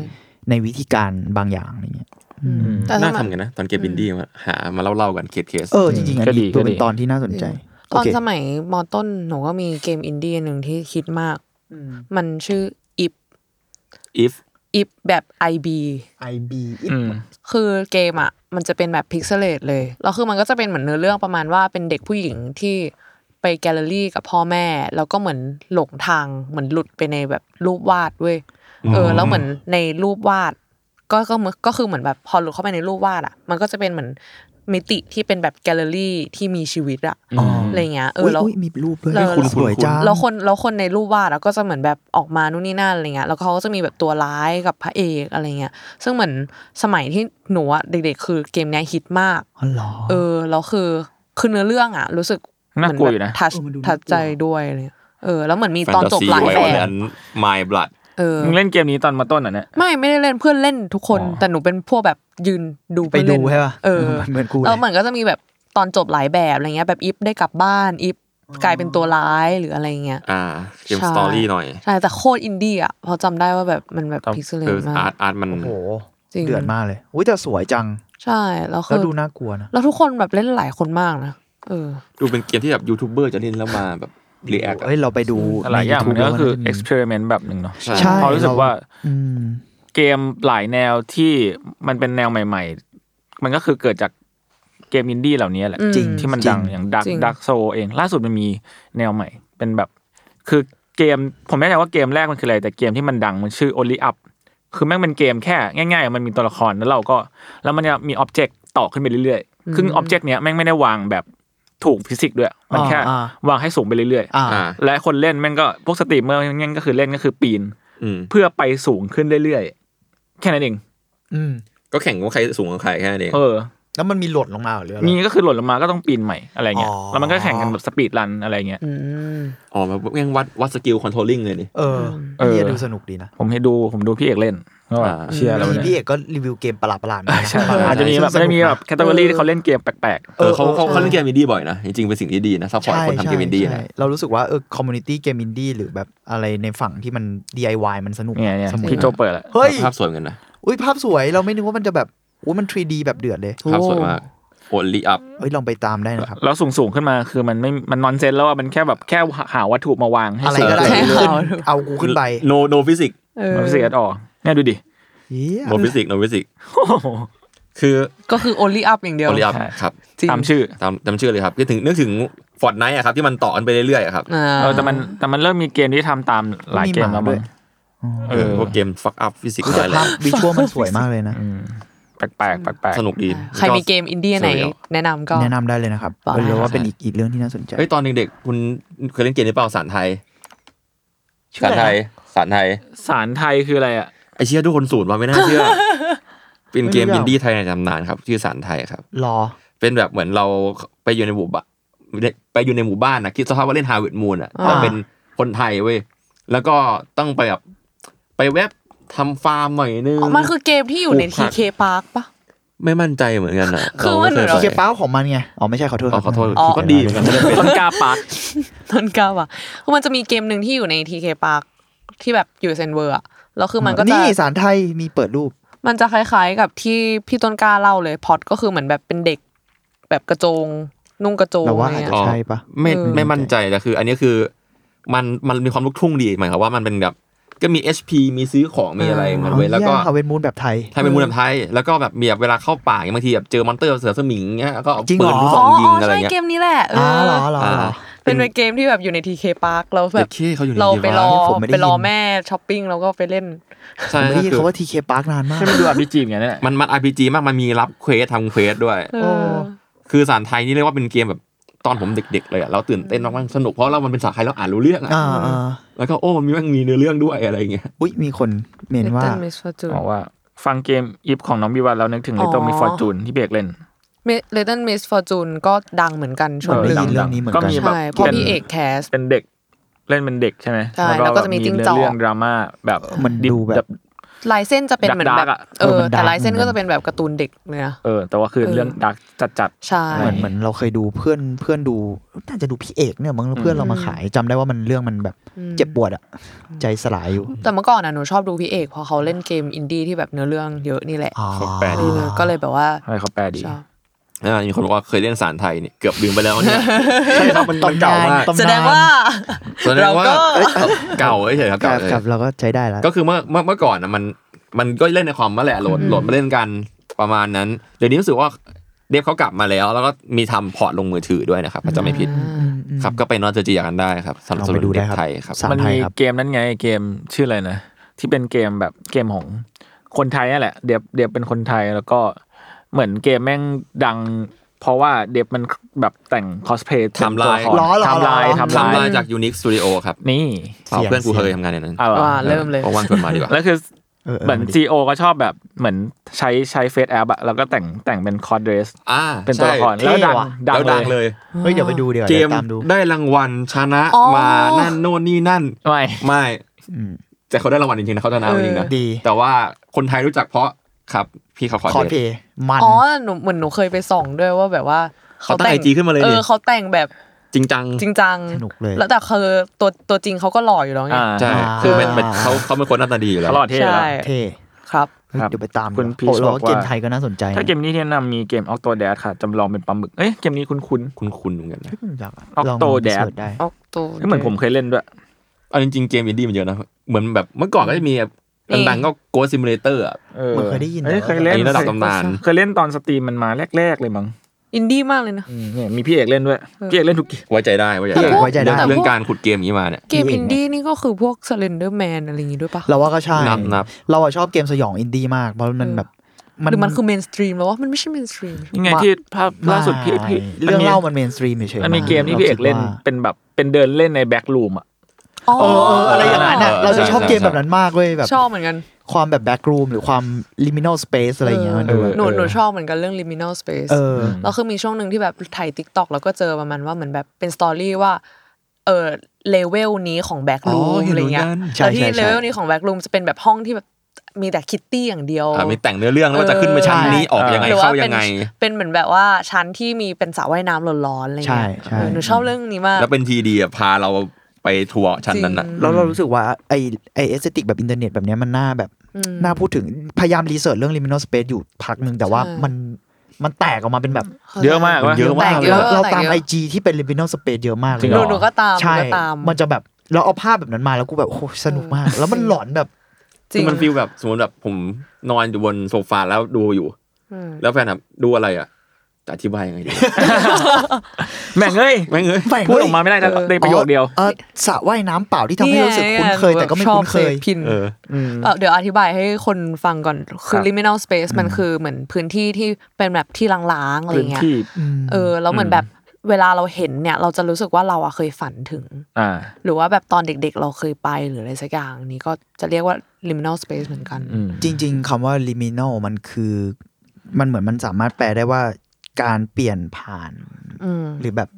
S5: ในวิธีการบางอย่างอะไรเงี้ย
S4: อืม
S2: อืม
S4: แต่สมัย
S3: น่าทำกันนะ ตอนเกมอินดี้มาหามาเล่าๆกันเคสเคส
S5: เออจริงๆอัน
S2: ก็ดี
S5: นี้
S2: ก็ดี
S5: เป็นตอนที่น่าสนใจ
S4: ตอน
S5: โเค
S4: สมัยมอต้นหนูก็มีเกมอินดี้อันหนึ่งที่คิดมาก
S5: อืม
S4: มันชื่อ
S3: ๆ
S4: อิฟ
S3: if
S4: อิฟแบบ IB
S5: IB
S2: อืม
S4: คือเกมอ่ะมันจะเป็นแบบพิกเซเลตเลยแล้วคือมันก็จะเป็นเหมือนเนื้อเรื่องประมาณว่าเป็นเด็กผู้หญิงที่ไปแกลเลอรี่กับพ่อแม่ แล้วก็เหมือนหลงทางเหมือนหลุดไปในแบบรูปวาดเว้ยเออ แล้วเหมือนในรูปวาด ก็ก็เหมือนก็คือเหมือนแบบพอหลุดเข้าไปในรูปวาดอ่ะ มันก็จะเป็นเหมือนมิติที่เป็นแบบแกลเลอรี่ที่มีชีวิตอ่ะ
S5: อ๋อ
S4: อะไรเงี้ยเออ
S5: เฮ้ย
S4: แล้ว
S5: เฮ้ยมีรูปด้วย
S4: แล้ว
S5: เฮ้ยคุณสวยจ้า
S4: แล้วคนแล้วคนในรูปวาดอะก็จะเหมือนแบบออกมานู่นนี่นั่นอะไรเงี้ยแล้วเขาก็จะมีแบบตัวร้ายกับพระเอกอะไรเงี้ยซึ่งเหมือนสมัยที่หนูอะเด็กๆ คือเกมเนี้ยฮิตมาก
S5: อ๋อเหรอ
S4: เออแล้วคือคือเนื้อเรื่องอะรู้สึก
S2: น่ากลัวอยู่นะ
S4: ทัชทัชใจด้วยอะไรเลยเออ แล้วเหมือนมีตอนจบ
S3: fantasy
S4: หลายแบ
S3: wild
S4: บ
S3: and my blood
S4: เออ
S2: มึงเล่นเกมนี้ตอนมาต้นอ่ะเนี่ย
S4: ไม่ไม่ได้เล่นเพื่อนเล่นทุกคน
S2: อ๋อ
S4: แต่หนูเป็นพวกแบบยืนดู
S5: ไป
S4: เพื่อน
S5: ดู
S4: เล่น
S5: ใช่ป่ะ
S4: เออ
S5: เหมือนกูเล
S4: แล้ว
S5: ย
S4: เหมือนก็จะมีแบบตอนจบหลายแบบอะไรเงี้ยแบบอิฟได้กลับบ้านอิฟกลายเป็นตัวร้ายหรืออะไรเงี้ย
S3: อ่าเกม
S4: ใช่
S3: สตอรี่หน่อย
S4: ใช่แต่โคตรอินดี้อ่ะเพราะจำได้ว่าแบบมันแบบ
S2: ครับ
S4: พิกเซเล
S3: เออ
S4: มา
S3: อาร์
S4: ก
S3: ตอาร์ตมัน
S5: โอ้โห
S4: จริง
S5: เดือดมากเลยอุ้ยแต่สวยจัง
S4: ใช่แล้วคื
S5: แล้ว
S4: อ
S5: ดูน่ากลัวนะ
S4: แล้วทุกคนแบบเล่นหลายคนมากนะเออ
S3: ดูเป็นเกมที่แบบยูทูบเบอร์จะเล่นแล้วมาแบบรีแอค
S5: เอ้ยเราไปดู
S2: หลายอย่างมันก็คือ
S5: ใน YouTube แล้วน่าจะมี
S2: experiment แบบหนึ่งเนาะ
S3: ใช่
S2: เพราะรู้สึกว่า
S5: อืม
S2: เกมหลายแนวที่มันเป็นแนวใหม่ ๆ มันก็คือเกิดจากเกมอินดี้เหล่านี้แหละ
S4: อืมจริง
S2: ที่มัน
S5: จริ
S2: ดั
S5: ง
S2: งอย่างดัก
S4: จริง
S2: ดักโซเอง ล่าสุดมันมีแนวใหม่ เป็นแบบ คือเกมผมไม่แน่ใจว่าเกมแรกมันคืออะไร แต่เกมที่มันดังมันชื่อ Only Up คือแม่งเป็นเกมแค่ง่าย ๆ มันมีตัวละครแล้วเราก็ แล้วมันจะมีอ็อบเจกต์ต่อขึ้นไปเรื่อยๆซึ่งอ็อบเจกต์เนี้ยแม่งไม่ได้วางแบบถูกฟิสิกส์ด้วยมันแค่
S5: อ่าว
S2: างให้สูงไปเรื่อย
S5: อ่า
S3: อ่า
S2: ๆและคนเล่นแม่งก็พวกสตรีมเมอร์แม่งก็คือเล่นก็คือปีน
S3: อืม
S2: เพื่อไปสูงขึ้นเรื่อยๆ แค่นั้นเอง
S5: อืม
S3: ก็แข่งว่าใครสูงกว่าใครแค่นั้นเอง
S2: เออ
S5: แล้วมันมีหล่นลงมาเหรอหรืออะไร
S2: มีก็คือหล่นลงมาก็ต้องปีนใหม่อะไรเงี้ย
S5: อ๋อ
S2: แล้วมันก็แข่งกันแบบสปีดรันอะไรเงี้ย
S4: อืม
S3: อ๋อแบบแม่งวัดวัดสกิลคอนโทรลลิ่งเลยนี่
S5: เออ
S2: เออ
S5: เนี่ยดูสนุกดีนะ
S2: ผมให้ดูผมดูพี่เอกเล่นก็แบบ
S3: อ่า
S2: เชียร์เรา
S5: บางที
S2: เนี่ย
S5: พี่เอกก็รีวิวเกมประหลาดๆมานะ
S2: ใช่
S5: ประหลาดๆ
S2: อาจจะมีแบบ
S5: ซึ่งส
S2: ได้
S5: นุก
S2: มีแบบแคตตาล็อที่เขาเล่นเกมแปลก
S3: เออเขาเขาเขาเล่นเกมอินดี้บ่อยนะ จริงๆ เป็นสิ่งที่ดีนะซัพพอร์ตคนทำเกมอินดี้
S5: ใช่
S3: นะ
S5: ใช่เรารู้สึกว่าเออคอมมูนิตี้เกมอินดี้หรือแบบอะไรในฝั่งที่มัน DIY มันสนุก
S2: ๆเนี่ยเนี่ย
S5: สมุ
S2: พี่โจเปิดละ
S5: เฮ้ย
S3: ภาพสวยเหมือนกันนะ
S5: อุ้ยภาพสวยเราไม่นึกว่ามันจะแบบอุ้ยมัน 3D แบบเดือดเลย
S3: ภาพสวยมาก โอลิอัพ
S5: เฮ้ยลองไปตามได้นะครับ
S2: แล้วสูงสูงๆขึ้นมาคือมันไม่มันนอนเซนแล้วอะมันแค่แบบแค่หาวัตถุมาวางให้
S5: อะไร
S2: เสิร์ฟ
S5: ก็ได้
S3: ใช่
S5: ขึ้นเอากูขึ้นไป
S3: no no physics
S4: เออ
S2: มันไม่เสียดออกเนี่ยดูดิ
S5: เหี้ย
S3: no physics no physics
S2: โอ้โห
S3: คือ
S4: ก็คือ only up อย่างเดียว
S3: โอลิอัพ
S2: ใช่
S3: ครับ
S4: จริง
S2: ตามชื่อ
S3: ตามจำชื่อเลยครับคิดถึงนึกถึงฟอร์ดไนท์อะครับที่มันต่อกันไปเรื่อยๆอะครับ
S4: อ่า
S2: เออแต่มันแต่มันเริ่มมีเกมที่ทำตามหลายเกมแล้ว
S5: มีหมาด้
S2: มั้
S5: วย
S2: งเออ
S3: พวกเกม fuck up physics
S5: รู้
S3: อะไรแห
S5: จักภา
S3: ละ
S5: พวิชวลมันสวยมากเลยนะ
S2: แปลกแปลกแปลกแปลก
S3: สนุกดี
S4: ใครมีเกมอินเดียไหน แนะนำก็
S5: แนะนำได้เลยนะครับ
S4: บอกได้
S5: เรียกว่าเป็น
S3: ใช่
S5: อีกอีกเรื่องที่น่าสนใจ
S3: เฮ้ยตอนเด็กๆคุณเคยเล่นเกมนี้เปล่าสารไทย
S5: ชื่อ
S3: สาร
S5: อะไรนะ
S3: ไทยสารไทย
S2: สารไทยคืออะไรอ่ะ
S3: ไอเชี่ยทุกคนสูตรมาไม่น่าเชื่อ เป็นเกมยินดี้ไทยในตำนานครับชื่อสารไทยครับ
S5: รอ
S3: เป็นแบบเหมือนเราไปอยู่ในหมู่บ้านไปอยู่ในหมู่บ้านนะคิดสภาพว่าเล่นฮาวิดมูนอ่ะแต่
S5: อ่า
S3: เป็นคนไทยเว้ยแล้วก็ต้องไปแบบไปแวบทำฟาร์มหน่อยนึง
S4: มันคือเกมที่อยู่ใน
S3: ปลูกผัก
S4: TK Park ปะ
S3: ไม่มั่นใจเหมือนกันอ่ะ
S4: คือมันเหมือน
S3: รา
S5: เกี
S3: ไคย
S5: ยร์
S3: ไป
S5: เป้าของมันไง อ๋อไม่ใช่ขอโทษ
S3: อ๋อขอโทษ
S5: ครับ
S3: ก็ดีเหมือนกันไม่ได้เป็น
S2: ต้นกล้าปัก
S4: ต้นกล้าว่ะคือมันจะมีเกมหนึ่งที่อยู่ใน TK Park ที่แบบอยู่เซนเวอร์อะแล้วคือมันก็จะ
S5: นี่สารไทยมีเปิดรูป
S4: มันจะคล้ายๆกับที่พี่ต้นกล้าเล่าเลยพล็อดก็คือเหมือนแบบเป็นเด็ก แบบกระโจง นุ่งกระโจง
S5: เราว่า
S4: อะไร
S5: อา
S4: เงี้ย
S5: จจะใช่ปะ
S3: ไม่
S4: เออ
S3: ไม่มั่นใจแต่คือ อันนี้คือมันมันมีความลูกทุ่งดีหมายความว่ามันเป็นแบบก็มี HP มีซื้อของมีอะไรเหมือนเว้ยแล้วก็
S5: เฮาเวนมูนแบบไทย
S3: ไทยเป็นมูลแบบไทย แล้วก็แบบมีแบบเวลาเข้าป่าอย่างบางทีแบบเจอมอนเตอร์เสือสมิงเงี้ยก็เอา
S5: จริงเห
S3: ปื
S5: รอ
S3: นลูกซ
S4: อ๋
S3: อ
S4: อง
S3: ยิง
S4: อ๋อ
S3: อะไร
S4: ใช่เก
S3: เงี้ย
S4: มนี้แหละเอ
S5: อ๋อเหรอ
S4: อ
S5: เหรอเหรอ
S4: เป็นเกมที่แบบอยู่ใน TK Park แล้วแบ
S3: เด็
S4: บ
S3: กเคเขาอยู่ใน
S4: เรา
S3: ดี
S4: ไปร
S3: วะ
S4: อ
S5: ผมไม่ได้ยิน
S4: ไปรอแม่ช้อปปิ้งแล้วก็ไปเล่น
S3: ใช่
S5: ผมไม่ได้ยิน
S3: คือ
S5: คำว่าทีเคปาร์นานมาก
S2: ใช่มันดูอาร์พีจีอย่างนั้นแหละ
S3: มันมัน RPG มากมันมีรับเควสทำเควสด้วย
S4: เอ
S5: โอ้
S4: อ
S3: คือสารไทยนี่เรียกว่าเป็นเกมแบบตอนผมเด็ก ๆ เลยอะเราตื่นเต้นมากๆสนุกเพราะเรามันเป็นสารไทยเราอ่านรู้เรื่องอะ
S5: อ่าอ่า
S3: แล้วก็โอ้มันมีแม่งมีเนื้อเรื่องด้วยอะไรเงี้ย
S5: อุ้ยมีคนเมนว่า
S4: Little Miss Fortune
S2: บอกว่า ฟังเกมอีฟของน้องบีวันแล้วนึกถึงเลตโต
S4: อ๋อ
S2: มิฟอร์จูนที่เบรกเล่น
S4: Mi- Little Miss Fortune ก็ดังเหมือนกันช่วง
S5: ได้
S4: นี้
S5: ยินเรื่องนี้เหมือนกัน
S2: ก็มีแบบ
S4: ใช่เพราะ
S2: เป็น
S4: พี่เอกแคส
S2: เป็นเด็กเล่นเป็นเด็กใช่ไหม
S4: ใช่แล้วก็จะมีจิ้งจอก
S2: เรื่องดราม่าแบบ
S5: มันดูแบบ
S4: ลายเส้นจะเป็นเหมือนแบ
S2: ดาร์
S4: บ
S2: กๆอะ
S4: เออ
S5: เออมัน
S4: แต่
S5: ดาร์ก
S4: ลายเส้นก็จะเป็นแบบการ์ตูนเด็กเนี่ย
S2: เออ แต่ว่าคือ
S4: เออ
S2: เรื่องดักจัด
S4: ใช่
S5: เหมือนเหมือนเราเคยดูเพื่อนเพื่อนดูน่าจะดูพี่เอกเนี่ยมั้งแล้วเพื่อนเรามาขายจำได้ว่ามันเรื่องมันแบบเจ็บปวดอะใจสลายอยู่
S4: แต่เมื่อก่อนอ่ะหนูชอบดูพี่เอกเพราะเขาเล่นเกมอินดี้ที่แบบเนื้อเรื่องเยอะนี่แหละ
S5: อ๋อ
S4: เออก็เลยแบบว่า
S2: ๆ ให้เขาแปลดี
S4: ชอบ
S3: อ่ามีคนบอกว่าเคยเล่นสารไทยเนี่ยเกือบลืมไปแล้วเนี่ยใช่ครับมันมันเก่ามาก
S5: ตำนน
S4: แสดงว่า
S3: แสดงว่า
S4: เราก็
S3: เอ้ยเก่าเฉยๆครับ
S5: ค
S3: เก่า
S5: รับ
S3: เฉย
S5: ครับเราก็ใช้ได้แล้ว
S3: ก็คือเมื่อเมื่อเมื่อก่อนนะมันมันก็เล่นในความนั่นแหละโหลดโหลดมาเล่นกันประมาณนั้น เดี๋ยวนี้รู้สึกว่าเดฟเขากลับมาแล้ว แล้วก็มีทำพอร์ตลงมือถือด้วยนะครับถ้าจะไม่ผิดครับก็ไปนอตเจียกันได้ครับสำหรับ
S5: ลองไปดู
S3: เด็ก
S5: ได้ครับ
S3: ไทยครับ
S5: สาม
S2: มัน
S5: ไทย
S2: มี
S5: ครับ
S2: เกมนั้นไงเกมชื่ออะไรนะ ที่เป็นเกมแบบเกมของคนไทยนั่นแหละ เดบเดบเป็นคนไทยแล้วก็เหมือนเกมแม่งดัง เพราะว่าเดบมันแบบแต่งคอสเพย์
S3: ทำลาย
S5: ล้อเหรอ
S2: ทำลาย
S5: ล้อ
S2: ทำลา
S3: ทำ
S2: ย
S3: มาจาก Unique Studio ครับ
S2: นี่
S3: เอา
S5: เสียง
S3: เพื่อนกู
S5: เสียง
S3: เคยทำงานในนั้น
S2: อะไร
S4: ว่าเริ่มเลย
S3: เอาวันชวนมาดีกว่า
S2: แล้วคือ
S5: เออเออ
S2: เหมือน
S5: มาดิ
S2: ซีโอก็ชอบแบบเหมือนใช้ใช้เฟซแอปอะแล้วก็แต่งแต่งเป็นคอร์ดเดรส
S3: อ่า
S2: เป็นตัวละคร
S3: ใช่
S2: แล้วดัง
S5: เท่ว่ะ
S2: ดัง
S3: แล้วดัง
S2: เล
S3: เลยย
S5: เฮ้ยเดี๋ยวไปดูเดี๋ยว
S3: เก
S5: เดี๋ย
S3: ม
S5: วตามดู
S3: ได้รางวัลชนะ
S4: อ๋อ
S3: มานั่นโน่นนี่นั่น
S2: ไม่
S3: ไม่
S5: อืม
S3: แต่เขาได้รางวัลจริงๆนะเขาชนะจริงๆนะ
S5: ดี
S3: แต่ว่าคนไทยรู้จักเพราะครับพี่เขาขอ
S5: คอร์ส
S3: เดท
S5: เพลย์มัน
S4: อ๋อหนูเหมือนหนูเคยไปส่องด้วยว่าแบบว่า
S3: เขาตั้ง IG ขึ้นมาเลย
S4: เอ
S3: นี่
S4: อเขาแต่งแบบ
S3: จริงจัง
S4: จริงจัง
S5: สนุกเลย
S4: แล้วแต่คือตัวตัวจริงเขาก็หล่ออยู่แล้วไง
S2: อ่า
S3: ใช่
S5: อ่า
S3: คือเป็นเป็นเขาเขาเป็นคนหน้าตาดีอ
S2: ต
S3: ยู่แล้ว
S2: ลอดเท่แล้ว
S4: ใช่
S5: เท่
S4: ครับ
S5: เฮ้ย
S2: ครับ
S5: เดี๋ยวไปตาม
S2: คุณ
S5: ดู
S2: พีช
S5: โอ้เรา
S2: บอกว่า
S5: เกมไทยก็น่าสนใจนะ
S2: ถ้าเกมนี้ที่แนะนำมีเกมออกตัวแดดค่ะจำลองเป็นปลาหมึกเอ้ยเกมนี้คุ้น
S3: คุณคุณเหมือนกันนะ
S5: เฮ้ยผมอยากะ
S2: ออก
S5: ลง
S2: โต
S5: ไป
S2: แดด
S5: เสิร์ชได้
S4: ออกตัว
S2: ๆเอ้ยเหมือนผมเคยเล่นด้วย
S3: เอาจริงๆเกมอินดี้มันเยอะนะเหมือนแบบเมื่อก่อนก็จะมีแบบดังๆก็โกซิมูเลเตอร์อ่ะ
S2: เออ
S5: เหมือนเคยได้ยิน
S2: อ้
S5: แต่ว่า
S2: เคย
S3: อั
S2: เล่
S3: น
S2: น
S3: นี้ระดับตำนาน
S2: เคยเล่นตอนสตรีมมันมาแรก ๆ เลยมั้ง
S4: อินดี้มากเลยนะ
S2: เนี่ยมีพี่เอกเล่นด้วย พี่เอกเล่นทุกเกม
S3: ไว้ใจได้ไว้ใจ
S5: แต่
S3: ได้
S5: พวกไว้ใจได้
S3: เรื่องการขุดเกมอย่างนี้มาเนี่ย
S4: เกมอินดี้นี่ก็คือพวก Slender Man อะไรอย่างงี้ด้วยปะ
S5: เราว่าก็ใช่
S3: นับนับ
S5: เราอะชอบเกมสยองอินดี้มาก เพราะมันแบบ
S4: หรือมันคือเมนสตรีมแล้วว่ามันไม่ใช่เมนสตรีม
S2: ยังไง
S5: มา
S2: ที่ภาพล่าสุดพี่
S5: ไม่
S2: พี่
S5: เรื่อง
S2: มี
S5: เล่ามันเมนสตรีมเฉย
S2: มันมี
S5: ๆาก
S2: เกมที่พี่เอกเล่น
S5: ราคิดว่า
S2: เป็นแบบเป็นเดินเล่นในแบ็กลูมอ่ะ
S4: อ๋อ
S5: เออเอออะไรอย่างนั้นน่ะ
S3: เออ
S5: เราจะชอบ
S3: ใช่
S5: เกม
S3: ใช่
S5: แบบนั้นมากเว้ยแบบ
S4: ชอบเหมือนกัน
S5: ความแบบแบ็กรูมหรือความลิมินอลสเปซอะไรอย่างเงี้ยมัน
S4: เอ
S5: ดู
S4: อ
S5: แบบ
S4: หนู
S2: เออ
S4: หนูชอบเหมือนกันเรื่อง liminal space
S5: เออ
S4: แล้วคือมีช่วงหนึ่งที่แบบถ่าย t ิ k t o k แล้วก็เจอประมาณว่าเหมือนแบบเป็นสตอรี่ว่าเออเลเวลนี้ของแบ็กลู
S3: อ๋อ
S4: ม
S3: เห็น
S4: อะไรเงี้ย
S3: เหมือนกัน
S5: ใช่
S4: แล้วที่เล
S5: ใช่ใช่
S4: เวลนี้ของแบ็กลูมจะเป็นแบบห้องที่แบบมีแต่คิตตี้อย่างเดียว
S3: อ่ะมีแต่งเนื้อเรื่องแล้วว่าจะขึ้นไปชั้นนี้อ
S4: เออ
S3: อกยังไง
S4: หรือว่า
S3: เข้ายั
S4: เป็น
S3: งไง
S4: เป็นเหมือนแบบว่าชั้นที่มีเป็นสระว่ายน้ำร้อนๆอะไร
S5: ใช่
S4: เงี้ย
S5: ใช่
S4: เออหนูชอบเรื่องนี้มาก
S3: แล้วเป็นทีดีอ่ะพาเราไปทัวร์ชั้นนั้นน่ะ
S5: แล้วเรารู้สึกว่าไอไอเอสติกแบบอินเทอร์เน็ตแบบเนี้ยมันน่าแบบน่าพูดถึงพยายามรีเสิร์ชเรื่องลิมินอลสเปซอยู่พักหนึ่งแต่ว่า
S4: ใช่
S5: มัน มันแตกออกมาเป็นแบบ
S2: เยอะมากวะ
S5: เยอะมาก
S4: แต
S5: เล
S4: เย
S5: ย
S4: อะ
S5: เรา
S4: แก
S5: ตาม
S4: เยอะ
S5: ไอจีที่เป็นลิบินอลสเปซเยอะมากเล
S2: จริ
S5: ย
S2: ง
S4: ห
S2: เร
S4: นู
S2: อ
S4: หนูก็ตามหนู
S5: ใช่
S4: ก็ตาม
S5: มันจะแบบเราเอาภาพแบบนั้นมาแล้วกูแบบโอ้โหสนุกมาก แล้วมันหลอนแบบ
S4: จริง
S3: มันฟีลแบบสมมติแบบผมนอนอยู่บนโซฟาแล้วดูอยู่
S4: อืม
S3: แล้วแฟนถามดูอะไรอ่ะจะอธิบายยังไงดี
S2: แม่งเอ้ย
S3: แม่งเอ้ย
S2: พูดออกมาไม่ได้แต่ได้ประโยคเดียว
S5: ออสระว่ายน้ำเปล่าที่ทำให้
S4: นี่
S5: รู้สึกคุ้นเคย
S4: ง
S5: แต่ก็ไม่
S4: ชอบ
S5: คุ้นเคย
S4: ซฟพิน
S3: เออ
S4: เอ่อเดี๋ยวอธิบายให้คนฟังก่อน คื
S2: ค
S4: อ
S2: รับ
S4: liminal space มันคือเหมือนพื้นที่ที่เป็นแบบที่ล้างๆอะไร
S2: พื้น
S4: เงี้ย
S2: ที่
S4: เออแล้วเหมือนแบบเวลาเราเห็นเนี่ย เราจะรู้สึกว่าเราอะเคยฝันถึง
S2: อ่า
S4: หรือว่าแบบตอนเด็กๆ เราเคยไปหรืออะไรสักอย่างนี้ก็จะเรียกว่า liminal space เหมือนกัน
S2: อืม
S5: จริง ๆคำว่า liminal มันคือ มันเหมือนมันสามารถแปลได้ว่าการเปลี่ยนผ่าน
S4: อืม
S5: หรือแบบ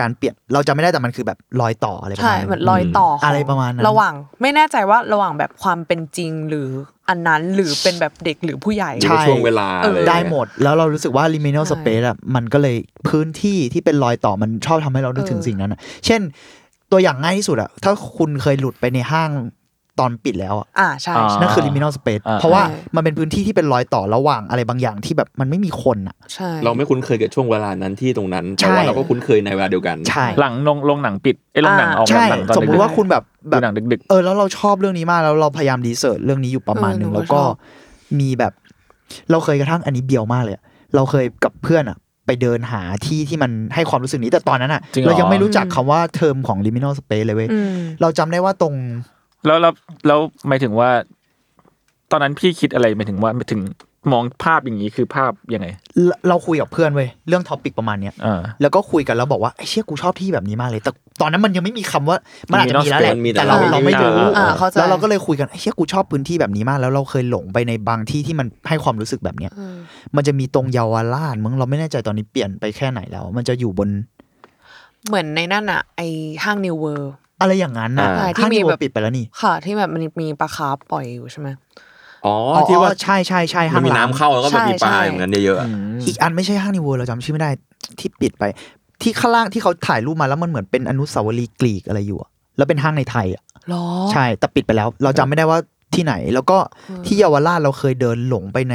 S5: การเปลี่ยนเราจะไม่ได้แต่มันคือแบบรอยต่ออะไรประ
S4: ใช่
S5: มาณ
S4: เหมือน
S5: นั้น
S4: รอยต่อขง
S5: อะไรประมาณนั้น
S4: ระหว่างไม่แน่ใจว่าระหว่างแบบความเป็นจริงหรืออันนั้นหรือเป็นแบบเด็กหรือผู้ใหญ่
S3: อยู่ในช่วงเวลา
S4: เอ
S3: อะ
S4: อ
S3: ไรอย่างเงี้ย
S5: ได้หมดแล้วเรารู้สึกว่า liminal
S4: ใช่
S5: space อะมันก็เลยพื้นที่ที่เป็นรอยต่อมันชอบทำให้เรานึกถึง
S4: เออ
S5: สิ่งนั้นอะเช่น ตัวอย่างง่ายที่สุดอะถ้าคุณเคยหลุดไปในห้างตอนปิดแล้วอะ
S4: อ่าใช่ใช่
S5: นั่นคือ liminal space
S2: อ่า
S5: เพราะว่า
S4: ใช่
S5: มันเป็นพื้นที่ที่เป็นรอยต่อระหว่างอะไรบางอย่างที่แบบมันไม่มีคนอ่ะ
S4: ใช่
S3: เราไม่คุ้นเคยกับช่วงเวลานั้นที่ตรงนั้น แต่ว่า
S5: ใช่
S3: เราก็คุ้นเคยในเวลาเดียวกัน
S5: ใช่
S2: หลังลงลงหนังปิดไอ้ยลงหนังออก
S5: ใช่
S2: หนังตอน
S5: สมมุ
S2: ดึ
S5: ติ
S2: ก
S5: ว่าคุณแบบ
S2: ๆ
S5: แบ
S2: ดู
S5: บ
S2: หนังดึก
S5: เออแล้วเราชอบเรื่องนี้มากแล้วเราพยายามรีเสิร์ชเรื่องนี้อยู่ประมาณหนึ่งแล้วก็มีแบบ เราเคยกระทั่งอันนี้เบียวมากเลยอะเราเคยกับเพื่อนอ่ะ ไปเดินหาที่ที่มันให้ความรู้สึกนี้แต่ตอนนั้นอ่ะ
S2: จริงเหรอ
S5: เรายังไม่รู้จักคำว่าเทอมของ liminal space เลยเว้ย
S4: อืม
S5: เราจำได้ว่าตรง
S2: ๆแล้วแล้วแล้วหมายถึงว่า ตอนนั้นพี่คิดอะไรหมายถึงว่าหมายถึงมองภาพอย่างนี้คือภาพยังไง
S5: เราเราคุยกับเพื่อนเว้ยเรื่องท็อปิกประมาณเนี้ย
S2: อ่า
S5: แล้วก็คุยกันแล้วบอกว่าไอ้เชี่ยกูชอบที่แบบนี้มากเลย แต่ตอนนั้นมันยังไม่มีคำว่า มันอาจจะมีแล้วแหละ
S3: มันมีแต่
S5: แต่เรา
S3: เรา
S5: เราไม่รู้
S3: อ่า
S4: อ่าเข้าใจ
S5: แล้วเราก็เลยคุยกันไอ้เชี่ยกูชอบพื้นที่แบบนี้มาก แล้วเราเคยหลงไปในบางที่ที่มันให้ความรู้สึกแบบเนี้ย
S4: อืม
S5: มันจะมีตรงเยาวราชมึงเราไม่แน่ใจตอนนี้เปลี่ยนไปแค่ไหนแล้ว มันจะอยู่บน
S4: เหมือนในนั่นอะไอห้างนิวเวิร์
S5: อะไรอย่างนั้นนะ
S4: อ่าที่
S5: ห้าง
S4: มี
S5: ที่
S4: แบบ
S5: ปิดไปแล้วนี่
S4: ค่ะ ที่แบบมันมีปลาคาร์ฟปล่อยอยู่ใช่ไหม
S3: อ๋อ
S5: อ๋อ
S3: ที่ว่า
S5: ใช่ใช่ใช่
S3: มั
S5: ห้าน ง
S3: มี
S5: ร้า
S3: น้ำ
S5: ง
S3: เข้าแล้วก็มันมีปลา
S4: ใช่
S3: อย่างนั้นเยอะๆอะ
S5: อีกอันไม่ใช่ห้างนิวเวอร์เราจำชื่อไม่ได้ที่ปิดไป ที่ข้างล่างที่เขาถ่ายรูปมาแล้วมันเหมือนเป็นอนุสาวรีย์กรีกอะไรอยู่อะแล้วเป็นห้างในไทยอะ
S4: หรอ
S5: ใช่แต่ปิดไปแล้ว เราจำไม่ได้ว่าที่ไหน แล้วก็ที่เยาวราชเราเคยเดินหลงไปใน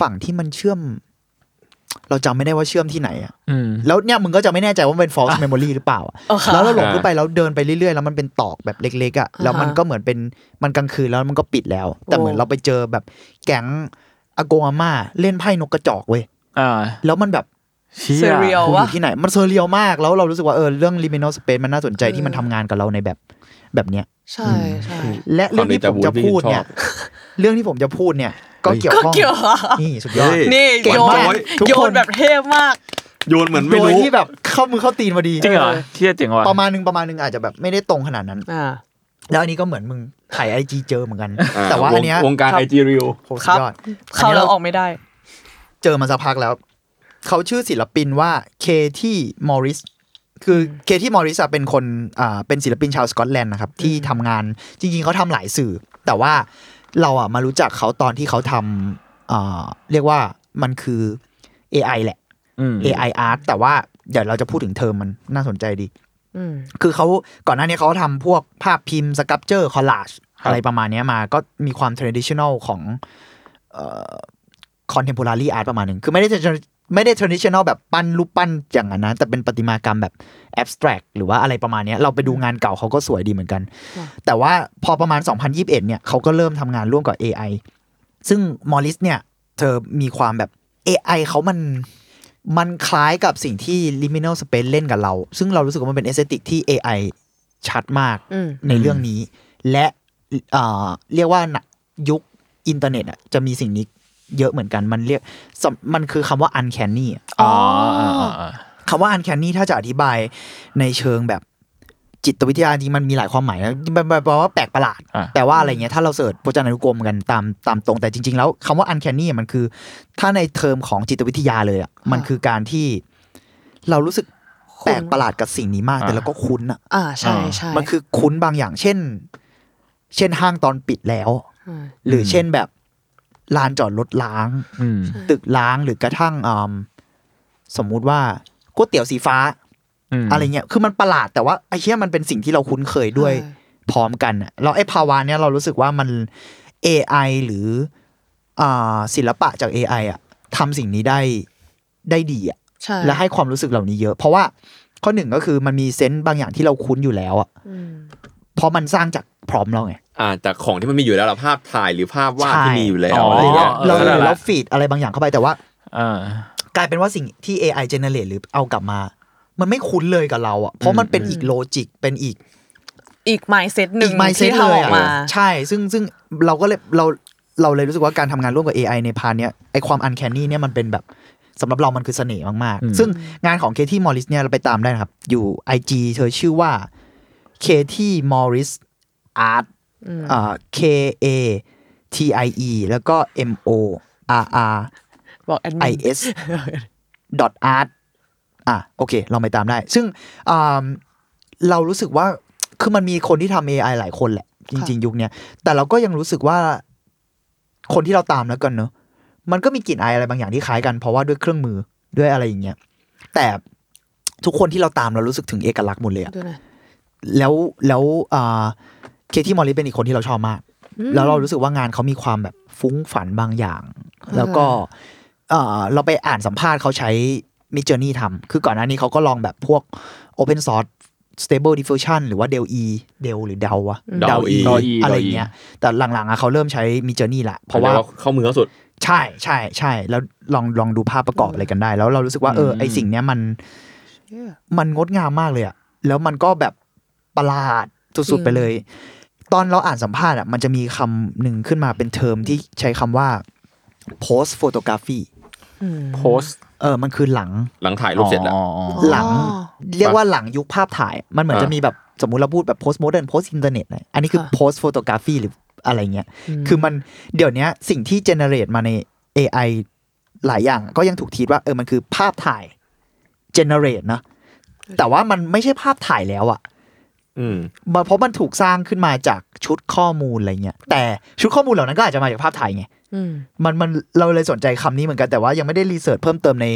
S5: ฝั่งที่มันเชื่อม เราจำไม่ได้ว่าเชื่อมที่ไหนอะ
S2: อืม
S5: แล้วเนี่ยมึงก็จะไม่แน่ใจว่ามันเป็น false memory หรือเปล่าอะแล้วเราหลงขึ้นไปแล้วเดินไปเรื่อยๆ แล้วมันเป็นตอกแบบเล็กๆอ่ะแล้วมันก็เหมือนเป็นมันกลางคืนแล้วมันก็ปิดแล้ว แต่เหมือนเราไปเจอแบบแก๊งอากงอาม่าเล่นไพ่นกกระจอกเว้ย
S2: อ่า
S5: แล้วมันแบบ
S2: เชี่ย
S4: Surreal
S5: กูอ
S4: วะ
S5: ยู่ที่ไหน มันเซอร์เรียลมาก แล้วเรารู้สึกว่าเออเรื่อง liminal space มันน่าสนใจที่มันทำงานกับเราในแบบแบบเนี้ย
S4: ใช่ใช่
S5: และเรื่องที่ผมจะพูดเนี่ย เรื่องที่ผมจะพูดเนี่ย ก็เกี่ยว
S4: ก็
S5: ข้อง
S4: เกี่ยวเหรอ
S5: นี่สุดยอด
S4: นี่
S5: เก่ง
S4: โยน
S5: มากทุกคน
S4: โยนแบบเทพมาก
S3: โยนเหมือน
S5: โด
S3: ไม่
S5: ย
S3: รู้
S5: ที่แบบเข้ามือเข้าตีนพอดี
S2: จริงเหรอเชี่ยเจ๋งว่ะ
S5: ประมาณนึงประมาณนึงอาจจะแบบไม่ได้ตรงขนาดนั้น
S4: อ่า
S5: แล้วอันนี้ก็เหมือนมึงถ่ายไอจีเจอเหมือนกัน
S3: อ่
S5: แต่ว่าอันเนี้ยว
S3: งการ
S4: ครับ
S3: ไอจีริว
S5: โหสุดยอด
S4: เข้า
S5: อันนี้
S4: แล้ว
S5: เรา
S4: ออกไม่ได้
S5: เจอมาสักพักแล้ว เขาชื่อศิลปินว่าเคที่มอริสคือเคที่มอริสเป็นคนอ่าเป็นศิลปินชาวสกอตแลนด์นะครับที่ทำงานจริงๆเขาทำหลายสื่อ แต่ว่าเราอ่ะมารู้จักเขาตอนที่เขาทำอ่าเรียกว่ามันคือ AI แหละ
S2: อืม
S5: AI art แต่ว่าเดี๋ยวเราจะพูดถึงเทอมมันน่าสนใจดี
S4: อืม
S5: คือเขาก่อนหน้านี้เขาทำพวกภาพพิมพ์สกับเจอร์คอลลาจ
S2: ครับ
S5: อะไรประมาณเนี้ยมาก็มีความ traditional ของคอนเทม p o r a r y art ประมาณหนึ่งคือไม่ได้ tradi- ไม่ได้ traditional แบบปั้นรูปปั้นอย่างนั้นนะ แต่เป็นประติมากรรมแบบ abstract หรือว่าอะไรประมาณเนี้ยเราไปดูงานเก่าเขาก็สวยดีเหมือนกัน
S4: ค่ะ
S5: แต่ว่าพอประมาณ 2021 เนี่ยเขาก็เริ่มทำงานร่วมกับ AI ซึ่งมอริสเนี่ย เธอมีความแบบ AI เขามันมันคล้ายกับสิ่งที่ liminal space เล่นกับเรา ซึ่งเรารู้สึกว่ามันเป็นเอสเตติกที่ AI ชัดมาก
S4: อืม
S5: ในเรื่องนี้ และเอ่อเรียกว่าณยุคอินเทอร์เน็ตอ่ะจะมีสิ่งนี้เยอะเหมือนกันมันเรียกสำมันคือคำว่า uncanny อะ
S2: อ๋ออ่าอ่าอ่า
S5: คำว่า uncanny ถ้าจะอธิบายในเชิงแบบจิตวิทยาจริงมันมีหลายความหมายนะมันแปลว่าแปลกประหลาด
S2: อ่ะ
S5: แต่ว่าอะไรเงี้ยถ้าเราเสิร์ชพจนานุกรมกันตามตามตรงแต่จริง ๆ แล้วคำว่า uncanny มันคือ ถ้าในเทอมของจิตวิทยาเลยอ่ะมันคือการที่เรารู้สึกแปลกประหลาดกับสิ่งนี้มาก แต่เราก็คุ้นอ่ะ
S4: อ่าใช่ใช่
S5: มันคือคุ้นบางอย่างเช่น เช่นห้างตอนปิดแล้ว
S4: า
S5: หรือเช่นแบบลานจอดรถล้าง
S2: อืม
S5: ตึกล้างหรือกระทั่งอืมสมมุติว่าก๋วยเตี๋ยวสีฟ้า
S2: ม
S5: อะไรเงี้ย คือมันประหลาดแต่ว่าไอ้เชี่ยมันเป็นสิ่งที่เราคุ้นเคยด้วย
S4: อ่า
S5: พร้อมกันอะแล้วไอ้ภาวะเนี้ยเรารู้สึกว่ามัน AI หรืออ่าศิลปะจาก AI อ่ะ ทำสิ่งนี้ได้ได้ดีอะ
S4: ใช่
S5: และให้ความรู้สึกเหล่านี้เยอะ เพราะว่าข้อหนึ่งก็คือมันมีเซนส์บางอย่างที่เราคุ้นอยู่แล้วอ่ะ
S4: อืม
S5: เพราะมันสร้างจากพร้อมเราไง
S3: อ่าจากของที่มันมีอยู่แล้วล่ะภาพถ่ายหรือภาพวาด
S5: ใช่
S3: ที่มีอยู่แล้ว
S2: อ๋ออ
S3: อะไรเงี้ย
S2: เออ
S5: เรา
S2: เข้าใจละ
S5: เราฟีดอะไรบางอย่างเข้าไปแต่ว่า
S2: อ่า
S5: กลายเป็นว่าสิ่งที่ AI generate หรือเอากลับมา มันไม่คุ้นเลยกับเราอ่ะเพราะมันเป็นอีกโลจิกเป็นอีก
S4: อีก mindset หนึ่
S5: อี
S4: ง
S5: กไมเซ็
S4: ที่
S5: ตเลย
S4: ทำออก
S5: อ่ะ
S4: มา
S5: ใช่ ซึ่งซึ่งเราก็เลยเราเราเลยรู้สึกว่าการทำงานร่วมกับ AI ในพาร์ทเนี้ยไอความอันแคนนี่เนี่ยมันเป็นแบบสำหรับเรามันคือเสน่ห์มาก
S2: อืม
S5: ๆ ซึ่งงานของเคที่มอริสเนี่ยเราไปตามได้นะครับ อยู่ IG เธอชื่อว่าเคที่มอริสอาร์ต
S4: อืม
S5: อ่า K A T I E แล้วก็ M O R R
S4: บอกแอดมิ
S5: I
S4: น
S5: S dot art อ่ะโอเค เราไปตามได้ ซึ่งอ่าเรารู้สึกว่า คือมันมีคนที่ทำ AI หลายคนแหละ จริง ๆ ยุคเนี้ย แต่เราก็ยังรู้สึกว่า คนที่เราตามแล้วกันเนอะมันก็มีกลิ่นอายอะไรบางอย่างที่คล้ายกัน เพราะว่าด้วยเครื่องมือด้วยอะไรอย่างเงี้ย แต่ทุกคนที่เราตามเรารู้สึกถึงเอกลักษณ์หมดเลยอะ
S4: ดูหนะ
S5: แล้วแล้วเคที่มอริเป็นอีกคนที่เราชอบมาก แล้วเรารู้สึกว่างานเขามีความแบบฟุ้งฝันบางอย่าง แล้วก็เอ่อเราไปอ่านสัมภาษณ์เขาใช้มิจเจอร์นี่ทำคือก่อนหน้านี้เขาก็ลองแบบพวก Open Source Stable Diffusion หรือว่า Del E Del หรือ Del วะ
S3: Del E
S5: Del
S2: Del E
S5: อะไรอย่างเงี้ยแต่หลังๆอะเขาเริ่มใช้มิจเจอร์นี่ละเพ
S3: เพราะ
S5: ราะ
S3: ว่า
S5: ว่า
S3: เข้ามือเขาสุด
S5: ใช่ใช่ใช่ แล้วลองลองดูภาพประกอบอะไรกันได้ แล้วเรารู้สึกว่าเอออ
S2: ม
S5: ไอสิ่งเนี้ยมัน มันงดงามมากเลยอะแล้วมันก็แบบประหลาดสุดๆไปเลย ตอนเราอ่านสัมภาษณ์อะมันจะมีคำหนึ่งขึ้นมาเป็นเทอมที่ใช้คำว่า post photography
S2: โพสต์
S5: เออมันคือหลัง
S3: หลังถ่ายรูปเสร็จแล้ว
S2: อ๋อ
S5: หลัง เรียกว่าหลังยุคภาพถ่าย มันเหมือน
S3: อ่า
S5: จะมีแบบสมมุติเราพูดแบบ post modern post internet อะไรอันนี้คือ
S4: ค่ะ
S5: post photography หรืออะไรเงี้ย คือมันเดี๋ยวเนี้ยสิ่งที่ generate มาใน AI หลายอย่าง ก็ยังถูกทีดว่าเออมันคือภาพถ่าย generate นะ แต่ว่ามันไม่ใช่ภาพถ่ายแล้วอะ
S3: อืม
S5: มันเพราะมันถูกสร้างขึ้นมาจากชุดข้อมูลอะไรเงี้ย แต่ชุดข้อมูลเหล่านั้นก็อาจจะมาจากภาพถ่ายไง มันมันเราเลยสนใจคำนี้เหมือนกันแต่ว่ายังไม่ได้รีเสิร์ชเพิ่มเติมใน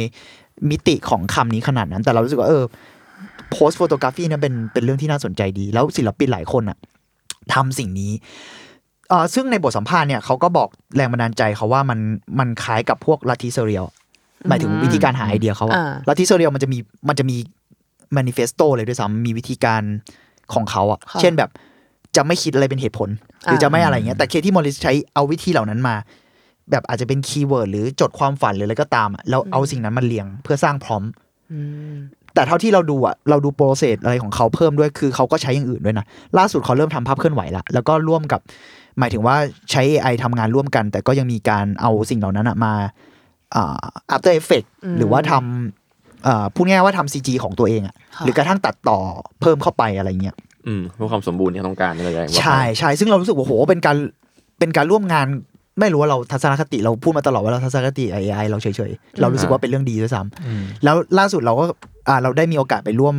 S5: มิติของคำนี้ขนาดนั้น แต่เรารู้สึกว่าเออโพสต์ฟ o โตกราฟีนั้นเป็นเป็นเรื่องที่น่าสนใจดี แล้วศิลปินหลายคนอะทำสิ่งนี้เออซึ่งในบทสัมภาษณ์เนี่ยเขาก็บอกแรงบันดาลใจเขาว่ามันมันคล้ายกับพวกลัทธิเซเรียลหมายถึงวิธีการหาไอเดียเขาอะ
S4: อ่า
S5: ลัทธิเซเรียลมันจะมีมันจะมีมานิเฟสโตเลยด้วยซ้ำมีวิธีการของเขาอะ
S4: ค่ะ
S5: เช่นแบบจะไม่คิดอะไรเป็นเหตุผล หรืออา จะไม่อะไรเงี้ยแต่เคที่มอริสใช้เอาวิธีเหล่านั้นมา แบบอาจจะเป็นคีย์เวิร์ดหรือจดความฝันหรืออะไรก็ตามอะแล้วเอาสิ่งนั้นมาเรียงเพื่อสร้างพร้อม แต่เท่าที่เราดูอ่ะเราดูโปรเซสอะไรของเขาเพิ่มด้วยคือเขาก็ใช้อย่างอื่นด้วยนะ ล่าสุดเขาเริ่มทำภาพเคลื่อนไหวละแล้วก็ร่วมกับ หมายถึงว่าใช้ AI ทำงานร่วมกัน แต่ก็ยังมีการเอาสิ่งเหล่านั้นอะมาอ่า after effect หรือว่าทำเอ่อพูดง่ายๆว่าทำ CG ของตัวเองอะ
S4: ค่ะ
S5: หรือกระทั่งตัดต่อเพิ่มเข้าไปอะไรเงี้ย
S3: อืมเพื่อความสมบูรณ์ที่ต้องการอะไรอย่างเงี้ย
S5: ใช่ใช่ซึ่งเรารู้สึกว่าโหเป็นการเป็นการร่วมงานไม่รู้ว่าเราทัศนคติเราพูดมาตลอดว่าเราทัศนคติ AI เราเฉยๆ เรารู้สึกว่าเป็นเรื่องดีด้วยซ้ำแล้วล่าสุดเราก็อ่าเราได้มีโอกาสไปร่วม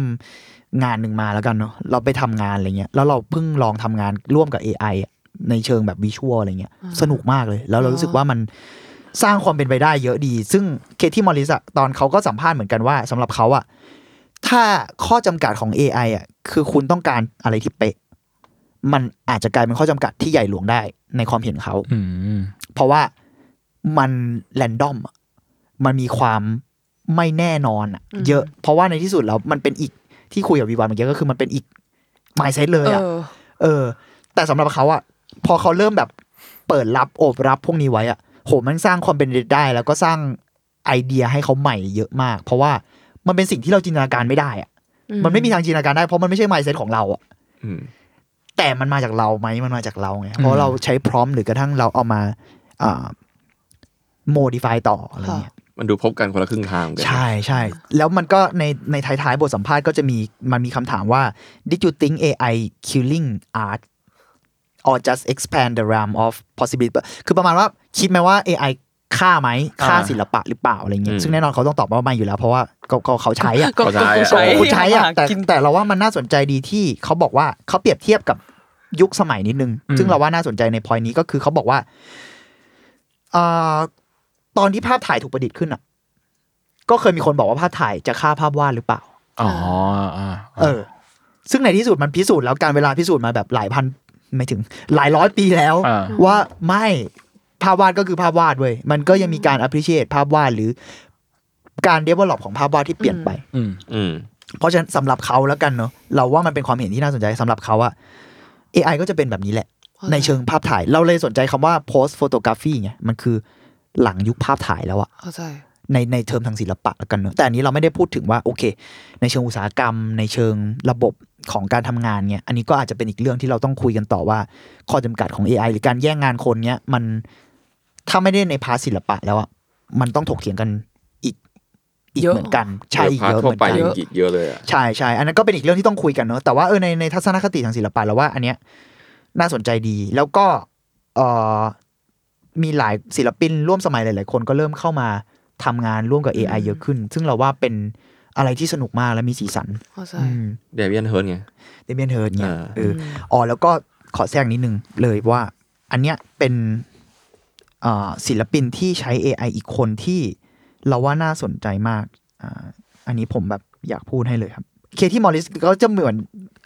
S5: งานหนึ่งมาแล้วกันเนาะเราไปทำงานอะไรเงี้ยแล้วเราเพิ่งลองทำงานร่วมกับ AI อะในเชิงแบบวิชวลอะไรเงี้ยสนุกมากเลย แล้วเรารู้สึกว่ามันสร้างความเป็นไปได้เยอะดี ซึ่งเคที่มอริสอะตอนเขาก็สัมภาษณ์เหมือนกันว่าสำหรับเขาอะถ้าข้อจำกัดของ AI อะคือคุณต้องการอะไรที่เป๊ะ มันอาจจะกลายเป็นข้อจำกัดที่ใหญ่หลวงได้ในความเห็นเขา
S2: อืม
S5: เพราะว่ามันแรนดอมอะมันมีความไม่แน่นอนอะเยอะ เพราะว่าในที่สุดแล้วมันเป็นอีกที่คุยกับวีวันเมื่อกี้ก็คือมันเป็นอีกไมเซ็ตเลย
S4: เอ
S5: อะ
S4: อ
S5: เออ แต่สำหรับเขาอะพอเขาเริ่มแบบเปิดรับโอบรับพวกนี้ไว้อะโหมันสร้างความเป็นไปได้ แล้วก็สร้างไอเดียให้เขาใหม่เยอะมาก เพราะว่ามันเป็นสิ่งที่เราจินตนาการไม่ได้อะมันไม่มีทางจินตนาการได้เพราะมันไม่ใช่ไมเซ็ตของเราอะ
S3: อืม
S5: แต่มันมาจากเราไหมมันมาจากเราไง เพราะเราใช้พร้อมหรือกระทั่งเราเอามาโมดิฟายต่ออะไรเงี้ย
S3: มันดูพบกันคนละครึ่งทางเหมือนกัน
S5: ใช่ใช่ แล้วมันก็ในในท้ายๆ บทสัมภาษณ์ก็จะมีมันมีคำถามว่า did you think AI killing art or just expand the realm of possibility คือประมาณว่าคิดไหมว่า AI ฆ่าไหมฆ่า
S2: อ่า
S5: ศิลปะหรือเปล่าอะไรเงี้ย
S3: อืม
S5: ซึ่งแน่นอนเขาต้องตอบว่าไม่อยู่แล้ว เพราะว่าก็ก็เขาใช้อะ
S4: ก็
S3: ก็ใช้
S4: ก็
S5: ใช่
S4: ใช้
S5: ผู้ใช้อะแต่
S4: กิน
S5: แต่เราว่ามันน่าสนใจดีที่เขาบอกว่าเขาเปรียบเทียบกับยุคสมัยนิดนึง
S2: อืม
S5: ซึ่งเราว่าน่าสนใจในพอยนี้ก็คือเขาบอกว่าเอ่อตอนที่ภาพถ่ายถูกประดิษฐ์ขึ้นอ่ะ ก็เคยมีคนบอกว่าภาพถ่ายจะฆ่าภาพวาดหรือเปล่า
S2: อ๋ออ่า
S5: เออ ซึ่งในที่สุดมันพิสูจน์แล้วการเวลาพิสูจน์มาแบบหลายพัน ไม่ถึง หลายร้อยปีแล้ว
S2: อ่า
S5: ว่าไม่ ภาพวาดก็คือภาพวาดเว้ยมันก็ยังมีการ appreciate ภาพวาดหรือการเดเวลลอปของภาพวาดที่เปลี่ยนไป
S2: อืม
S3: อืม
S5: เพราะฉะนั้นสำหรับเขาแล้วกันเนาะเราว่ามันเป็นความเห็นที่น่าสนใจสำหรับเขาอะ AI ก็จะเป็นแบบนี้แหละ ในเชิงภาพถ่าย เราเลยสนใจคำว่า post photography ไงมันคือหลังยุคภาพถ่ายแล้วอะ
S4: เข้าใจ
S5: ในในเทอมทางศิลปะแล้วกันเนอะแต่อันนี้เราไม่ได้พูดถึงว่าโอเค ในเชิงอุตสาหกรรม ในเชิงระบบของการทำงานเนี่ยอันนี้ก็อาจจะเป็นอีกเรื่องที่เราต้องคุยกันต่อว่า ข้อจำกัดของ AI หรือการแย่งงานคนเนี่ยมันถ้าไม่ได้ในพาร์ทศิลปะแล้วอะมันต้องถกเถียงกันอีกอีก
S4: เยอะ
S5: เหมือนกันใช่อีก
S3: พาร์ท
S5: เยอะ
S3: ทั่ว
S5: เหมือน
S3: ไป
S5: กัน
S3: ยังอีกเยอะเลยอะ
S5: ใช่ใช่ อันนั้นก็เป็นอีกเรื่องที่ต้องคุยกันเนอะแต่ว่าเออในในทัศนคติทางศิลปะเราว่าอันเนี้ยน่าสนใจดี แล้วก็เออมีหลายศิลปินร่วมสมัยหลาย ๆ คนก็เริ่มเข้ามาทำงานร่วมกับ AI เยอะขึ้น ซึ่งเราว่าเป็นอะไรที่สนุกมากและมีสีสัน
S4: เข้าใจ
S3: เดวิอันเฮิร์ตไง
S5: เดเมียนเฮิร์ดเนี่ย
S3: อ่า
S5: เอออ๋อแล้วก็ขอแทรกนิดนึงเลยว่า อันเนี้ยเป็นเอ่อศิลปินที่ใช้ AI อีกคนที่เราว่าน่าสนใจมากอ่าอันนี้ผมแบบอยากพูดให้เลยครับ เคที่มอริสก็จะเหมือน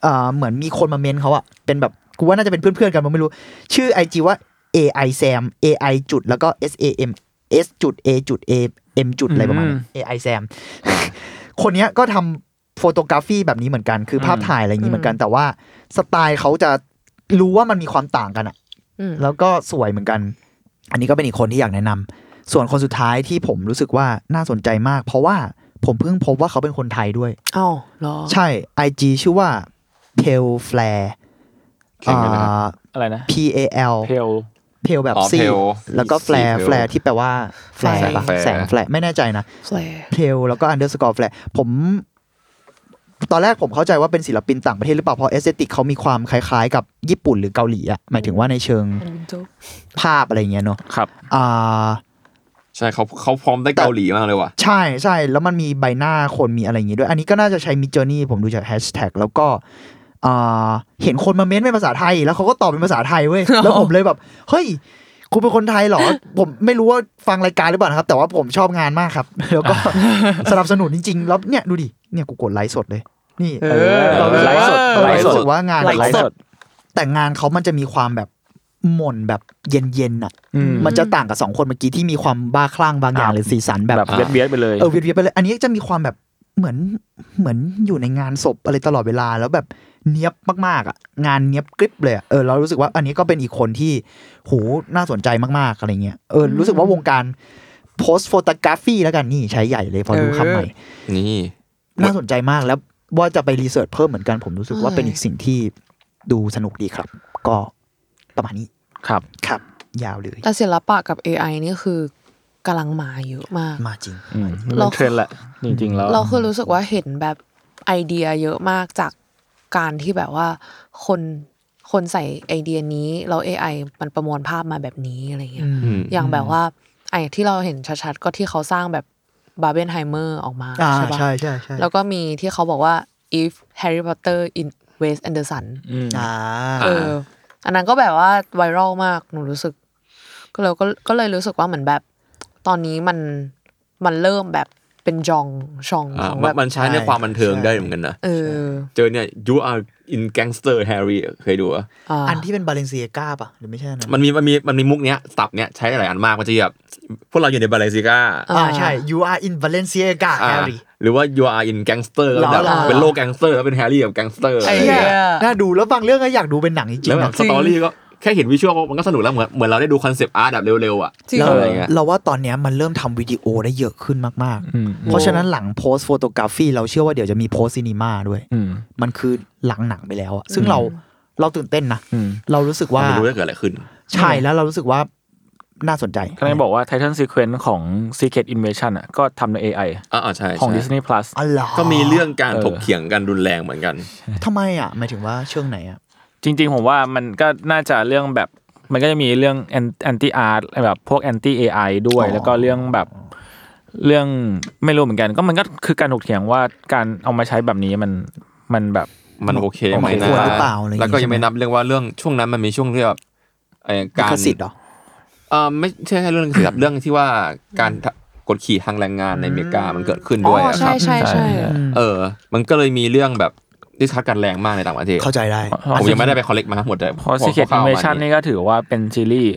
S5: เอ่อเหมือนมีคนมาเมนเขาอะเป็นแบบกูว่าน่าจะเป็นเพื่อนๆกันมันไม่รู้ ชื่อ IG ว่า AI Sam AI จุดแล้วก็ S A M S จุด A จุด A M จุดอะไรประมาณเนี้ย AI Sam คนเนี้ยก็ทำโฟโตกราฟีแบบนี้เหมือนกัน คือภาพถ่ายอะไรอย่างนี้เหมือนกัน แต่ว่าสไตล์เขาจะรู้ว่ามันมีความต่างกันอะ
S4: อืม
S5: แล้วก็สวยเหมือนกัน อันนี้ก็เป็นอีกคนที่อยากแนะนำส่วนคนสุดท้ายที่ผมรู้สึกว่าน่าสนใจมาก เพราะว่าผมเพิ่งพบว่าเขาเป็นคนไทยด้วย
S4: เอ้าวเหรอ
S5: ใช่ IG ชื่อว่า p a l e Flare
S3: แข่งกันนะครับ
S5: อ่า
S2: อะไรนะ
S5: P A L
S2: เพล
S5: เพลแบบ
S3: อ๋อ
S5: ซี
S3: pale
S5: แล้วก็แฟล
S3: pale
S5: แฟลที่แปลว่าแฟล
S4: แสง
S5: ปะ
S3: แฟล
S5: แสงแฟลไม่แน่ใจนะ
S4: แฟลร์
S5: เพลแล้วก็ underscore แฟลผม ตอนแรกผมเข้าใจว่าเป็นศิลปินต่างประเทศหรือเปล่า เพราะเอสเตติกเขามีความคล้ายๆ กับญี่ปุ่นหรือเกาหลีอะหมายถึงว่าในเชิง
S4: อันนี้ตัว
S5: ภาพอะไรอย่างเงี้ยเนาะ
S2: ครับ
S5: อ่า
S3: ใช่เขาเขาพร้อมได้เกาหลีมากเลยว่ะ
S5: ใช่ใช่แล้วมันมีใบหน้าคนมีอะไรอย่างงี้ด้วย อันนี้ก็น่าจะใช้มิจ o u r นี่ผมดูจากแฮชแท็กแล้วก็อ่าเห็นคนมาเม้นเป็นภาษาไทย แล้วเขาก็ตอบเป็นภาษาไทย เว้ย แล้วผมเลยแบบ เฮ้ย คุณเป็นคนไทยเหรอ ผมไม่รู้ว่าฟังรายการหรือเปล่านะครับ แต่ว่าผมชอบงานมากครับ แล้วก็ สนับสนุนจริงๆ แล้วเนี่ยดูดิเนี่ยกูกดไลฟ์สดเลย นี่
S2: เออ
S5: เรา
S2: ไลฟ์สด
S5: เรา
S3: ไลฟ์สด
S5: รู้สึกว่างาน
S2: ไลฟ์สด
S5: แต่งานเขามันจะมีความแบบหม่นแบบเย็นๆอ่ะ
S2: อืม
S5: มันจะต่างกับสองคนเมื่อกี้ที่มีความบ้าคลั่งบางอย่างหรือสีสันแบบ
S2: แบบเวียดเวียดๆไปเลย
S5: เออเวียดๆไปเลยอันนี้จะมีความแบบเหมือนเหมือนอยู่ในงานศพอะไรตลอดเวลาแล้วแบบเนี้ยบมากๆอ่ะงานเนี้ยบกริบเลยอะเออเรารู้สึกว่าอันนี้ก็เป็นอีกคนที่โหน่าสนใจมากๆอะไรเงี้ยเออรู้สึกว่าวงการโพส t p โฟ o กราฟีแล้วกันนี่ใช้ใหญ่เลยพอรู้คำใหม่
S3: นี่
S5: น่าสนใจมากแล้วว่าจะไปรีเสิร์ชเพิ่มเหมือนกันผมรู้สึกว่าเป็นอีกสิ่งที่ดูสนุกดีครับ ก็ประมาณนี้
S2: ครับ
S5: ครับ ยาวเลย
S4: แต่ศิลปะกับ AI นี่คือกำลังมาเยอะมาก
S5: มาจริง
S2: อืมมันเป็นเทรนด์แหละ จริง ๆ แล้ว
S4: เราคือรู้สึกว่าเห็นแบบไอเดียเยอะมากจากการที่แบบว่าคนคนใส่ไอเดียนี้แล้ว AI มันประมวลภาพมาแบบนี้อะไรเงี้ย
S3: อืม
S4: อย่างแบบว่าไอ้ที่เราเห็นชัดๆ ก็ที่เขาสร้างแบบบาเบนไฮเมอร์ออกมา
S5: อ่า
S4: ใช่ปะ
S5: ใช่ใช่ใช่
S4: แล้วก็มีที่เขาบอกว่า if Harry Potter in Wes Anderson
S2: อืม
S5: อ่า
S4: เออ อันนั้นก็แบบว่าไวรัลมาก หนูรู้สึก ก็เลยก็ก็เลยรู้สึกว่าเหมือนแบบ ตอนนี้มันมันเริ่มแบบเป็นจองชอง
S3: อ่า
S4: ของ
S3: มั
S4: แบ
S3: น
S4: บ
S3: มันใช้ใน
S5: ใช่
S3: ความบันเทิงได้เหมือนกันนะ
S4: เออ
S3: เจอเนี่ย you are in gangster Harry เคยดูอะ
S4: อ่า
S5: อันที่เป็นบาเลนเซียกาป่ะ หรือไม่ใช่อันนะ
S3: มันมีมันมีมันมีมุกเนี้ยตับเนี้ยใช้หลายอันมากมันจะแบบพวกเราอยู่ในบาเลนซิก้า
S5: อ่าใช่ you are in Balenciaga
S3: อ่า
S5: Harry
S3: หรือว่า you are in gangster แล้วแบบ
S5: เหรอ
S3: เป็นโลกแก๊งสเตอร์แล้วเป็นแฮร์รี่กับแก๊งสเตอร์
S5: ไอ้
S4: เหี้
S5: เนี่ย
S4: ย
S5: น่าดูแล้วบางเรื่องก็อยากดูเป็นหนังจริงๆ
S3: แล้วแบ
S5: นะ
S3: บสตอรี่ก็แค่เห็นวิชวลมันก็สนุกแล้วเหมือนเหมือนเราได้ดูคอนเซปต์อาร์ตแบบเร็วๆอ่ะ
S4: จริง
S5: แล้ว
S3: อะไรเงี้ย
S5: เราว่าตอนเนี้ยมันเริ่มทำวิดีโอได้เยอะขึ้นมาก
S2: อืม
S5: ๆ เพราะฉะนั้นหลังโพสโฟโตกราฟีเราเชื่อว่าเดี๋ยวจะมีโพสซินีมาด้วย
S2: อืม
S5: มันคือหลังหนังไปแล้วอะซึ่งเราเราตื่นเต้นนะ
S2: อืม
S5: เรารู้สึกว่า
S3: ไม่รู้จะเกิดอะไรขึ้น
S5: ใช่แล้วเรารู้สึกว่าน่าสนใจ
S2: กำลังจะบอกว่า Titan Sequence ของ Secret Invasion อ่ะ ก็ทำใน AI
S3: อ่าใช่
S2: ของ
S3: ใช่
S2: Disney Plus
S5: อ๋อเหรอ
S3: ก็มีเรื่องการ
S2: เออ
S3: ถกเถียงกันรุนแรงเหมือนกัน
S5: ทำไมอ่ะหมายถึงว่าเชิงไหนอ่ะ
S2: จริง ๆ ผมว่ามันก็น่าจะเรื่องแบบมันก็จะมีเรื่องแอนตี้อาร์ตแบบพวกแอนตี้เอไอด้วย
S5: อ๋อ
S2: แล้วก็เรื่องแบบเรื่องไม่รู้เหมือนกัน ก็มันก็คือการถกเถียงว่าการเอามาใช้แบบนี้มันมันแบบ
S3: มันโอเคไหม
S5: มัน
S3: นะ
S5: ควรหรือเปล่าอะไรอย่างงี้
S3: แล้วก็ยังไม่
S5: ใช่ไหม
S3: นับเรื่องว่าเรื่องช่วงนั้นมันมีช่วงที่แบบเอ่อ
S5: ลิ
S3: การ
S5: ขสิทธิ์เหรอ
S3: เอ่อไม่ใช่แค่เรื่องลิขสิทธิ์ครับ เรื่องที่ว่า การกดขี่ทางแรงงานในอเมริกามันเกิดขึ้น
S4: อ๋
S3: ด้วย
S4: อ
S3: อะค
S4: ใช่
S3: รับ
S4: ใช่ใช่
S3: เออ มันก็เลยมีเรื่องแบบดิสคัทกันแรงมากในต่างประเทศ
S5: เข้าใจได้
S3: ผมยังไม่ได้ไปคอลเลกมาทั้งหมดแต่
S2: พอ Secret
S3: ค
S2: Invasion
S3: ร่าวๆประมาณ
S2: นี่ก็ถือว่าเป็นซีรีส์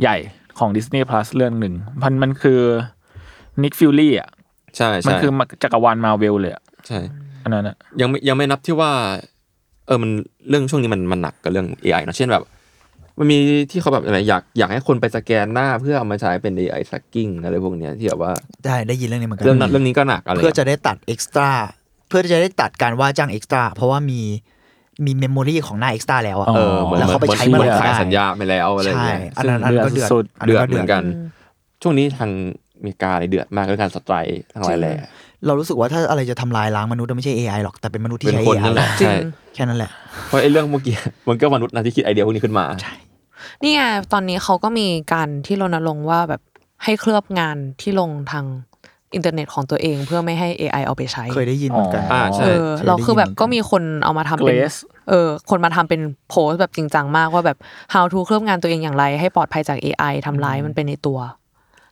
S2: ใหญ่ ของ Disney Plus เรื่องหนึ่งมันมันคือนิกฟิลลี่อ่ะ
S3: ใช่
S2: มัน
S3: ใช่
S2: คือมาจักรวาลมาเวลเลยอะ
S3: ใช่
S2: อันนั้นอะ
S3: ยังไม่ยังไม่นับที่ว่า เออมันเรื่องช่วงนี้มันมันหนักกับเรื่อง AI เนอะเช่นแบบ มันมีที่เขาแบบอะไรอยากอยากให้คนไปสแกนหน้าเพื่อเอามาใช้เป็น AI tracking อะไรพวกเนี้ยที่แบบว่า
S5: ได้ได้ยินเรื่องนี้เหมือนกั
S3: เรื่องนั้นเรื่องนี้ก็หนักอะไร
S5: เพื่อจะได้ตัดเอ็กซ์ตร้าเพื่อจะได้ตัดการว่าจ้างเอ็กซ์ตร้าเพราะว่ามีมีเมมโมรีของหน้าเอ็กซ์ตร้าแล้วอะ
S3: เออเหมือน
S5: แล้วเขาไปใช้
S3: หมือน
S5: เมื่อไหร่
S3: ขาย
S5: ได้
S3: สัญญาไปแล้วอะไรอย่าง
S5: ใช่
S3: เงี้ย
S5: อันนั้นอัน
S3: ซึ่ง
S5: นั้นก็เดือด
S2: สุด
S5: อัน
S3: เดื
S5: นั้
S3: อด
S5: นก็
S3: เหมือนกัน
S4: อืม
S3: ช่วงนี้ทางอเมริกาเลยเดือดมากเรื่องการสไตร์ทั้งหลายแหล่
S5: เรารู้สึกว่าถ้าอะไรจะทำลายล้างมนุษย์ไม่ใช่ AI หรอกแต่เป็นมนุษย์ที่
S3: เป็น
S5: ใช้
S3: คน
S5: AI
S3: นั่นแหละ
S4: จริง
S3: ใช่
S5: แค่นั้นแหละ
S3: เพราะไอ้เรื่องเมื่อกี้ มันก็มนุษย์นะที่คิดไอเดียพวกนี้ขึ้นมา
S4: นี่ไงตอนนี้เขาก็มีการที่รณรงค์ว่าแบบให้เคลือบงานที่ลงทางอินเทอร์เน็ตของตัวเองเพื่อไม่ให้ AI เอาไปใช้
S5: เคยได้ยินเหมือนกัน
S2: อ๋อ
S3: อ่าใช่
S4: เออ
S5: ใช่
S4: เราคือแบบ
S5: ได้ยินเหมือนกัน
S4: ก็มีคนเอามาทำ
S2: เกร
S4: เป็น
S2: ส
S4: เออคนมาทำเป็นโพสต์แบบจริงจังมากว่าแบบ how to เคลือบงานตัวเองอย่างไร ให้ปลอดภัยจาก AI ทำร้ายมันเป็นในตัว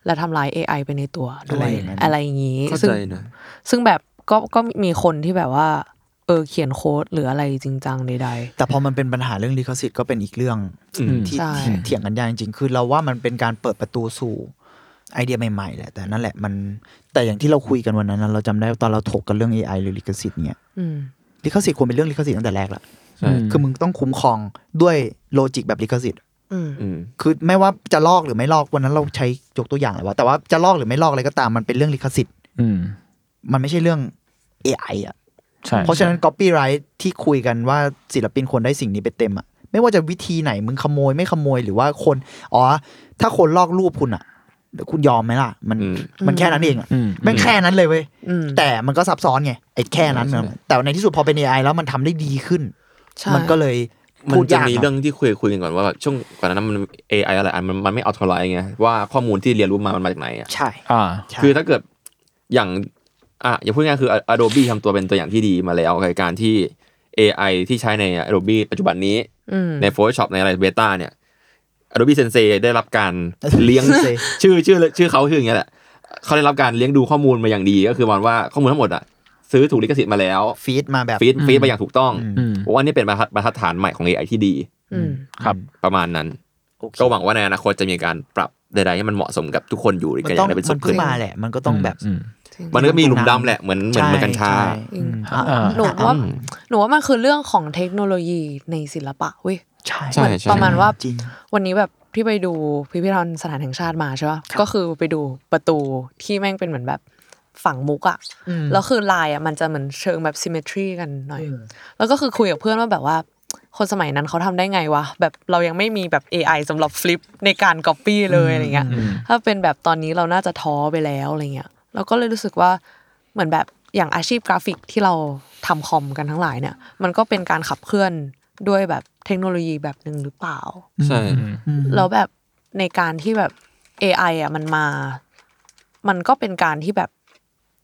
S4: และทำร้าย AI ไปในตัวด้ว
S5: อะไร
S4: ย
S5: อย่างนั้น
S4: อะไรอย่างนี้
S3: เข้า
S4: ซึ่ง
S3: ใจนะ
S4: ซึ่งแบบก็ก็มีคนที่แบบว่า เออเขียนโค้ดหรืออะไรจริงจังใด
S5: แต่พอมันเป็นปัญหาเรื่องลิขสิทธิ์ก็เป็นอีกเรื่อง
S3: อืม
S5: ที่
S4: ใช่
S5: ที่เถียงกันยากจริงๆ คือเราว่ามันเป็นการเปิดประตูสู่ไอเดียใหม่ๆแหละ แต่นั่นแหละมันแต่อย่างที่เราคุยกันวันนั้นนะเราจำได้ว่าตอนเราถกกันเรื่อง AI หรือลิขสิทธิ์เนี่ย
S4: ๆ อืม
S5: ลิขสิทธิ์ควรเป็นเรื่องลิขสิทธิ์ตั้งแต่แรกละ
S3: ใช่
S5: คือมึงต้องคุ้มครองด้วยโลจิกแบบลิขสิทธิ์
S4: อืม
S3: อืม
S5: คือไม่ว่าจะลอกหรือไม่ลอกวันนั้นเราใช้ยกตัวอย่างเลยว่าแต่ว่าจะลอกหรือไม่ลอกอะไรก็ตามมันเป็นเรื่องลิขสิทธิ์
S2: อืม
S5: มันไม่ใช่เรื่อง AI อ่ะ
S2: ใช่
S5: เพราะฉะนั้น copyright ที่คุยกันว่าศิลปินควรได้สิ่งนี้ไปเต็มอะไม่ว่าจะวิธีไหนมึงขโมยไม่ขโมยหรือว่าคน อ๋อ ถ้าคนลอกรูปคุณอะคุณยอมไหมล่ะ มัน
S3: อืม
S5: มันแค่นั้นเองอะ
S2: อืม
S5: แม่งแค่นั้นเลยเว้ย
S4: อืม
S5: แต่มันก็ซับซ้อนไงไอ้แค่นั้น
S3: ใช่
S5: นะ
S3: ใช่
S5: แต่ในที่สุดพอเป็น AI แล้วมันทำได้ดีขึ้น
S4: ใช่
S5: มันก็เลย
S3: มัน
S5: พูด
S3: จะ
S5: ยาก
S3: มีเรื่องที่คุยคุยกันก่อนว่าแบบช่วงก่อนหนานั้นมัน AI อะไรอันมันมันไม่เอาทลายไงว่าข้อมูลที่เรียนรู้มามันมาจากไหนอ่ะ
S5: ใช่
S2: อ่า
S5: ใช่
S3: คือถ้าเกิดอย่างอ่ะอย่าพูดง่ายๆคือ Adobe ทำตัวเป็นตัวอย่างที่ดีมาแล้วในการที่ AI ที่ใช้ใน Adobe ปัจจุบันนี้
S4: อืม
S3: ใน Photoshop ในอะไรเบต้าเนี่ย Adobe Sensei ได้รับการเลี้ยง
S5: ซ
S3: ชื่อชื่อชื่อเขาชื่ออย่างเงี้ยแหละเขาได้รับการเลี้ยงดูข้อมูลมาอย่างดีก็คือประมันว่าข้อมูลทั้งหมดอ่ะ ซื้อถูกลิขสิทธิ์มาแล้ว
S5: ฟีดมาแบบ
S3: ฟีดฟีดมาอย่างถูกต้อง
S5: อืม
S2: อืม
S3: ผมว่านี่เป็นบรรทัดบรรทัดฐานใหม่ของ AI ที่ดี
S4: อืม
S2: ครับ
S3: ประมาณนั้น
S5: โอเค
S3: ก็หวังว่าในอนาคตจะมีการปรับใดๆให้มันเหมาะสมกับทุกคนอยู่
S5: มั
S3: กันอ
S5: นต้อ
S3: งได้
S5: ย่าง
S3: เป็นส
S5: มั
S3: ม
S5: น
S3: ดุล
S5: เพิ่งมาแหละ มันก็ต้องแบบ
S2: อืม
S4: จริง
S3: มันก็มีหลุมดำแหละเหมือนเหมือนเหมือนกัญชา
S5: ใช่
S4: อืม
S5: อ่ะ
S2: อ่า
S4: หนูว่าหนูว่ามันคือเรื่องของเทคโนโลยีในศิลปะเว้ย
S5: ใช่
S3: ใช่
S4: เหมือนประมาณว่า
S5: จริง
S4: วันนี้แบบพี่ไปดูพิพิธภัณฑ์สถานแห่งชาติมาใช่ป่ะก็คือไปดูประตูที่แม่งเป็นเหมือนแบบฝังมุกอะ
S5: อืม
S4: แล้วคือลายอะมันจะเหมือนเชิงแบบซิมเมทรีกันหน่อย แล้วก็คือคุยกับเพื่อนว่าแบบว่า คนสมัยนั้นเขาทำได้ไงวะแบบเรายังไม่มีแบบ AI สำหรับฟลิปในการก๊อปปี้เลยอะไรเงี้ย ถ้าเป็นแบบตอนนี้เราน่าจะท้อไปแล้วอะไรเงี้ยเราก็เลยรู้สึกว่าเหมือนแบบอย่างอาชีพกราฟิกที่เราทำคอมกันทั้งหลายเนี่ย มันก็เป็นการขับเคลื่อนด้วยแบบเทคโนโลยีแบบหนึ่งหรือเปล่า
S3: ใช่
S4: แล้วแบบในการที่แบบ AI อ่ะมันมา มันก็เป็นการที่แบบ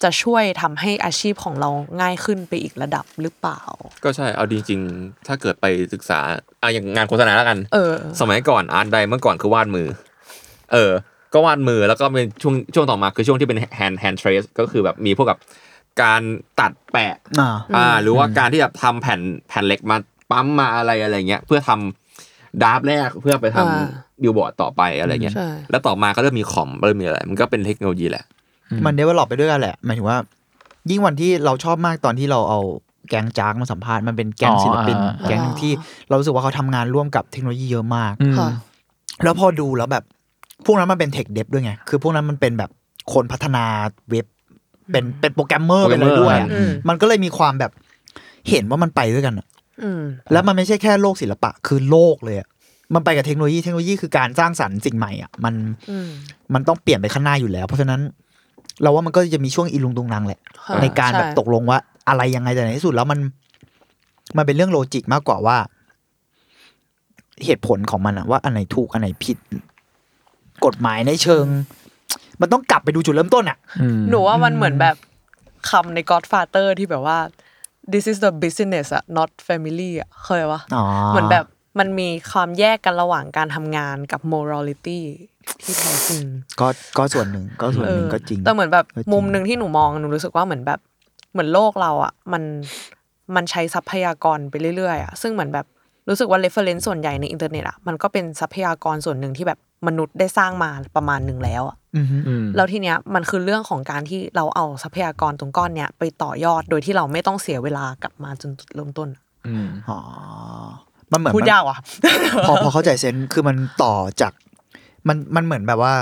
S4: จะช่วยทำให้อาชีพของเราง่ายขึ้นไปอีกระดับหรือเปล่า
S3: ก็ใช่เอาจริงๆ ถ้าเกิดไปศึกษาอ่ะอย่างงานโฆษณาแล้วกัน
S4: เออ
S3: สมัยก่อนอาร์ตใดเมื่อก่อนคือวาดมือ เออ ก็วาดมือแล้วก็เป็นช่วงช่วงต่อมาคือช่วงที่เป็นแฮนด์แฮนด์เทรสก็คือแบบมีพวกกับการตัดแปะ
S5: อ่า
S3: อ่า หรือว่าการที่แบบทำแผ่นแผ่นเหล็กมาปั๊มมาอะไรอะไรเงี้ยเพื่อทำดาร์ฟแรกเพื่อไปทำ
S4: อ่า
S3: บิลบอร์ดต่อไปอะไรเงี้ย
S4: ใช่
S3: แล้วต่อมาก็เริ่มมีคอมเริ่มมีอะไร มันก็เป็นเทคโนโลยีแหละ
S5: มันเดเวลลอปไปด้วยกันแหละหมายถึงว่า ยิ่งวันที่เราชอบมากตอนที่เราเอาแก๊งจ้างมาสัมภาษณ์มันเป็นแก๊ง
S2: อ๋อ
S5: ศิลปิน
S2: อ่า
S5: แก๊งหนึ่งที่เรารู้สึกว่าเขาทำงานร่วมกับเทคโนโลยีเยอะมาก
S2: อืม
S4: ค่ะ
S5: แล้วพอดูแล้วแบบพวกนั้นมันเป็นเทคเด t ด้วยไง คือพวกนั้นมันเป็นแบบคนพัฒนาเว็บ เป็นเป็นโปรแกรมเมอร์ไปเลยด้วยอะ
S3: อื
S4: ม
S5: มันก็เลยมีความแบบเห็นว่ามันไปด้วยกันอะ
S4: อืม
S5: แล้วมันไม่ใช่แค่โลกศิลปะคือโลกเลยอะมันไปกับเทคโนโลยีเทคโนโลยีคือการสร้างสรรค์สิ่งใหม่อ่ะมัน
S4: อืม
S5: มันต้องเปลี่ยนไปข้างหน้าอยู่แล้ว เพราะฉะนั้น เราว่ามันก็จะมีช่วงอีลุงตุงนังแหละ
S4: ค่ะ
S5: ในการแบบ
S4: ช่
S5: ตกลงว่า อะไรยังไงแต่ในที่สุดแล้วมัน มันเป็นเรื่องโลจิกมากกว่าว่า เหตุผลของมันอะว่าอันไหนถูกอันไหนผิด กฎหมายในเชิง มันต้องกลับไปดูจุดเริ่มต้นอะ
S2: อืม
S4: หนูว่ามันเหมือนแบบคำใน Godfather ที่แบบว่า this is the business อะ not family อะเคยวะ
S5: อ๋อ
S4: เหมือนแบบมันมีความแยกกันระหว่างการทำงานกับ morality ที่แท้จริง
S5: ก็ก็ส่วนหนึ่งก็ส่วนหนึ่ง
S4: เออ
S5: ก็จริง
S4: แต่เหมือนแบบ
S5: ก็จริง
S4: มุมหนึ่งที่หนูมองหนูรู้สึกว่าเหมือนแบบเหมือนโลกเราอ่ะมันมันใช้ทรัพยากรไปเรื่อยๆอ่ะซึ่งเหมือนแบบรู้สึกว่า reference ส่วนใหญ่ในอินเทอร์เน็ตอ่ะมันก็เป็นทรัพยากรส่วนหนึ่งที่แบบ มนุษย์ได้สร้างมาประมาณหนึ่งแล้วอะ
S5: อืม
S2: อืม
S4: แล้วทีเนี้ยมันคือเรื่องของการที่เราเอาทรัพยากรตรงก้อนเนี้ยไปต่อยอดโดยที่เราไม่ต้องเสียเวลากลับมาจนจุดเริ่มต้น
S2: อืม
S5: อ๋อ มันเหมือน
S4: พูด
S5: มัน
S4: ยากว่ะ
S5: พอพอเข้าใจเซนส์คือมันต่อจาก มันมันเหมือนแบบว่า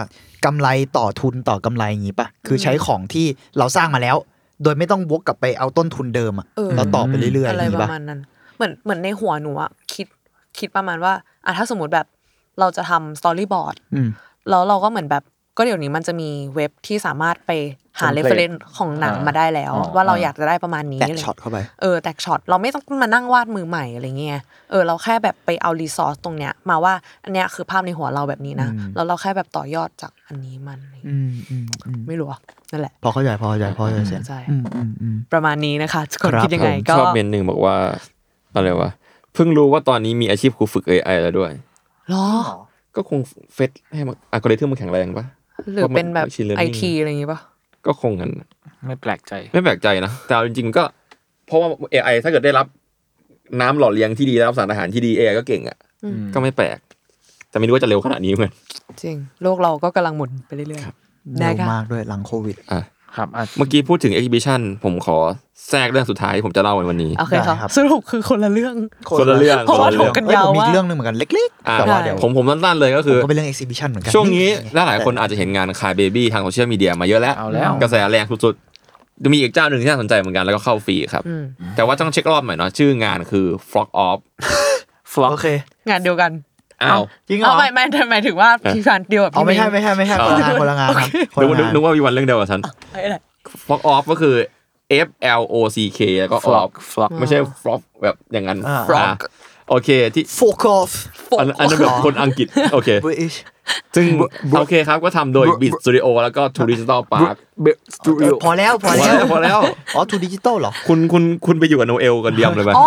S5: กำไรต่อทุนต่อกำไรอย่างนี้ป่ะ คือใช้ของที่เราสร้างมาแล้ว โดยไม่ต้องวกกลับไปเอาต้นทุนเดิมอะ
S4: เออ
S5: เราต่อไปเรื่อยๆ
S4: อะไร
S5: อย่าง
S4: ป
S5: นี้
S4: ระ
S5: ป่ะ
S4: มาณนั้น เหมือนเหมือนในหัวหนูอะคิดคิดประมาณว่าอ่ะถ้าสมมติแบบเราจะทำสตอรี่บอร์ด
S5: อืม
S4: แล้วเราก็เหมือนแบบก็เดี๋ยวนี้มันจะมีเว็บที่สามารถไปหา
S2: Template
S4: เรฟเฟรนของหนัง
S2: อ่าม
S4: มาได้แล้ว
S2: อ๋อ
S4: ว่าเราอยากจะได้ประมาณนี้
S5: แตะ
S4: อะไร
S5: ช็อตเข้าไป
S4: เออแตกช็อตเราไม่ต้องมานั่งวาดมือใหม่อะไรเงี้ยเออเราแค่แบบไปเอารีซอสตรงเนี้ยมาว่าอันเนี้ยคือภาพในหัวเราแบบนี้นะ
S5: อืม
S4: แล้วเราแค่แบบต่อยอดจากอันนี้มันอะไรเงี้ย
S5: อืมอืมอืม
S4: ไม่รู้อะนั่นแหละ
S5: พอเข้าใจพอเข้าใจพอเข้าใจเซน
S4: ใช่
S5: อืมอืมอืม
S4: ประมาณนี้นะคะทุกคน
S5: ครับ
S4: คิดยังไง
S3: ผ
S4: ก็
S3: มชอบเมนหนึ่งบอกว่าอะไรวะเพิ่งรู้ว่าตอนนี้มีอาชีพครูฝึก AI แล้วด้วย
S4: หรอ
S3: ก็คงเฟซให้มันอัลกอริทึมมันแข็งแรงปะ
S4: หรือเป็นแบบ
S3: Machine
S4: ไอ
S3: learning
S4: ที อะไรอย่างงี้ป่ะ
S3: ก็คงงั้นนะ
S2: ไม่แปลกใจ
S3: ไม่แปลกใจนะ แต่เอาจริงๆมันก็ เพราะว่า AI ถ้าเกิดได้รับน้ำหล่อเลี้ยงที่ดีได้รับสารอาหารที่ดี AI ก็เก่งอ่ะ
S4: อืม
S3: ก็ไม่แปลก แต่ไม่รู้ว่าจะเร็วขนาดนี้เหมือนกัน
S4: จริง โลกเราก็กำลังหมุนไปเรื่อย ได้
S5: เร็ว
S4: ค่ะ
S5: มากด้วยหลังโควิด
S2: ครับอ่ะ
S3: เมื่อกี้พูดถึง exhibition ผมขอแทรกเรื่องสุดท้ายที่ผมจะเล่าในวันนี้
S4: ๆ โอเค
S5: ได้
S4: ค่ะ
S5: ครับ
S4: สรุปคือคนละเรื่อง
S3: คนละเรื่อง
S4: เพราะว่า
S3: คนละเรื่อง
S4: ถกกัน
S5: เอ้ย
S4: ยาว
S5: ผมมี
S4: ว่า
S5: เรื่องหนึงเหมือนกันเล็ก
S3: อ่า
S5: ๆแต่ว่าเดี๋ยว
S3: ผมผมสั้นๆเลยก็
S5: ผ
S3: คือ
S5: มก็เป็นเรื่อง exhibition เหมือนกัน
S3: ช่วงนี้
S5: ไ
S3: หลายๆคนอาจจะเห็นงานคายเบบี้ทางโซเชียลมีเดียมาเยอะแล้ว
S2: เอาแล้ว
S3: กระแสแรงสุดๆจะมีอีกเจ้าหนึ่งที่น่าสนใจเหมือนกันแล้วก็เข้าฟรีครับ
S4: อืม
S3: แต่ว่าต้องเช็ครอบหน่อยเนาะชื่องานคือ Flock Off
S2: ฟล็อก
S5: โอเค
S4: งานเดียวกัน
S3: อ้าว
S5: จริงเหร
S4: เอา
S5: อ
S4: ไม่ไม่หมายถึงว่าพี่การเดียวกับ
S5: เอา
S4: พี่
S5: ไม่ใช่ไม่
S4: ง
S5: ใช่ไม่ใช่คนละงานคนละงานครับคน
S3: นึกว่านึกนึ
S5: ละงาน
S3: กว่ามีวันเรื่องเดียวกับฉัน Flock Off ก็คือ F L O C K แล้วก็
S2: Flock
S3: Off
S2: Flock
S3: ไม่ใช่ Flock แบบอย่างนั้น
S5: อ่า
S3: อ่าโอเคที่
S5: fork off
S3: อันอันนั้นแบบคนอังกฤษโอเค
S5: British
S3: ซึ่งโอเคครับก็ทำโดย Beat Studio แล้วก็ Touristal Park
S5: พอแล้วพอแล้ว
S3: พอแล้ว
S5: อ๋อทูดิจิตอลเหรอ
S3: คุณคุณคุณไปอยู่กับโนเอลกันเดียมเลยไหม
S4: อ๋อ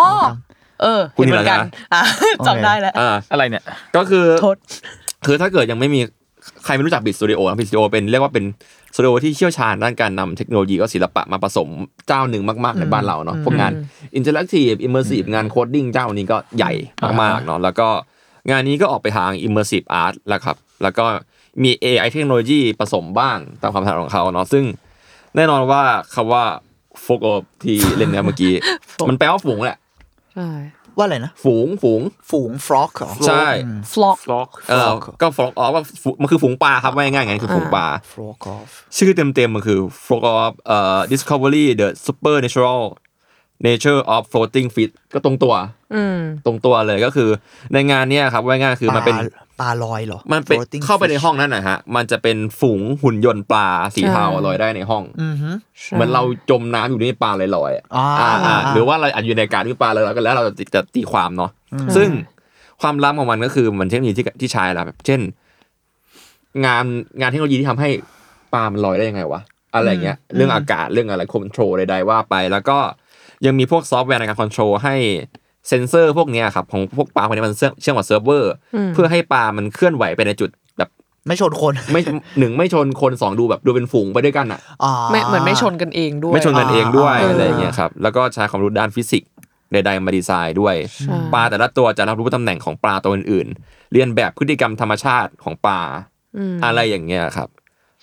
S4: เออ
S3: คุณเห็น
S4: เหมืนกั
S3: แล้วนะ
S4: อ่ะ
S5: โอเค
S4: จำได้แล้ว
S3: อ่า
S2: อะไรเนี่ย
S3: ก็คือ
S4: โทษ
S3: คือถ้าเกิดยังไม่มีใครไม่รู้จักบิดสตูดิโอบิดสตูดิโอเป็นเรียกว่าเป็นสตูดิโอที่เชี่ยวชาญด้านการนำเทคโนโลยีก็ศิลปะมาผสมเจ้าหนึ่งมาก ๆ ในบ้านเราเนาะพวกงานอินเทอร์แอคทีฟอิมเมอร์ซีฟงานโคดดิ้งเจ้านี้ก็ใหญ่มาก ๆ เนาะแล้วก็งานนี้ก็ออกไปทางอิมเมอร์ซีฟอาร์ตแล้วครับ แล้วก็มี AI เทคโนโลยีผสมบ้างตามความถนัดของเขาเนาะซึ่ง แน่นอนว่าคำว่าโฟกที่เล่นเนี่ยเมื่อ กี้ มันแปลว่าฝูงแหละ
S4: ใช่
S5: ว่าอะไรนะ
S3: ฝูงฝูง
S5: ฝูง frog เหรอ
S3: ใช่
S4: ฟล็อก
S2: ฟล็อก
S3: เออ
S5: Frog
S3: ก็ฟอกออฟว่าฝูมันคือฝูงปลาครับว่าง่ายๆไงคือฝูงปลา
S5: frog off
S3: ชื่อเต็มๆมันคือ Frog of เอ่อ Discovery the Supernatural Nature of Floating Fish ก็ตรงตัว
S4: อืม
S3: ตรงตัวเลยก็คือในงานเนี้ยครับว่าง่ายๆคือมันเป็น
S5: ปลาปลาลอยเหรอ
S3: มันเป็น
S5: Floating
S3: เข้าไปใน
S5: fish
S3: ห้องนั้นนะฮะ มันจะเป็นฝูงหุ่นยนต์ปลาสีเทาลอยได้ในห้อง
S5: อือฮึ
S3: เหมือนเราจมน้ำอยู่ในปลาลอยๆอะ
S5: อ่า
S3: อ่าอ่า
S5: อ่า
S3: หรือว่าเราอาจอยู่ในอากาศที่ปลาลอยๆก็แล้วเราจะจะตีความเนาะซึ่งความล้ำของมันก็คือมันเทคโนโลยีที่ที่ใช้แล้วแบบ เช่น งานงานเทคโนโลยีที่ทำให้ปลามันลอยได้ยังไงวะอะไรอย่างเงี้ยเรื่องอากาศเรื่องอะไรควบคุมใดๆว่าไป แล้วก็ยังมีพวกซอฟต์แวร์ในการควบคุมให้เซนเซอร์พวกเนี้ยครับของพวกปลาพวกนี้มันเชื่อมเชื่อมกับเซิร์ฟเวอร์
S4: อืม
S3: เพื่อให้ปลามันเคลื่อนไหวไปในจุดแบบ
S5: ไม่ชนคน
S3: ไม่หนึ่งไม่ชนคนสองดูแบบดูเป็นฝูงไปด้วยกันอะ
S5: อ่า
S4: ไม่เหมือนไม่ชนกันเองด้วย
S3: ไม่ชนกันเองด้วย
S5: อ่า
S3: อะไรอย่างเงี้ยครับ แล้วก็ใช้ความรู้ด้านฟิสิกส์ใดๆมาดีไซน์ด้วย
S4: ใช่
S3: ปลาแต่ละตัวจะรับรู้ตำแหน่งของปลาตัวอื่นๆ เรียนแบบพฤติกรรมธรรมชาติของปลา
S4: อืม
S3: อะไรอย่างเงี้ยครับ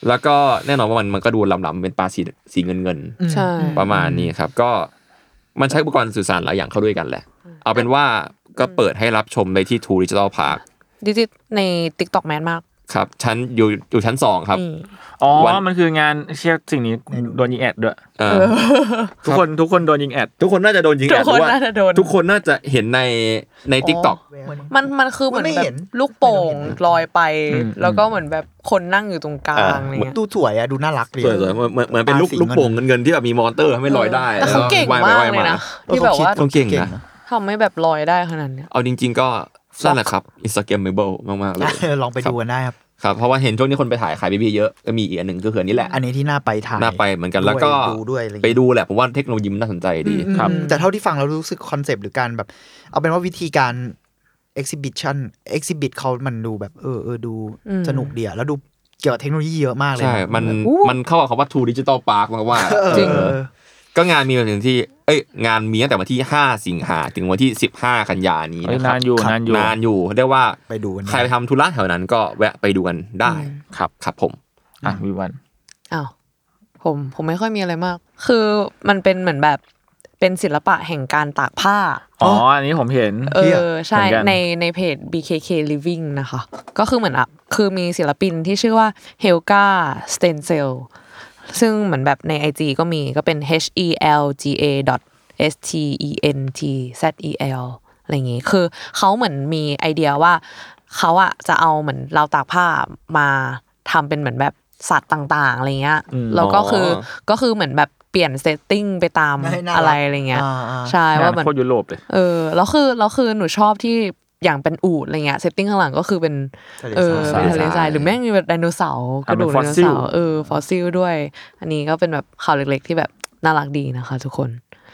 S3: แล้วก็แน่นอนว่ามันมันก็ดูลำๆเป็นปลาสีสีเงิน
S4: ใช่
S3: ๆ ประมาณนี้ครับ ก็มันใช้อุปกรณ์สื่อสารหลายอย่างเข้าด้วยกันแหละ เอาเป็นว่าก็เปิดให้รับชมได้ที่ทูริจิทัลพาร์ค
S4: ดิจิตใน t ิ k t o k แมนมาก
S3: ครับ ชั้นอยู่อยู่ชั้นสองครับ
S4: นี่
S2: อ๋อ
S3: วัน
S2: มันคืองานเชี่ยสิ่งนี้โดนยิงแอดด้วย
S3: เอ่อ
S2: ทุกคนทุกคนโดนยิงแอด
S3: ทุกคนน่าจะโดนยิงแอ
S4: ทุ
S3: ด
S4: กค
S3: ห
S4: น
S3: รือว่
S4: น่าจะโดน
S3: ทุกคนน่าจะเห็นในในทิกตอก
S5: เหมือน
S4: มันมันคือเหมือน
S5: ไม่
S4: แบ
S5: เห็
S4: บ
S5: น
S4: ลูกโป่งลอยไป
S2: อืม
S4: แล้วก็เหมือนแบบคนนั่งอยู่ตรงกลาง
S3: อ่า
S4: อะไรเงี้ย
S5: ดูสวยอะดูน่ารักดี
S3: สวยๆเหมือนเหมือนเหมือนเป็นลูก
S5: ปลาสี
S3: ลูกโป่ง
S5: เงิน
S3: เงินๆที่แบบมีมอเตอร์ทำให้ลอยได้
S4: แต่เขาเก่ง
S3: ว่ยไป
S4: มาก
S3: ว่ย
S4: เลยนะ
S5: เออ
S4: ที่แบบว่า
S5: ขคิด
S3: เก่งนะ
S4: ทำให้แบบลอยได้ขนาดเนี้ย
S3: เอาจริง ๆ ก็นั่นแหละครับอินสตาแกรมเบิลมากๆเลย
S5: เอ อลองไปดูกันได้ครับ
S3: ครับ เพราะว่าเห็นช่วงนี้คนไปถ่ายขายบีบีเยอะก็มีอีกอันหนึ่งก็คืออันนี้แหละ
S5: อันนี้ที่น่าไปถ่าย
S3: น่าไปเหมือนกัน
S5: ด้วย
S3: แล้วก็
S5: ดูด้วยอะไรอย่าง
S3: ไป
S5: เงี้ย
S3: ดูแหละผมว่าเทคโนโลยีมันน่าสนใจดี
S5: อืม
S2: ครับ
S5: แต่เท่าที่ฟังแล้วรู้สึกคอนเซปต์หรือการแบบ เอาเป็นว่าวิธีการ exhibition exhibit เขามันดูแบบเออเออดู
S4: อืม
S5: สนุกดีอะแล้วดูเกี่ยวกับเทคโนโลยีเยอะมากเลย
S3: ใช่
S5: นะ
S3: มัน
S5: แบบ
S3: มันเข้ากับคำว่าทูดิจิตอลพาร์คมากว่า
S5: เออ
S3: ๆ
S5: เออ
S3: ก็งานมีวันถึงที่ เอ้ยงานมีตั้งแต่วันที่ 5 สิงหาถึงวันที่ 15 กันยานี้
S2: เอ้ย
S3: นะครับ
S2: นานอยู่
S3: ครับ
S2: นานอยู่
S3: นานอยู่เรียกว่า
S5: ไปดูกันได้
S3: ใครไปทำธุระแถวนั้นก็แวะไปดูกันได้
S2: ครับ
S3: ครับผม
S2: อ่ะวิวัน
S4: อ้าวผมผมไม่ค่อยมีอะไรมาก คือมันเป็นเหมือนแบบเป็นศิลปะแห่งการตากผ้า
S2: อ๋อ อันนี้ผมเห็น
S4: เอ
S5: เหี้ย
S4: อใช่
S2: เหมือนกัน
S4: ในในเพจ BKK Living นะคะ ก็คือเหมือนอ่ะคือมีศิลปินที่ชื่อว่า Helga Stencil ซึ่งเหมือนแบบใน IG ก็มีก็เป็น H E L G A dot S T E N T Z E L อะไรอย่างงี้ คือเขาเหมือนมีไอเดียว่า เขาอะจะเอาเหมือนเราวตากผ้ามาทำเป็นเหมือนแบบสัตว์ต่าง ๆ อะไรเงี้ยแล้วก็คืออ
S3: อ
S4: ก็คือเหมือนแบบเปลี่ยนเซตติ้งไปตาม
S5: ให้น่ารัก
S4: อะไรอะไรเงี้ย
S5: อ่าๆ
S4: ใช่ว่าเหมือน
S2: โคตรยุโรปเลย
S4: เออแล้วคือแล้วคือหนูชอบที่อย่างเป็นอูดอะไรเงี้ยเซตติ้งข้างหลังก็คือเป็น
S5: ทะเล
S4: เออ
S5: ทราย
S4: เป็นทะเล
S3: ทราย
S4: ทรายหรือแม่งมีแบบไดโนเสาร์ก
S2: อ่ะ
S4: ระ
S2: เป็
S4: ดู
S2: น
S4: กไดโนเสา
S2: fossil
S4: ร์เออฟอสซิลด้วย อันนี้ก็เป็นแบบข่าวเล็กๆ ที่แบบน่ารักดีนะคะทุกคน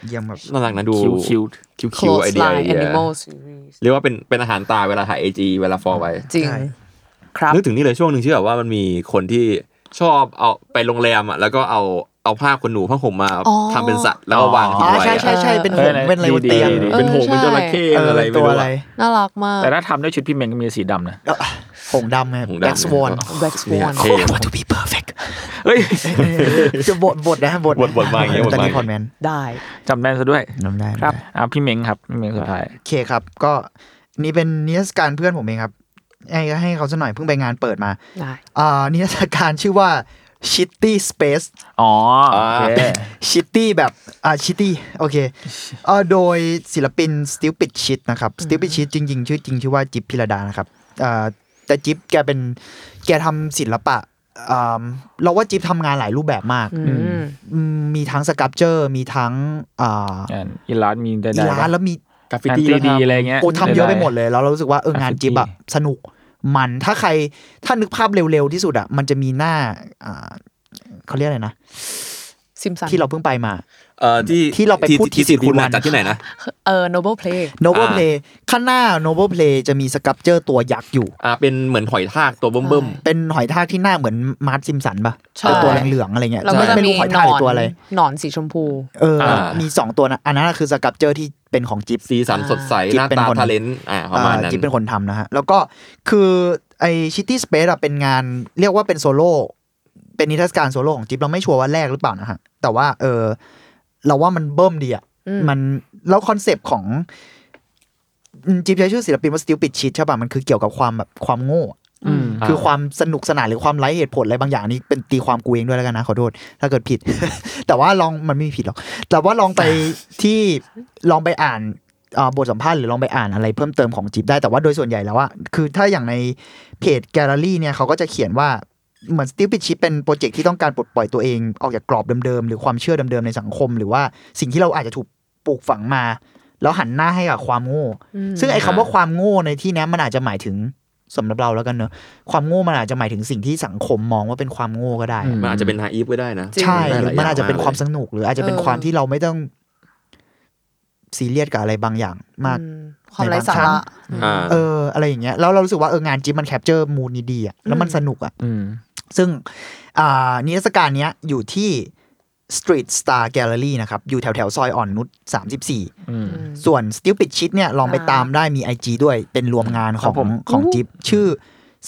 S5: เยี่ยมแบบ
S3: น่ารักนะดู
S2: คิวคิว
S3: คิวคิว
S4: close
S3: ไอเดีย
S4: line animal series
S3: เรียกว่าเป็นเป็นอาหารตาเวลาถ่ายเอจีเวลาฟอร์ไว้
S4: จริง
S5: ใช่
S4: ครับ
S3: นึกถึงนี่เลยช่วงหนึ่งที่แบบว่ามันมีคนที่ชอบเอาไปโรงแรมอ่ะแล้วก็เอาเอาผ้าขนหนูผ้าห่มมา
S4: อ๋อ
S3: ทำเป็นสัตว์แล้วก็วาง
S5: อ๋
S3: ทิ้
S5: อง
S3: ไว้
S5: ใช่
S3: อะ
S5: ใช่ใช่เป็นผ
S2: เออ
S5: มเป็นอะไรบน
S2: ดีๆ
S5: เตียง
S2: ดี
S4: ๆ
S3: เป็นหงส์
S4: เออ
S3: เป็นจระ
S4: ใช่
S3: เข้
S5: เออ
S3: อะไร
S5: เป็น
S3: ไม่
S5: ตัว
S3: รู้
S5: อะไร
S3: อะ
S4: น่ารักมาก
S2: แต่ถ้าทำด้วยชุดพี่เมงก็มีสีดำนะ
S5: เออหงส์ดำไง
S3: หงส์ดำ
S5: แบ็กสวอน
S4: Black Swan
S3: เท่
S4: I want to be perfect
S2: เฮ้ย
S5: จะบทบทนะบท
S3: บทบทมาอย่างเงี้ยบท
S5: แต่
S3: มาอย่างเงี้ย
S5: นี่พอดแมน
S4: ได้
S2: จำได้ซะด้วย
S5: จำได้
S4: ครับ
S5: จำได้
S2: อ่ะพี่เมงครับพี่เมงสุดท้าย
S5: โอเคครับ ก็นี่เป็นนิทรรศการเพื่อนผมเองครับ ให้ให้เขาสักหน่อยเพิ่งไปงานเปิดมา
S4: ได้
S5: อ่านิทรรศการชื่อว่า Shitty Space
S2: อ๋อโอเค
S5: ชิตตี้แบบอ่าชิตตี้โอเคเอ่อโดยศิลปินสติ p ปิดชิตนะครับสติ p ปิดชิตจริง ๆ ชื่อจริงชื่อว่าจิ๊บพิรดานะครับอ่าแต่จิ๊บแกเป็นแกทำศิลปะอ่าเราว่าจิ๊บทำงานหลายรูปแบบมาก
S4: อืม
S5: อืมมีทั้งสกับเจอร์มีทั้งอ่า
S2: อ่าอิลาสมีได้ได้
S5: ร้านแล้วมี
S3: กราฟฟิ
S2: แอน
S3: ตี้
S2: ตี้
S3: ก็
S2: ดี
S3: ทำ
S2: อะไรเงี้ย
S5: โอ้ทำเยอะไปหมด
S2: เลย
S5: เลย แล้วเรารู้สึกว่าเอองาน
S2: อ่ะ
S5: จิ๊บแบบสนุกมันถ้าใครถ้านึกภาพเร็วๆที่สุดอ่ะมันจะมีหน้าอ่าเขาเรียกอะไรนะ
S4: ซิมสัน
S5: ที่เราเพิ่งไปมา
S3: เอ่อที่
S5: ที่เราไปพูดที่
S3: ที่สิทธิ์คุณ
S5: สิ
S3: อะ
S5: ริวัณ
S3: จัดที่ไหนนะ
S4: เออ noble play
S5: โนเบิล
S3: อ่า
S5: เพลย์ข้างหน้าโนเบิลเพลย์จะมีสกับเจอร์ตัวยักษ์อยู่
S3: อ่าเป็นเหมือนหอยทากตัวเบิ่ม
S5: เป็นหอยทากที่หน้าเหมือนมาร์ทซิมสันปะ
S4: ใช่
S5: เป็นตัวเหลืองๆอะไรเงี้ย
S4: แล้วก็จะ
S5: ไม่
S4: มี
S5: รู้หอย
S4: หน
S5: ทากหรือ อตัวอะไร
S4: นหนอนสีชมพู
S5: เอออา มีสองตัวนะอันนั้นคือสกับเจอร์ที่เป็นของจิ๊บ
S3: ๆสีสันสดใส
S5: จิ๊
S3: ห
S5: บ
S3: น้า
S5: เป็น
S3: ตา
S5: คน
S3: ทาเลนต์อ่าประมาณนั้น
S5: จิ๊บเป็นคนทำนะฮะ แล้วก็คือไอชิตตี้สเปซอะเป็นงานเรียกว่าเป็นโซโล่เป็นนิทรรศการโซโล่ของจิ๊บเราไม่ชัวร์ว่าแรกหรือเปล่านะฮะ แต่ว่าเออเราว่ามันเบิ่มดีอะ
S4: อืม
S5: มันแล้วคอนเซปต์ของอืมจิ๊บใช้ชื่อศิลปินว่าสติลปิดชิตใช่ป่ะมันคือเกี่ยวกับความแบบความโง่อะคือความสนุกสนานหรือความไร้เหตุผลอะไรบางอย่างอันนี้เป็นตีความกูเองด้วยแล้วกันนะขอโทษ ถ้าเกิด ผิด แต่ว่าลองมันไม่มีผิดหรอก แต่ว่าลองไปที่ลองไปอ่านเอ่อบทสัมภาษณ์หรือลองไปอ่านอะไรเพิ่มเติมของจิ๊บได้แต่ว่าโดยส่วนใหญ่แล้วว่าคือถ้าอย่างในเพจแกลเลอรี่เนี่ยเขาก็จะเขียนว่าเหมือนสติปิชิปเป็นโปรเจกต์ที่ต้องการปลดปล่อยตัวเองออกจากกรอบเดิมๆ หรือความเชื่อเดิมๆ ในสังคม หรือว่าสิ่งที่เราอาจจะถูกปลูกฝังมา แล้วหันหน้าให้กับความโง่
S4: อืม
S5: ซึ่งไอ้คำว่าความโง่ในที่เนี้ยมันอาจจะหมายถึงสำหรับเราแล้วกันเนอะความโง่มันอาจจะหมายถึงสิ่งที่สังคมมองว่าเป็นความโง่ก็ได้
S3: มันอาจจะเป็นฮาอีฟก็ได้นะ
S4: จริง
S5: ใช่
S3: ได้
S5: ห
S3: ห
S5: รื
S3: ล
S5: อย มันอาจจะเป็น
S3: ย่ง
S5: ความสนุก หรืออาจจะเป็น
S4: เออ
S5: ความที่เราไม่ต้องซีเรียสกับอะไรบางอย่างมาก
S4: อืมความไร้สาระ
S3: อ่า
S5: เออ อะไรอย่างเงี้ยแล้วเรารู้สึกว่าเอองานจิ๊บมันแคปเจอร์มูดนี้ดีอะแล้วมันสนุกอะ
S2: อืม
S5: ซึ่งอ่านิทรรศการเนี้ยอยู่ที่ Street Star Gallery นะครับ อยู่แถวแถวๆซอยอ่อนนุช34
S2: อืม
S5: ส่วน Stupid Shit เนี่ยลองไป
S4: อ่า
S5: ตามได้มี IG ด้วยเป็นรวมงานข
S2: ครั
S5: อบ ง
S2: ผม
S5: ของจิ๊บชื่อ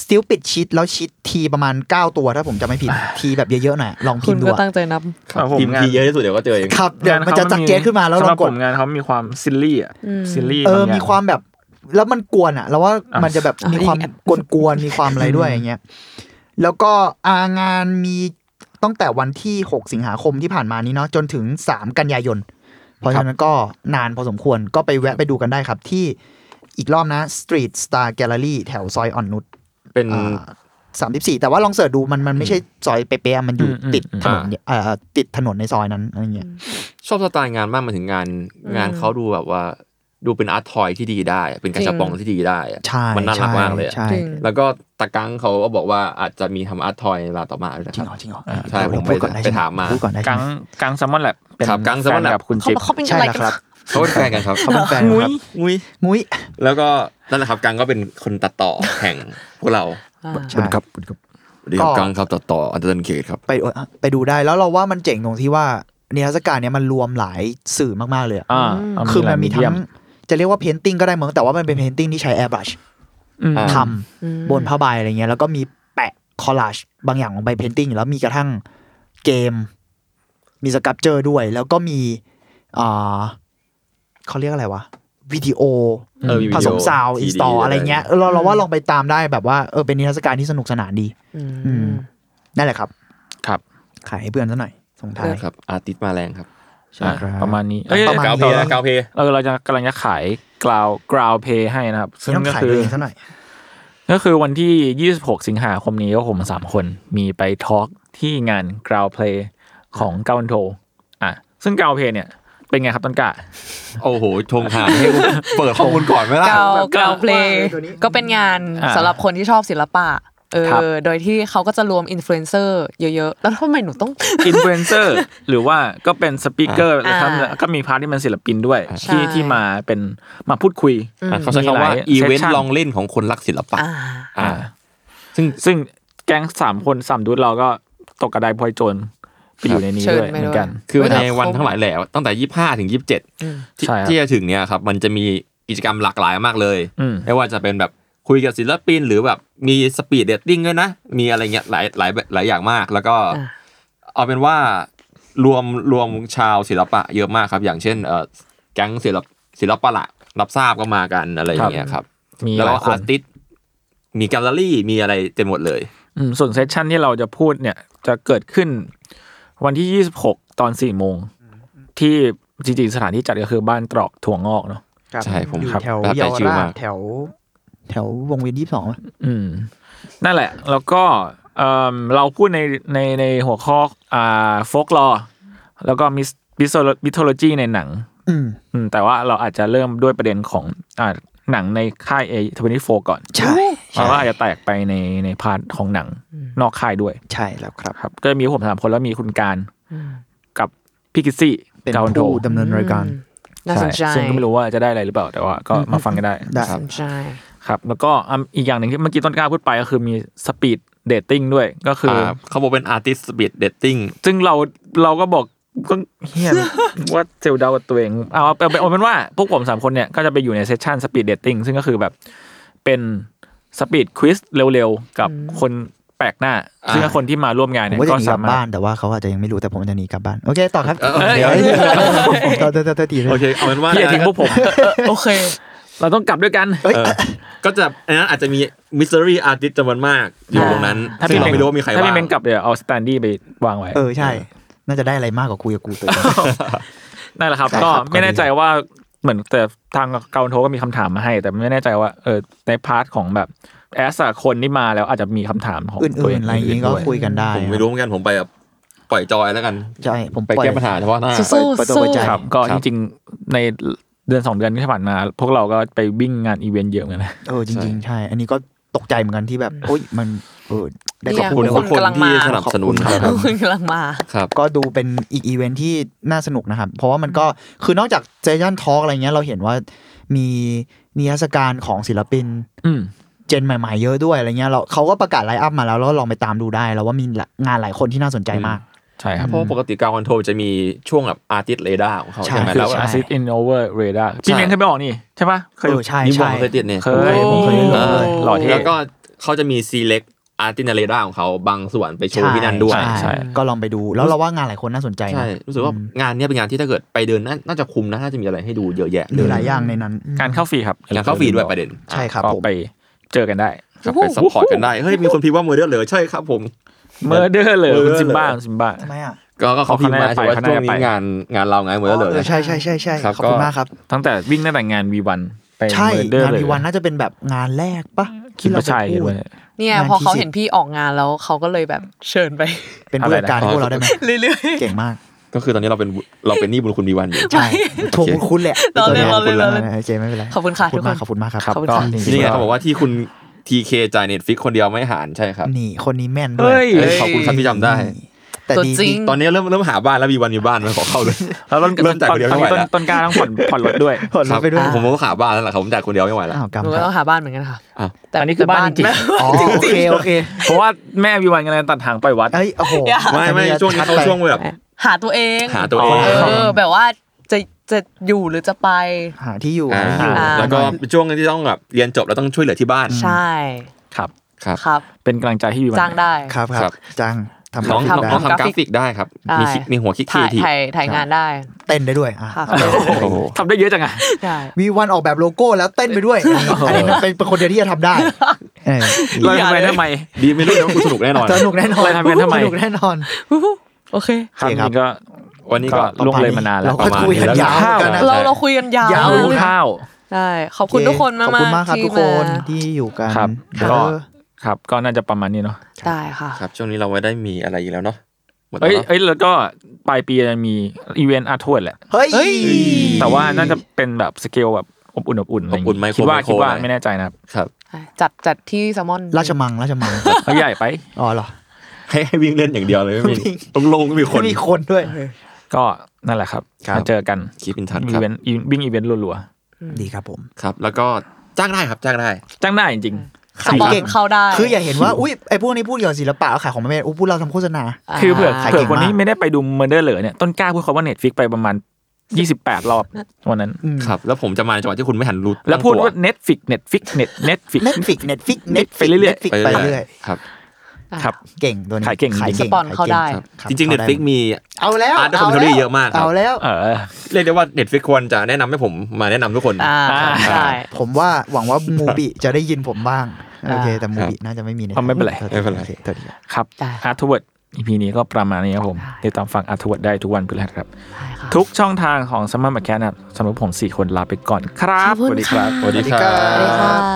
S5: Stupid Shit แล้วชิดทีประมาณ 9 ตัวถ้าผมจำไม่ผิดทีแบบเยอะๆหน่อยลองพิ
S4: คุ
S5: ม
S4: ณ
S5: พ์ดู
S4: ก็
S5: อะ
S4: ตั้งใจนับ
S2: ครับผม
S3: ทีม
S2: งาน
S3: ที่เยอะที่สุดเดี๋ยวก็เจอเอง
S5: ครับเดี๋ยวมันจะจักเจตขึ้นมาแล้ว
S2: สำ
S5: ล
S2: ห
S5: อ
S2: รับ
S5: งก
S2: ผ
S5: ด
S2: มงานเขามีความซิลลี่อ่ะ
S4: อืม
S2: ซิลลี่
S5: เออ
S2: ง
S5: บ
S2: ย่ง
S5: มีความแบบ แล้วมันกวนอ่ะ แล้วว่า
S2: อ่ะ
S5: มันจะแบบมีความ
S4: อ่ะ
S5: กวนกวนๆมีความอะไรด้วยอย่างเงี้ยแล้วก็อางานมีตั้งแต่วันที่ 6 สิงหาคมที่ผ่านมานี้เนาะจนถึง 3 กันยายน เพราะฉะนั้นก็นานพอสมควรก็ไปแวะไปดูกันได้ครับ ที่อีกรอบนะ Street Star Gallery แถวซอยอ่อนนุช
S3: เป็น
S5: สามสิบสี่า34 แต่ว่าลองเสิร์ชดูมันมันไม่ใช่ซอยเป๊ะๆมันอยู่
S2: อืมอืม
S5: ติดถนนเนี่ยเอ่อติดถนนในซอยนั้นอะไรเงี้ย
S3: ชอบสไตล์งานมากมาถึงงานงานเขาดูแบบว่า ดูเป็นอาร์ตทอยที่ดีได้อะเป็นกระชับปองที่ดีได้อะ
S5: ใช่
S3: มันน่ารัก
S5: ใช่
S3: มากเลยอะ
S5: ใช่
S4: จริง
S3: แล้วก็ตะกังเขาก็บอกว่าอาจจะมีทำอาร์ตทอยในเวลาต่อมาด้วยนะ
S5: จ
S3: ค
S5: ริ
S3: รับ
S5: งเหรอจริงเหรอ
S3: อ่าใช่ผมไป
S5: พูดก่อนด้
S3: ไปถามมา
S5: พูดก่อนได้
S2: กัง
S5: ใช่ไหม
S2: กังแซมมอนแหละเป็น
S3: ครับกัง Salmon Lab
S2: ฟนบคุณ
S4: เขา
S2: จิ๊บ
S4: เขาเป็นอะไรกัน
S5: ใช่แล้วครั
S4: คะ
S5: บ
S3: เขาเป็นแฟนกันครับ
S5: เขาเป็นแฟน
S2: งุ้
S5: ค
S2: ย
S5: รับ
S3: งุ้ย
S5: มุ้ย
S3: แล้วก็นั่นแหละครับกังก็เป็นคนตัดต่อแห่งพวกเรา
S5: ใช่
S2: ครับ
S3: เดียวกังครับตัดต่ออันเดอร์เกตครับ
S5: ไปไปดูได้แล้วเราว่ามันเจ๋งตรงที่ว่า นิทรรศการเนี่ยมันรวมหลายสื่อมากๆเลยอะ
S2: อ่าเา
S5: คือมันมี
S2: ห
S5: ทั้
S2: ลาย
S5: ง
S2: medium
S5: จะเรียกว่าเพนติ้งก็ได้เหมือนแต่ว่ามันเป็นเพนติ้งที่ใช้แอร์บ u ัช
S2: อืม
S3: อ่า
S5: ทำบนผ้าใบอะไรเงี้ยแล้วก็มีแปะคอลลาจบางอย่างลงไปเพนติ้งแล้วมีกระทั่งเกม มีสกับเจอร์ด้วย แล้วก็มีอ่าเขาเรียกอะไรวะวิดีโอ
S3: เออวิดีโอ
S5: ผสมซาวอินสตอลอะไรเงี้ยเออเราเราว่าลองไปตามได้แบบว่าเออเป็นนิทรรศการที่สนุกสนานดี
S4: อืม
S5: อืม นั่นแหละครับ
S2: ครับ
S5: ขายให้เพื่อนซะหน่อยส่งท้าย
S3: ครับ อาร์ติสมาแรงครับ
S2: ใช่
S5: ครับ
S2: ประมาณนี้
S5: อ้
S2: เอ้ย
S5: ย ประมาณ
S3: กาวเพ
S5: นี้
S3: ย์นะกาวเพย์
S2: เราเราจะกำลังจะขายกราวกราวเพย์ให้นะครับ ซึ่ง
S5: ต้อง
S2: ก็
S5: ขาย
S2: คือ
S5: ตัวเองซะหน่อย
S2: ก็คือวันที่ 26 สิงหาคมนี้ก็ผมสามคนมีไปทอล์กที่งาน Ground Play ของเกาโทอ่ะซึ่ง Ground Play เนี่ยเป็นไงครับต้นกะ
S3: โอ้โหชงหาให้กูเปิดข้อมูลก่อนไหมล่ะ
S4: เกา
S2: แบบ
S4: เกาเพลง
S5: ว่าเลยตัวนี้
S4: ก็เป็นงาน
S2: อ่า
S4: สำหรับคนที่ชอบศิลปะเอ
S2: ครับ
S4: อโดยที่เขาก็จะรวมอินฟลูเอนเซอร์เยอะๆ แล้วทำไมหนูต้อง
S2: อินฟลูเอนเซ อร์ หรือว่าก็เป็นสปีกเกอร์นะครับ
S4: อ่า
S2: แล้วก็มีพาร์ทที่เป็นศิลปินด้วย
S4: ใช่
S2: ที่ที่มาเป็นมาพูดคุย
S3: อ่ะเขาใช้คำ
S2: มีหลา
S3: ว่า
S2: ย
S3: อีเวน
S2: section
S3: ต์ลองเล่นของคนรักศิลปะ
S4: อ่า
S3: อ่า
S2: อ่า
S3: ซึ่ง
S2: ซึ่งแก๊งสามคนสามดูดเราก็ตกกระไดพลอยโจรไปอยู่ในนี้
S4: เชิญ
S2: ด้วย
S4: ไป
S2: เหมือ
S4: ด้วย
S2: นกัน
S3: คือใน
S4: เวลาครบ
S3: วันทั้งหลายแหล่ตั้งแต่ยี่ห้าถึงยี่สิบเจ็ด
S2: ใช่ครับ
S3: ที่จะถึงเนี่ยครับ มันจะมีกิจกรรมหลากหลายมากเลย
S2: อืม
S3: ไม่ว่าจะเป็นแบบคุยกับศิลปิน หรือแบบมีสปีดเดตติ้งด้วยนะ มีอะไรเงี้ยหลายหลายหลายอย่างมาก แล้วก็
S4: อ่ะ
S3: เอาเป็นว่ารวมรวมชาวศิลปะเยอะมากครับ อย่างเช่นเอ่อแก๊งศิลปศิลปะละรับทราบก็มากันอะไรอย่างเงี้ยครับ
S2: มี
S3: แล้ว
S2: หลาย
S3: ก็
S2: ค
S3: อาน ร์ติสมีแกลเลอรี่มีอะไรเต็มหมดเลย
S2: อืมส่วนเซสชันที่เราจะพูดเนี่ยจะเกิดขึ้นวันที่ 26 ตอน4โมง ที่จริงๆสถานที่จัดก็คือบ้านตรอกถั่วงอกเนาะ
S5: ครับ
S3: ใช่ผม
S5: อยู่
S3: ครับ
S5: แถว
S3: ประทับใจ
S5: เยาว
S3: ชื่
S5: ราม
S3: อาก
S5: ชแถว แถววงเวียนยี่สิบสอง
S2: อืม นั่นแหละ แล้วก็เอิ่มเราพูดในในในหัวข้ออ่าโฟกลอแล้วก็มิสมิโทโลจีในหนัง อืมแต่ว่าเราอาจจะเริ่มด้วยประเด็นของอ่าหนังในค่าย A24 ก่อน
S5: ใช่
S2: เพราะว่าอาจจะแตกไปในในพาร์ทของหนังนอกค่ายด้วย
S5: ใช่แล้วครับ
S2: ครับก็มีผมสามคนแล้วมีคุณการกับพี่กิซซี่
S5: เป็น
S2: กาวันโด
S5: ผู้ดำเนินรายการ
S4: น่าสนใจ
S2: ช่ซึ่งก็ไม่รู้ว่าจะได้อะไรหรือเปล่า แต่ว่าก็มาฟังกันได้
S5: ได้
S4: น่าสนใจ
S2: ครับ แล้วก็อ่ะอีกอย่างหนึ่งที่เมื่อกี้ต้นกล้าพูดไปก็คือมีสปีดเดตติ้งด้วยก็คืออ
S3: อ่าเขาบอกเป็นอาร์ติสสปีดเดตติ้ง
S2: ซึ่งเราเราก็บอกก็เฮีย ว่าเซลลเดากับตัวเองเอาเอาเอาเอาเป็นว่าพวกผมสามคนเนี่ยก็จะไปอยู่ในเซสชันสปีดเดตติ้งซึ่งก็คือแบบเป็นสปีดควิสเร็วๆ กับคนแปลกหน้า ซึ่ง
S3: อ่า
S2: คนที่มาร่วมงาน
S5: ผม
S2: เนี่ย
S5: ว่า
S2: ก็
S5: จะหนีก
S2: สา
S5: ลับ
S2: มาร
S5: บ้า
S2: ถ
S5: นแต่ว่าเขาอาจจะยังไม่รู้แต่ผมจะหนีกลับบ้าน โอเค ต่อครับ
S3: เออ
S5: เดี๋ยวต่อต่อต่อต่อตีเล
S3: โอเค
S5: ย
S3: เอาเป็นว่า
S2: พี่อย่าทิ้งพวกผม โอเค เราต้องกลับด้วยกัน
S3: เออก็จะอันนั้นอาจจะมีมิสซิรี่อาร์ติสจำนวนมากอยู่ตรงนั้น
S2: ถ้า
S3: ซึ่
S2: พี่
S3: ง
S2: เม้ง
S3: เราไม่รู้ว่ามีใคร
S2: ถ้า
S3: บ้า
S2: พี่
S3: ง
S2: เม้งกลับเดี๋ยวเอาสแตนดี้ไปวางไว้
S5: เออใช่ น่าจะได้อะไรมากกว่าคุยกับกูตัวเอง
S2: นั่นแหละครับ
S5: ใช่ครับ
S2: ก็
S5: ขอบคุณ
S2: ไม่แน่ใจว่าเหมือนแต่ทางเกาโทก็มีคำถามมาให้ แต่ไม่แน่ใจว่าเออในพาร์ทของแบบแอสคนที่มาแล้วอาจจะมีคำถามของ
S5: อ
S2: ตัว
S5: ื่
S2: เอน ง
S5: ๆอะไรอย่างงี้
S2: ด้
S5: ก็
S2: วย
S5: คุยกันได้
S3: ผมไม่รู้เหมือนกันผมไปแบบปล่อยจอยแล้วกัน
S5: ใช่ ผม
S3: ไป
S5: ล่อย
S3: แก้ปัญหาเฉพาะหน้า
S4: สู้
S5: เปิดตัวเปิดใจ
S2: ครับ ก็
S3: ครั
S2: จ
S3: บ
S2: ริงๆในเดือนสองเดือนที่ผ่านมา พวกเราก็ไปวิ่งงานอีเวนต์เยอะเหมือนกันนะ
S5: เออจริง ๆ ใช่ อันนี้ก็ตกใจเหมือนกันที่แบบโอ๊ยมันเออได้
S4: เนี่
S5: ข
S4: ย
S5: อบ
S3: ขอบคุ
S5: คุ
S3: ณณทุกคน
S5: เลยว่ะ
S4: กำลังมา
S3: ที่สนับสนุนครับ
S4: คุณกำลังมา
S3: ครับ
S5: ก็ดูเป็นอีกอีเวนท์ที่น่าสนุกนะครับ เพราะว่ามันก็คือนอกจากเซสชั่นทอล์กอะไรเงี้ยเราเห็นว่ามีนิทรรศการของศิลปิน
S2: อืม
S5: เจนใหม่ๆเยอะด้วยอะไรเงี้ยเราเขาก็ประกาศไลฟ์อัพมาแล้วแล้วลองไปตามดูได้ แล้วว่ามีงานหลายคนที่น่าสนใจมาก
S2: ใช่ครับ
S3: เพราะปกติการคอนโทรจะมีช่วงแบบอาร์ติสเรดาร์ของเขา
S5: ใช่
S3: ใช่ไหม
S2: คื
S3: แล้
S2: อ
S3: ว
S2: ชาซิตอินโอเวอร์เรดาร์พี่เม้งเคยไปออกนี่ใช่ปะเคย
S5: เออใช่
S3: นิวอ
S5: ใช่
S3: งเคยติดเนี่ย
S2: เคยผมเคย
S5: เออ
S2: หล่อเท่
S3: แล้วก็เขาจะมีซีเล็กอาร์ติสเรดาร์ของเขาบางส่วนไปโชว์ที่นั่นด้วย
S5: ใช่
S2: ใช่
S5: ก็ลองไปดูแล้วเราว่างานหลายคนน่าสนใจนะ
S3: ใช่ รู้สึกว่างานเนี้ยเป็นงานที่ถ้าเกิดไปเดินน่าน่าจะคุ้มนะน่าจะมีอะไรให้ดูเยอะแยะเล
S5: มี
S3: ย
S5: หลายอย่างในนั้นอืม
S2: การเข้าฟรีครับ
S3: งานเข้าฟรีด้วยประเด็น
S5: ใช่ครับ
S2: ก็
S5: ผม
S2: ไปเจอกันได้
S3: ครับไปซัพพอร์ตกันได้ เฮ้ย มีคนพิมพ์ว่ามือเดือดเหลือใช่ครับผม
S2: เมอร์เดอร์เลยคุณซิมบ้า
S3: Murder
S2: คุณซิมบ้า
S5: ทำไมอ่ะ
S3: ก็ก็เขาพิมพ์มา
S2: เขา
S3: ใช่
S2: น่าจะไปเขาน่า
S3: ว่าช่วง
S2: จะไป
S3: นี้งานงานเราไงานมือเดือดเหลือ
S5: เออใช่ใช่ใช่ใช่
S3: ครับ
S5: ขอบคุ
S3: ก็
S5: ณมากครับ
S2: ตั้งแต่วิ่งตั้งแต่งานวีวันไป
S5: ใช่
S2: เมอร์เดอร์
S5: งาน
S2: เลย
S5: วีวันน่าจะเป็นแบบงานแรกปะ
S2: คิด
S5: ที่เรา
S2: ว่าใช่
S5: ไปพูด
S2: ด้วย
S4: เนี่ย
S5: งาน
S4: พอ
S5: ที่
S4: เขา
S5: สิบ
S4: เห็นพี่ออกงานแล้วเขาก็เลยแบบเชิญไป
S5: เป็นผู้จัดการ
S3: อะไรนะ
S5: ให้พวกเราได้ไหม
S4: เรื่อย
S5: เก่งมาก
S3: ก็คือตอนนี้เราเป็นเราเป็นหนี้บุญคุณมีวันอยู่
S5: ใช่ทวงบุญคุณแหละ
S4: ๆ เราเล่นเราเล่นเราเล่น
S5: โอเคไม่เป็นไร
S4: ขอบคุณค่ะทุกคน
S5: ขอบคุณมากขอบ
S2: ครั
S5: คุ
S2: บ
S5: ณมากค
S2: ก็
S4: ขอบคุณ
S5: รับ
S4: ค่ะ
S3: นี่ไงเขาบอกว่าที่คุณทีเคจ่ายเน็ตฟิกคนเดียวไม่หารใช่ครับ
S5: นี่คนนี้แม่นด้ว
S2: เฮ้
S5: ย
S2: ย
S3: เอ้ยขอบคุณครับที่จำได้
S5: แต่
S4: ตัว
S5: ดี
S4: จริง
S3: ตอนนี้เริ่มเริ่มหาบ้านแล้วมีวันมีบ้านไหมาขอเข้าด้วย
S2: แล้วต้น
S3: เริ่มจากคนเดียว
S2: ตอน
S3: ไม่
S2: นี้
S3: ไหว
S2: ต้น
S3: ละ
S2: ต้นกล้าต้องผ่อนผ่อนรถ ด้วย
S5: ผล
S3: ค
S5: ลั
S3: รั
S5: พ
S3: บ
S5: ธ์ไปด้วย
S3: ผมก็ขาบ้านแล้วล่ะครับผมจ่ายคนเดียวไม่ไหวแล้ว
S5: อ้าวกรรม
S4: หนูก็
S5: ค
S4: ต้อบ
S5: รั
S4: งหาบ้านเหมือนกันค่ะ
S3: อ้าว
S4: แต่
S2: อันนี้คือบ้านจริง
S5: อ๋อโอเคโอเค
S2: เพราะว่าแม่วีวันกำลังตัดหางไปวัด
S5: เอ้ยโอ้โห
S3: ไม่ไม่ช่วงนี้เขาช่วงแบบ
S4: หาตัวเอง
S3: หาตัวเอง
S4: เออแบบว่าจะจะอยู่หรือจะไป
S5: หาที่อยู่
S3: อ่า
S5: หาที่อยู่
S4: อ่า
S3: แล้วก็เป็นช่วงที่ต้องแบบเรียนจบแล้วต้องช่วยเหลือที่บ้าน
S4: ใช่
S2: ครับ
S3: ครับ
S4: ครับ
S2: เป็นกำลังใจให้พี่วัน
S4: จ้างได้
S5: ครับค
S3: ครั
S5: รับ บจ้างทำ
S3: น้อง
S5: ก
S3: น้อง
S5: ราฟิก
S3: น้องทำ
S5: ได้
S3: กราฟิกได้ครับ
S4: ได้
S3: มีคิดมีหัวคิดครี
S4: ถ่า
S3: เอย ทีฟ
S4: ถ่ายถ่ายงานได้
S5: เต้นได้ด้วยอ่ะ
S4: ค่ะ
S3: โอ้โห
S2: ทำได้เยอะจังอะ
S4: ได้
S5: วีวันออกแบบโลโก้แล้วเต้นไปด้วยอันนี้มันเป็นคนเดียวที่จะทำได้เออ
S2: เราทำไปทำไม
S3: ดีไม่รู้นะว่าคุณสนุกแน่นอน
S5: สนุกแน่นอน
S2: เราทำกันทำไม
S5: สนุกแน่นอน
S4: โอเค
S2: ครับ
S5: โอเค
S2: จ
S5: ครั
S2: ริ
S5: บ
S2: งๆก็
S3: วันนี้ก็
S2: ล่วงเลยมานานแล้ว
S5: เราก็คุยกันยาวเหมือนกันนะ
S4: เราเราคุยกันยาว
S5: เอ
S2: เอา
S5: ว
S2: ลูกข้าว
S4: ได้ ขอบคุณทุกคนมาก
S5: ขอบคุณมากครับทุกคนที่อยู่กัน
S2: ครับ
S5: เด้อ
S3: ก็
S2: ครับ ก็น่าจะประมาณนี้เนาะ
S4: ได้ค่ะ
S3: ครับ ช่วงนี้เราไม่ได้มีอะไรอีกแล้วเนาะหมดแล้ว
S2: เอ้ย
S3: เนอะ
S2: เอ้ยแล้วก็ปลายปีจะมีอีเวนต์อาร์ทวดแหละ
S5: เฮ้ย
S4: เฮ้ย
S2: แต่ว่าน่าจะเป็นแบบสเกลแบบอบอุ่นอบอุ่นอะไรอย่าง
S3: อบอุ่นไม
S2: งี้
S3: โคร
S2: คิดว่า
S3: ไมโคร
S2: คิดว่า
S3: อะไร
S2: ไม่แน่ใจนะครับ
S3: ครับ
S4: จัดจัดที่แซลมอน
S5: ราชมังราชมัง
S2: เอาใหญ่ไป
S5: อ๋อเหรอ
S3: ให้ให้วิ่งเล่นอย่างเดียวเลยไม่
S5: วิ่
S3: มี
S5: ง
S3: ตรงลงไม่มีคน
S5: ไม่มีคนด้วย
S2: ก็นั่นแหละครับ
S3: ครับ
S2: มาเจอกัน
S3: คีปินทัน
S2: อี
S3: ครับ
S2: เวนต์วิ่งอีเวนต์รัว
S5: ดีครับผม
S3: ครับ แล้วก็จ้างได้ครับจ้างได้
S2: ๆจ้างได้จริง
S4: สปอร์ตเข้าได้
S5: คืออย่าเห็นว่าอุ้ยไอพวกนี้พูดเกี่ยวกับศิลปะแล้วขายของมันไม่ได้อุ้ยพูดเราทำโฆษณา
S2: ๆ คือเผื่อ
S5: ขาย
S2: เผื่
S5: เก่
S2: อง
S5: มาก
S2: คนที่ไม่ได้ไปดูเมอร์เดอร์เหลอเนี่ยต้นกล้าพูดคำว่าเน็ตฟิกไปประมาณ 28 รอบวันนั้น
S5: อืม
S3: ครับ แล้วผมจะมาในจังหวะที่คุณไม่หันรู
S2: แล้วพูดว่าเน็ตฟิกเน็ตฟิกเน็ ตเน็ตฟิก
S5: เน็ตฟิกเน็ตฟิกเน็ต
S2: ไปเรื่อยๆ
S5: ฟิกไปเรื่อย
S3: ครับ
S2: ครับ
S5: เก่งตัวนี้
S2: ขายเก่ง
S4: สปอนเขาได้
S5: ก่
S3: จริงๆ
S5: ข้า
S3: Netflix มี
S5: เอาแล้ว
S3: อาร์ตและ
S5: า
S3: commentary เยอะมากครับ
S5: เอาแล้ว
S2: เออ
S3: เรียกได้ว่า Netflix ควรจะแนะนำให้ผมมาแนะนำทุกคน
S4: อ่า
S2: อ่า
S4: ใช่
S5: ผมว่าหวังว่ามูบิจะได้ยินผมบ้าง โอเค แต่มูบิน่าจะไม่มี
S2: เอาไม่เป็นไร
S3: ไม่เป็นไร
S5: ตัวเดียว
S2: ครับ
S4: ได้
S2: อาร์ทเวิร์ด EP นี้ก็ประมาณนี้ครับผม
S4: ได้
S2: ติดตามฟังอาร์ทเวิร์ดได้ทุกวันพฤหัสครับ
S4: ใช่ค่ะ
S2: ทุกช่องทางของสมัครแคสนะครับสำหรับผม 4 คนลาไปก่อนครับ
S4: ขอบ
S2: สวั
S4: คุณ
S2: สดีครับ
S4: ค่ะ
S3: สวัสดีครั
S5: สวัส
S3: บ
S4: สวัส
S5: ดีครับ
S4: ดีค่ะ